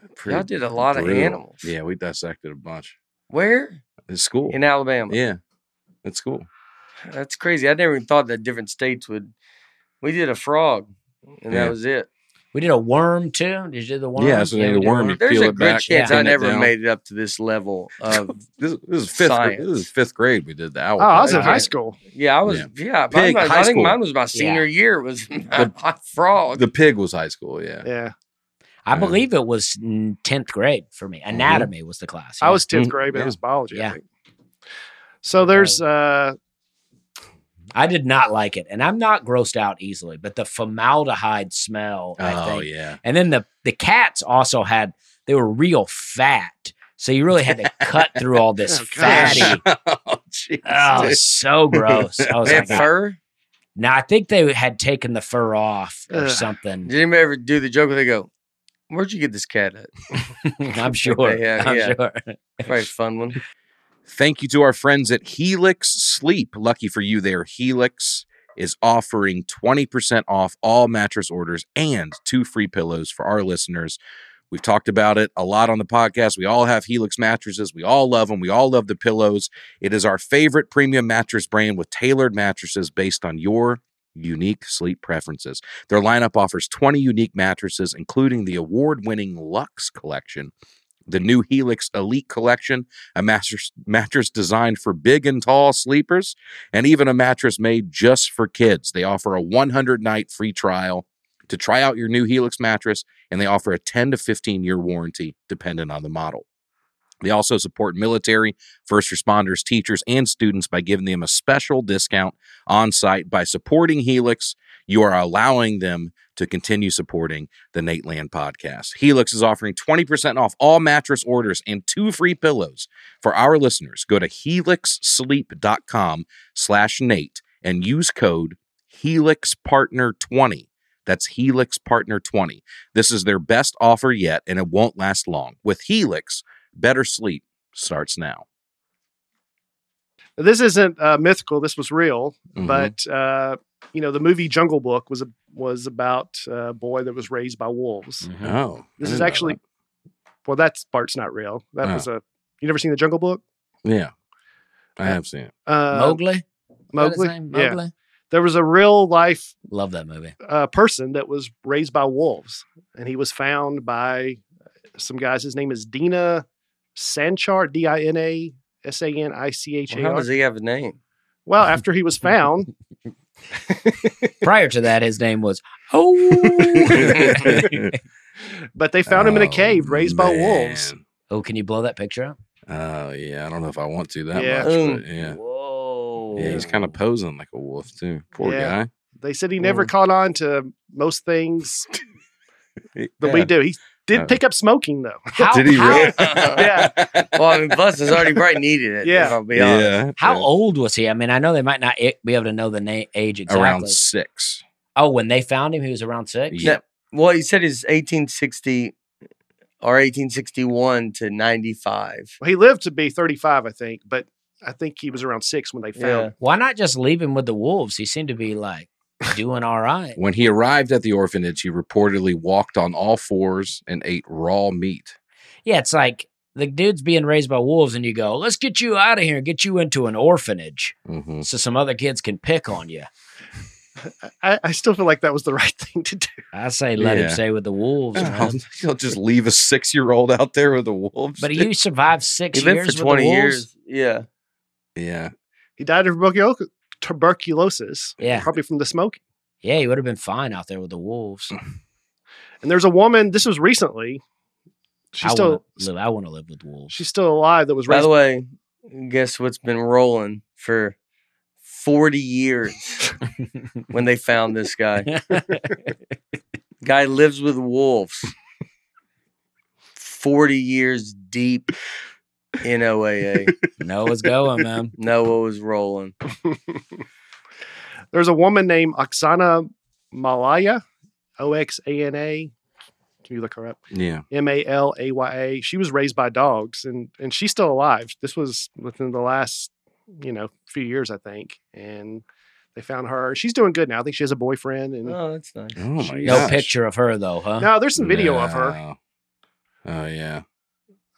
y'all
Pretty
did a lot of
brutal.
animals.
Yeah, we dissected a bunch.
Where?
It's cool.
in Alabama.
yeah, that's cool.
That's crazy. I never even thought that different states would. We did a frog, and
Yeah.
that was it.
We did a worm too. Did you do the worm?
Yeah, so they did
we
a
did
worm. You
There's
peel
a
it
good
back,
chance
yeah.
I
pin it
never
down.
made it up to this level of.
This, this is fifth. gra- This
Science.
is fifth grade. We did the owl.
Oh, I was in
Pie.
high school.
yeah, I was.
Yeah.
Yeah,
Pig,
mine was-
high
I think
school.
mine was my senior year. Was frog?
The pig was high school. Yeah.
Yeah.
I
Yeah. Mm-hmm.
believe it was mm, 10th grade for me. Anatomy was the class.
I
yeah.
was 10th
Mm,
grade, but
yeah.
it was biology,
Yeah.
I think. So there's uh
I did not like it. And I'm not grossed out easily, but the formaldehyde smell, I
Oh
think.
yeah.
And then the the cats also had they were real fat. So you really had to cut through all this
Oh, gosh.
fatty.
oh, jeez,
Oh, it
dude.
was so gross. I was
They had
like, I-
fur.
now I think they had taken the fur off or
Ugh.
something.
Did anybody ever do the joke where they go, "Where'd you get this cat at?"
I'm sure.
yeah,
I'm
yeah.
sure.
Probably a fun one.
Thank you to our friends at Helix Sleep. Lucky for you, their Helix is offering 20% off all mattress orders and two free pillows for our listeners. We've talked about it a lot on the podcast. We all have Helix mattresses. We all love them. We all love the pillows. It is our favorite premium mattress brand with tailored mattresses based on your unique sleep preferences. Their lineup offers 20 unique mattresses, including the award winning Lux collection, the new Helix Elite collection a mattress, mattress designed for big and tall sleepers, and even a mattress made just for kids. They offer a 100 night free trial to try out your new Helix mattress, and they offer a 10 to 15 year warranty dependent on the model. They also support military, first responders, teachers, and students by giving them a special discount on site. By supporting Helix, you are allowing them to continue supporting the Nate Land podcast. Helix is offering 20% off all mattress orders and two free pillows for our listeners, go to helixsleep.com slash Nate and use code HelixPartner20. That's HelixPartner20. This is their best offer yet, and it won't last long. With Helix, better sleep starts now.
this isn't uh, mythical, this was real,
Mhm.
but uh you know, the movie Jungle Book was a, was about a boy that was raised by wolves.
Mhm.
Oh. I
Mm-hmm. This
didn't
is
know
actually well, that part's not real. That
Oh.
was a you never seen the Jungle Book?
that. Yeah. I have seen it.
Uh,
Mowgli? Is that his
Mowgli?
name?
Yeah.
Mowgli?
There was a real life
Love that movie.
a person that was raised by wolves, and he was found by some guys. His name is Dina Sanchar, D I N A S A N I C H A
Well, how
R.
does he have a name?
Well, after he was found,
Prior to that, his name was Oh.
but they found him in a
Oh,
cave raised by wolves.
man.
oh, can you blow that picture up?
Oh, yeah. I don't know if I want to that
Yeah.
much,
Mm.
but yeah.
Whoa.
Yeah, he's kind of posing like a wolf, too. Poor
Yeah.
guy.
They said he never caught on to most things that
Yeah.
we do. He
Uh.
did pick up smoking though.
How,
Did he
how,
really?
Yeah. Well, I mean, plus it's already probably needed it.
Yeah.
If I'll be honest.
How old was he? I mean, I know they might not i- be able to know the na- age exactly.
Around six.
oh, when they found him, he was around six.
Yeah.
Well, he said he's 1860 or 1861 to 95.
Well, he lived to be 35, I think, but I think he was around six when they found
Yeah.
him.
Why not just leave him with the wolves? He seemed to be like doing all right.
When he arrived at the orphanage, he reportedly walked on all fours and ate raw meat.
Yeah, it's like the dude's being raised by wolves, and you go, "Let's get you out of here and get you into an orphanage
Mm-hmm.
so some other kids can pick on you."
I, I still feel like that was the right thing to do.
I say, let him
Yeah.
stay with the wolves. Man.
He'll just leave a six-year-old out there with the wolves.
But you survived
He
six
lived
years
for
with the
20
wolves?
years. Yeah.
yeah,
He died of tuberculo- tuberculosis,
Yeah.
probably from the smoking.
Yeah, he would have been fine out there with the wolves.
And there's a woman. This was recently. She's
I
still
wanna live, I want to live with wolves.
she's still alive. That was
By
raised.
the way, guess what's been rolling for 40 years when they found this guy? Guy lives with wolves. 40 years deep in OAA.
no, it's going, man.
Noah was rolling.
there's a woman named Oksana Malaya, O X A N A. Can you look her up?
yeah.
M A L A Y A. She was raised by dogs, and and she's still alive. This was within the last you know few years, I think. And they found her. She's doing good now. I think she has a boyfriend. And
Oh, that's nice.
Oh my
No
No
gosh.
picture of her though, huh?
no, there's some video of her.
No. Oh yeah.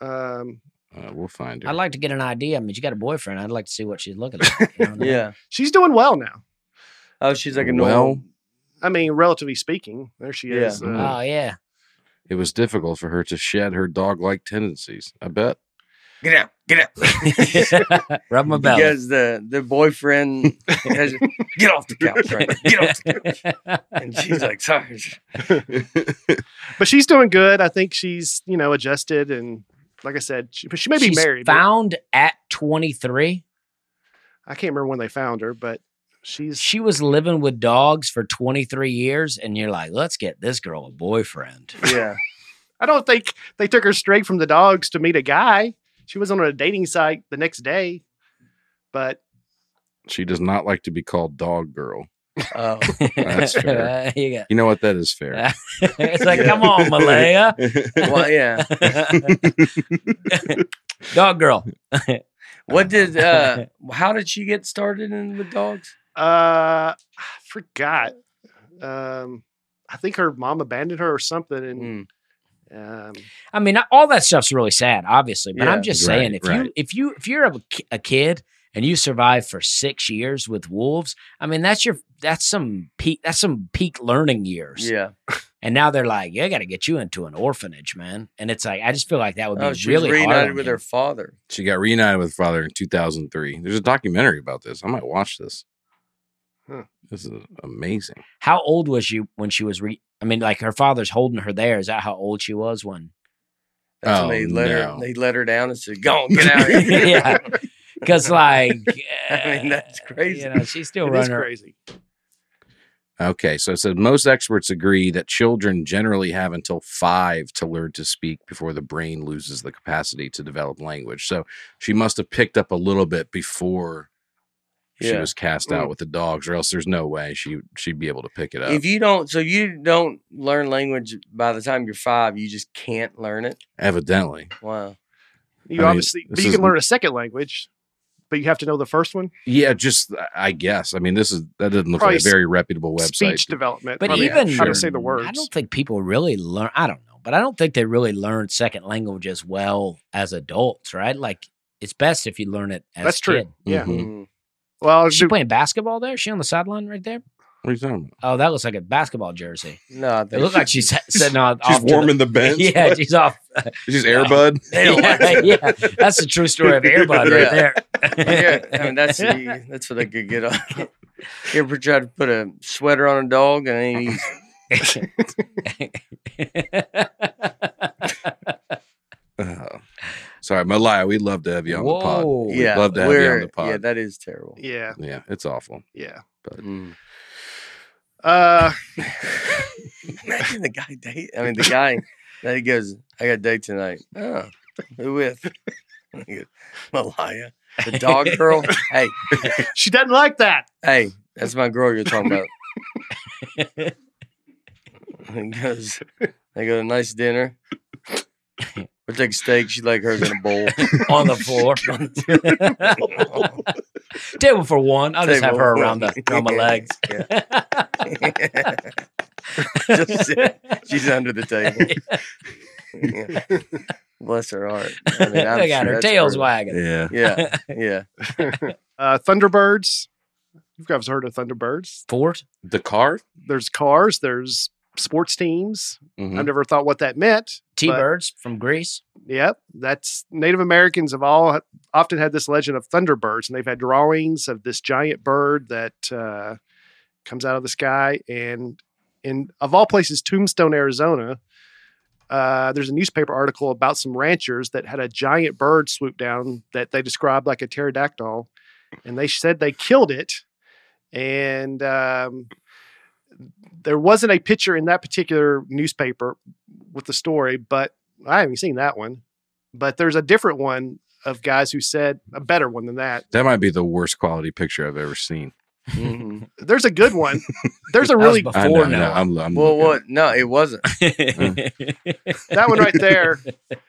Um,
Uh, we'll find her.
I'd like to get an idea. I mean, she got a boyfriend. I'd like to see what she's looking like. you know what I mean?
Yeah.
She's doing well now.
Oh, she's like a normal.
Well,
I mean, relatively speaking, there she
Yeah.
is. Uh,
Oh yeah.
it was difficult for her to shed her dog-like tendencies. I bet.
Get out. Get out.
Rub my belly.
because the, the boyfriend has, get off the couch right now. Get off the couch. And she's like, sorry.
but she's doing good. I think she's you know adjusted and like I said, she, but she may be
She's
married. but
Found at 23.
I can't remember when they found her, but she's
She was living with dogs for 23 years, and you're like, let's get this girl a boyfriend.
Yeah.
I don't think they took her straight from the dogs to meet a guy. She was on a dating site the next day, but
She does not like to be called dog girl.
Oh,
That's fair.
Uh, you got-
You know what? That is fair.
it's like, come on, Malaya.
well, yeah.
Dog girl.
What did, uh, how did she get started in with dogs?
uh, I forgot. Um, I think her mom abandoned her or something, and
Mm.
um,
I mean, all that stuff's really sad, obviously. But
Yeah,
I'm just
right,
saying, if
right.
you if you if you're a, ki- a kid and you survive for six years with wolves, I mean, that's your that's some peak that's some peak learning years.
Yeah.
And now they're like, yeah, I got to get you into an orphanage, man. And it's like, I just feel like that would be
Oh, she
really
was
hard
reunited
on
with
him.
her father.
she got reunited with father in 2003. There's a documentary about this. I might watch this.
Huh.
This is amazing.
How old was she when she was re? I mean, like her father's holding her there. Is that how old she was when?
That's
Oh,
when they let
no.
her. They let her down and said, "Go on, get out of here."
yeah, because like,
I mean, that's
uh,
crazy.
You know, she's still
it is
running. her-
crazy.
Okay, so it says most experts agree that children generally have until five to learn to speak before the brain loses the capacity to develop language. So she must have picked up a little bit before she
Yeah.
was cast
Mm.
out with the dogs, or else there's no way she she'd be able to pick it up.
If you don't, so you don't learn language by the time you're five, you just can't learn it.
Evidently,
Wow.
I
You
mean,
obviously, but
this
you
is-
can learn a second language, but you have to know the first one.
yeah. Just I guess. I mean, this is that doesn't look
Probably
like a very reputable website.
Speech development,
But
probably
even
how to say the words.
I don't think people really learn. I don't know, but I don't think they really learn second language as well as adults, right? Like it's best if you learn it as
That's
a
true.
kid.
Yeah.
Mhm.
Mm.
Well,
Is she
do-
playing basketball there? Is she on the sideline right there?
What are you talking about?
Oh, that looks like a basketball jersey.
No, I
It
think
looks like she's sitting on.
She's
off to the-
warming the, bench.
Yeah, she's off.
she's Airbud.
they don't like
yeah, yeah, that's the true story of Airbud right there.
yeah, I mean that's the, that's what they could get on. You ever try to put a sweater on a dog and then he's
Uh, sorry, Malaya. We'd love to have you on the pod.
Whoa.
We'd love to have you on
we're-
the pod.
Yeah, that is terrible.
yeah,
yeah, it's awful.
yeah.
Mm.
Uh,
Imagine the guy date. I mean the guy that he goes, I got a date tonight. Oh, who with? And he goes, Malaya. The dog girl. hey,
she doesn't like that.
hey, that's my girl you're talking about. and he goes, they go to a nice dinner. We'll take steak. She like hers in a bowl.
on the floor. Table for one. I'll just have
Table
her
for
around
one.
the on my
Yeah,
legs.
Just sit. She's under the table. Yeah. Bless her heart. I mean, I'm
they got
sure
her
that's
tails
brutal.
wagging.
Yeah.
Yeah, yeah.
Uh, Thunderbirds. You've guys heard of Thunderbirds?
Fort.
The car?
There's cars. There's sports teams.
Mhm.
I've never thought what that meant.
T Birds from Greece.
Yep, that's Native Americans have all often had this legend of Thunderbirds, and they've had drawings of this giant bird that uh, comes out of the sky. And in of all places, Tombstone, Arizona, uh, there's a newspaper article about some ranchers that had a giant bird swoop down that they described like a pterodactyl, and they said they killed it. And um, there wasn't a picture in that particular newspaper with the story, but I haven't seen that one, but there's a different one of guys who said a better one than that.
That might be the worst quality picture I've ever seen.
Mhm.
There's a good one. There's a
That was
really
before
I know, I know.
Noah.
I'm, I'm
Well,
looking.
what? No, it wasn't. Mm.
that one right there.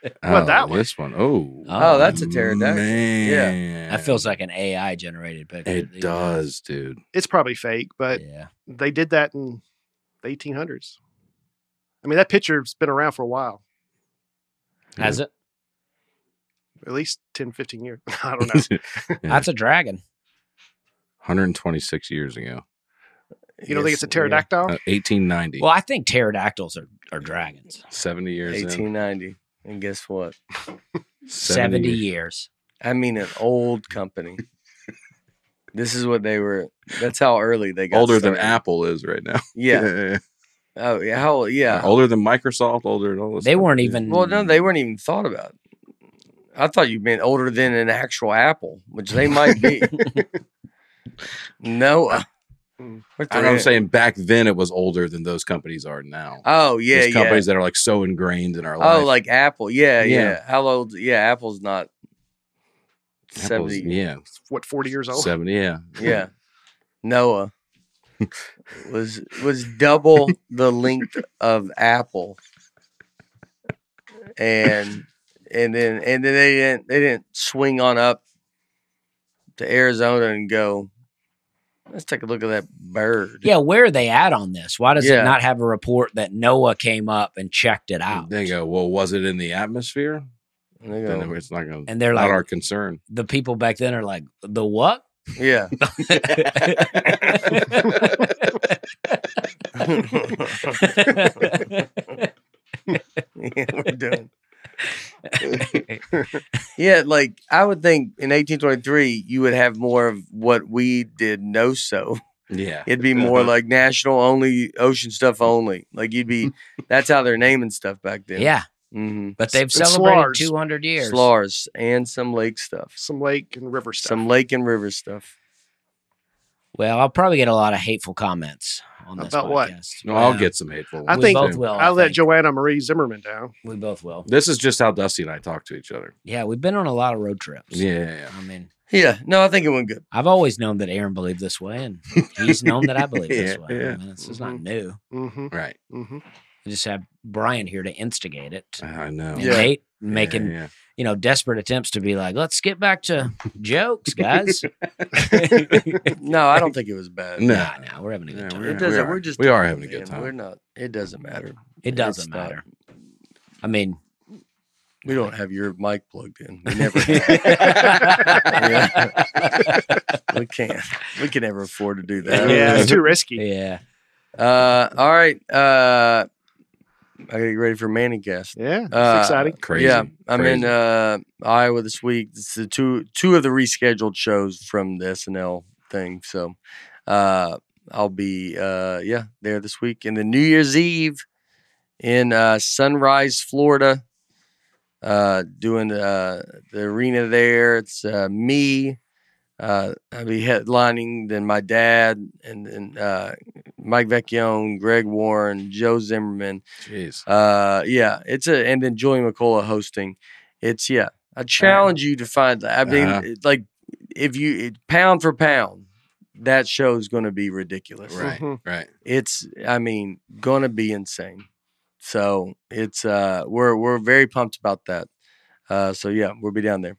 what,
Oh,
that one?
This one. Oh.
Oh, that's a pterodactyl.
Man.
That feels like uh, an AI generated picture.
it does, dude.
It's probably fake, but
Yeah.
they did that in the 1800s. I mean, that picture's been around for a while.
Has it?
at least 10, 15 years. I don't know.
Yeah.
That's a dragon.
126 years ago,
You don't think it's a
Yes,
pterodactyl?
uh, 1890,
Well, I think pterodactyls are, are dragons.
70
yeah.
years in,
1890. And guess what?
70, years.
I mean, an old company. this is what they were. That's how early they got
older than
started.
Apple is right now.
Yeah. Oh, yeah. How? Yeah.
older than Microsoft, older than all this.
They
stuff.
weren't
Yeah.
even.
Well, no, they weren't even thought about. I thought you meant older than an actual apple, which they might be. no. uh,
Mm.
what the
I know I'm
heck?
saying back then it was older than those companies are now.
Oh yeah,
Those
yeah.
companies that are like so ingrained in our life.
Oh, like Apple. Yeah,
Yeah.
yeah, How old? Yeah, Apple's not
Apple's-
seventy.
yeah,
What, 40 years old?
seventy, yeah,
Yeah. Noah was was double the length of Apple. And and then and then they didn't they didn't swing on up to Arizona and go, let's take a look at that bird.
yeah, where are they at on this? Why does it
Yeah.
not have a report that Noah came up and checked it out?
They go, well, was it in the atmosphere?
And they
Then
go,
it's not going. to
And they're
not
like,
our concern.
the people back then are like, the what?
yeah. yeah, we're done. yeah, like I would think in 1823 you would have more of what we did no so.
Yeah,
It'd be more
Uh-huh.
like national only, ocean stuff only. Like you'd be that's how they're naming stuff back then.
yeah,
hmm
but they've
It's
celebrated
Slars.
200 years.
Slars and some lake stuff.
Some lake and river stuff.
Some lake and river stuff.
Well, I'll probably get a lot of hateful comments on this
About what?
podcast.
no, I'll
Well,
get some hateful.
I
ones,
we
think-
both
too.
will. I
I let
think.
Joanna Marie Zimmerman down.
We both will.
This is just how Dusty and I talk to each other.
Yeah, we've been on a lot of road trips.
Yeah, yeah, yeah.
I mean,
Yeah, no, I think it went good.
I've always known that Aaron believed this way, and he's known that I believe this
Yeah,
way.
yeah.
I mean, this is not
Mhm.
new.
Mm-hmm.
right.
Mm-hmm.
I just have Brian here to instigate it.
I know.
And
Yeah.
Nate making
Yeah, yeah.
you know desperate attempts to be like, let's get back to jokes, guys.
No, I don't think it was bad.
No.
Nah, nah, we're having a
Yeah,
good time.
we're-
It doesn't.
are.
We are just
We are having a good
man, We're
time.
not. It doesn't matter.
It doesn't
It's not-
matter. I mean,
We don't have your mic plugged in. We never.
yeah.
we can't. We can never afford to do that.
Yeah, it's too risky.
Uh, all right. Uh, I gotta get ready for Manning Cast.
Yeah, it's
Uh,
exciting.
Crazy.
Yeah, I'm in
Crazy.
uh, Iowa this week. It's the two two of the rescheduled shows from the SNL thing. So, uh, I'll be uh, yeah there this week, and then New Year's Eve in uh, Sunrise, Florida, uh, doing uh, the arena there. It's uh, me. Uh, I'll be headlining. Then my dad, and then uh, Mike Vecchione, Greg Warren, Joe Zimmerman.
Jeez.
Uh, yeah, it's a and then Julie McCullough hosting. It's yeah. I challenge you to find. I mean,
Uh-huh.
it- like if you it, pound for pound, that show's going to be ridiculous.
Right.
Mhm.
Right.
It's I mean going to be insane. So it's uh we're we're very pumped about that. Uh, so yeah, we'll be down there.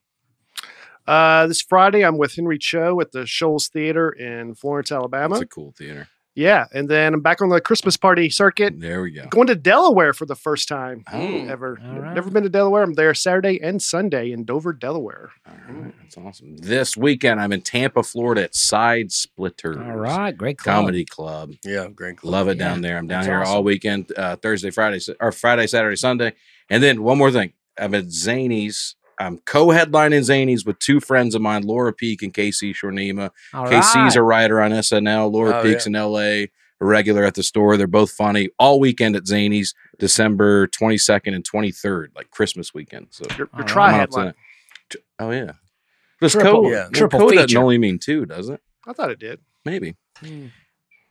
Uh, this Friday, I'm with Henry Cho at the Shoals Theater in Florence, Alabama.
That's a cool theater.
yeah, and then I'm back on the Christmas party circuit,
There we go.
going to Delaware for the first time
Oh,
ever.
all right.
Never been to Delaware. I'm there Saturday and Sunday in Dover, Delaware.
all right. That's awesome. This weekend, I'm in Tampa, Florida at Side Splitters
All right. Great club.
Comedy Club.
Yeah, great. Club.
Love it
Yeah,
down there. I'm down
that's
here all
awesome.
weekend, uh, Thursday, Friday, Sa- or Friday, Saturday, Sunday. And then one more thing. I'm at Zanies. I'm co-headlining Zanies with two friends of mine, Laura Peak and KC Shornima.
All
KC's
right.
a writer on SNL. Laura
Oh,
Peak's in LA, a regular at the store. They're both funny. All weekend at Zanies, December 22nd and 23rd, like Christmas weekend. So
Your, your
All
tri
I'm up to
headline.
that. T- Oh yeah. This
Triple-
co,
yeah,
well,
triple
co doesn't
feature.
only mean two, does it?
I thought it did.
Maybe.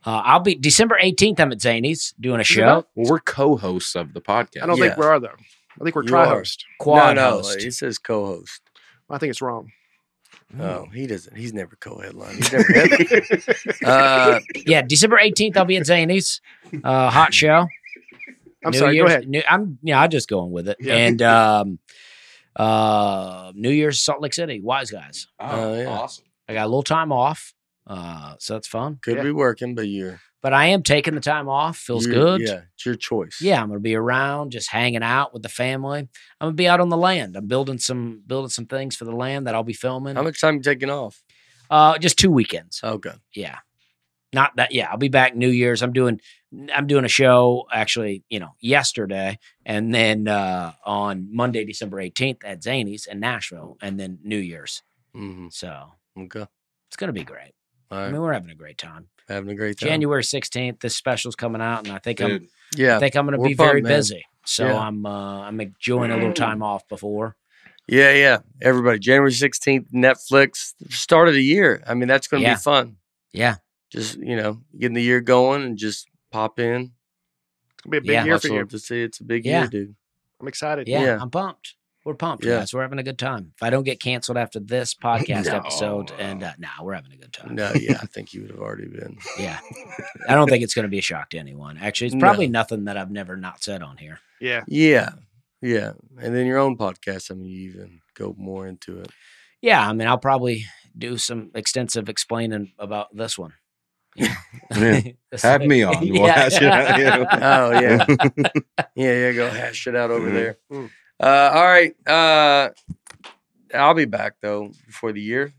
Uh, I'll be December 18th. I'm at Zanies doing a
Is it
show.
not?
Well, we're co-hosts of the podcast.
I don't
Yeah.
think we are though. I think we're
You
tri
are.
host.
Quad
no, no,
host. Mm.
it says co-host.
I think it's wrong.
Oh, he doesn't. He's never co-headline. He's never headline. uh,
yeah, December 18th. I'll be at Zanies. Uh, hot show.
I'm
New
sorry.
Year's-
Go ahead.
New, I'm yeah, I'm just going with it.
Yeah.
And um, uh, New Year's Salt Lake City, Wise Guys.
Oh,
Oh, yeah.
awesome.
I got a little time off. Uh, so that's fun.
Could
Yeah.
be working, but you're
But I am taking the time off. Feels
you're-
good.
Yeah, it's your choice.
Yeah, I'm gonna be around, just hanging out with the family. I'm gonna be out on the land. I'm building some building some things for the land that I'll be filming.
How much Oh. time you taking off?
Uh, just two weekends.
Okay.
Yeah, not that. Yeah, I'll be back New Year's. I'm doing I'm doing a show actually. You know, yesterday, and then uh, on Monday, December 18th at Zanies in Nashville, and then New Year's.
hmm
So
Okay.
it's gonna be great.
All
I
right.
mean, we're having a great time.
Having a great time.
January 16th, this special's coming out, and I think I'm
Dude,
Yeah.
I think I'm going to
We're
be very
pumped, man.
busy. So
Yeah.
I'm uh, I'm enjoying a little time off before.
Yeah, yeah. Everybody, January 16th, Netflix, start of the year. I mean, that's going to
Yeah.
be fun.
Yeah.
Just, you know, getting the year going and just pop in.
It'll be a big
Yeah.
year
Watch
for
a
you.
lot to see. It's a big
Yeah.
year, dude.
I'm excited.
Yeah,
Yeah.
I'm pumped. We're pumped,
Yeah.
guys. We're having a good time. If I don't get canceled after this podcast
No.
episode, and uh, nah, we're having a good time.
No, yeah, I think you would have already been.
Yeah, I don't think it's going to be a shock to anyone. Actually, it's probably nothing that I've never not said on here.
Yeah.
Yeah. Yeah. And then your own podcast, I mean, you even go more into it.
Yeah, I mean, I'll probably do some extensive explaining about this one.
yeah. Have me on. We'll hash it out, yeah.
Oh, yeah. yeah, yeah. Go hash it out over
Mhm.
there.
Mm.
Uh, all right. Uh, I'll be back, though, before the year.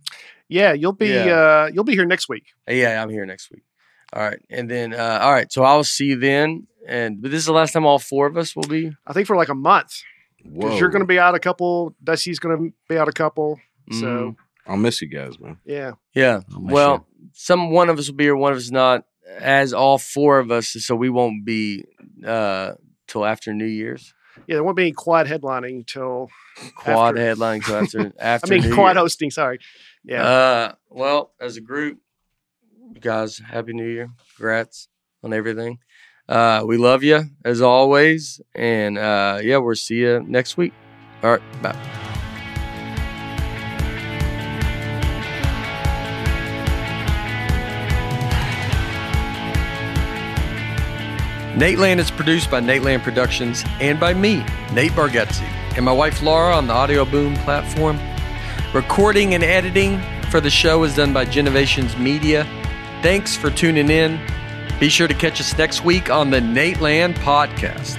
Yeah. You'll be uh you'll be here next week.
Uh, Yeah, I'm here next week. All right, and then uh, all right. So I'll see you then. And but this is the last time all four of us will be.
I think for like a month.
Whoa.
Because you're gonna be out a couple, Dusty's gonna be out a couple. So
Mhm.
I'll miss you guys, man.
yeah.
yeah.
I'll miss
Well, some one of us will be here, one of us not. As all four of us, so we won't be uh till after New Year's.
Yeah, there won't be any quad headlining till
Quad
after-
headlining till after
I
after.
mean
New
quad
Year.
hosting, sorry. Yeah.
Uh, well, as a group, you guys, happy New Year! Congrats on everything. Uh, we love you as always, and uh, yeah, we'll see you next week. All right, bye. Nate Land is produced by Nate Land Productions and by me, Nate Bargatze, and my wife Laura on the Audio Boom platform. Recording and editing for the show is done by Genovations Media. Thanks for tuning in. Be sure to catch us next week on the Nate Land Podcast.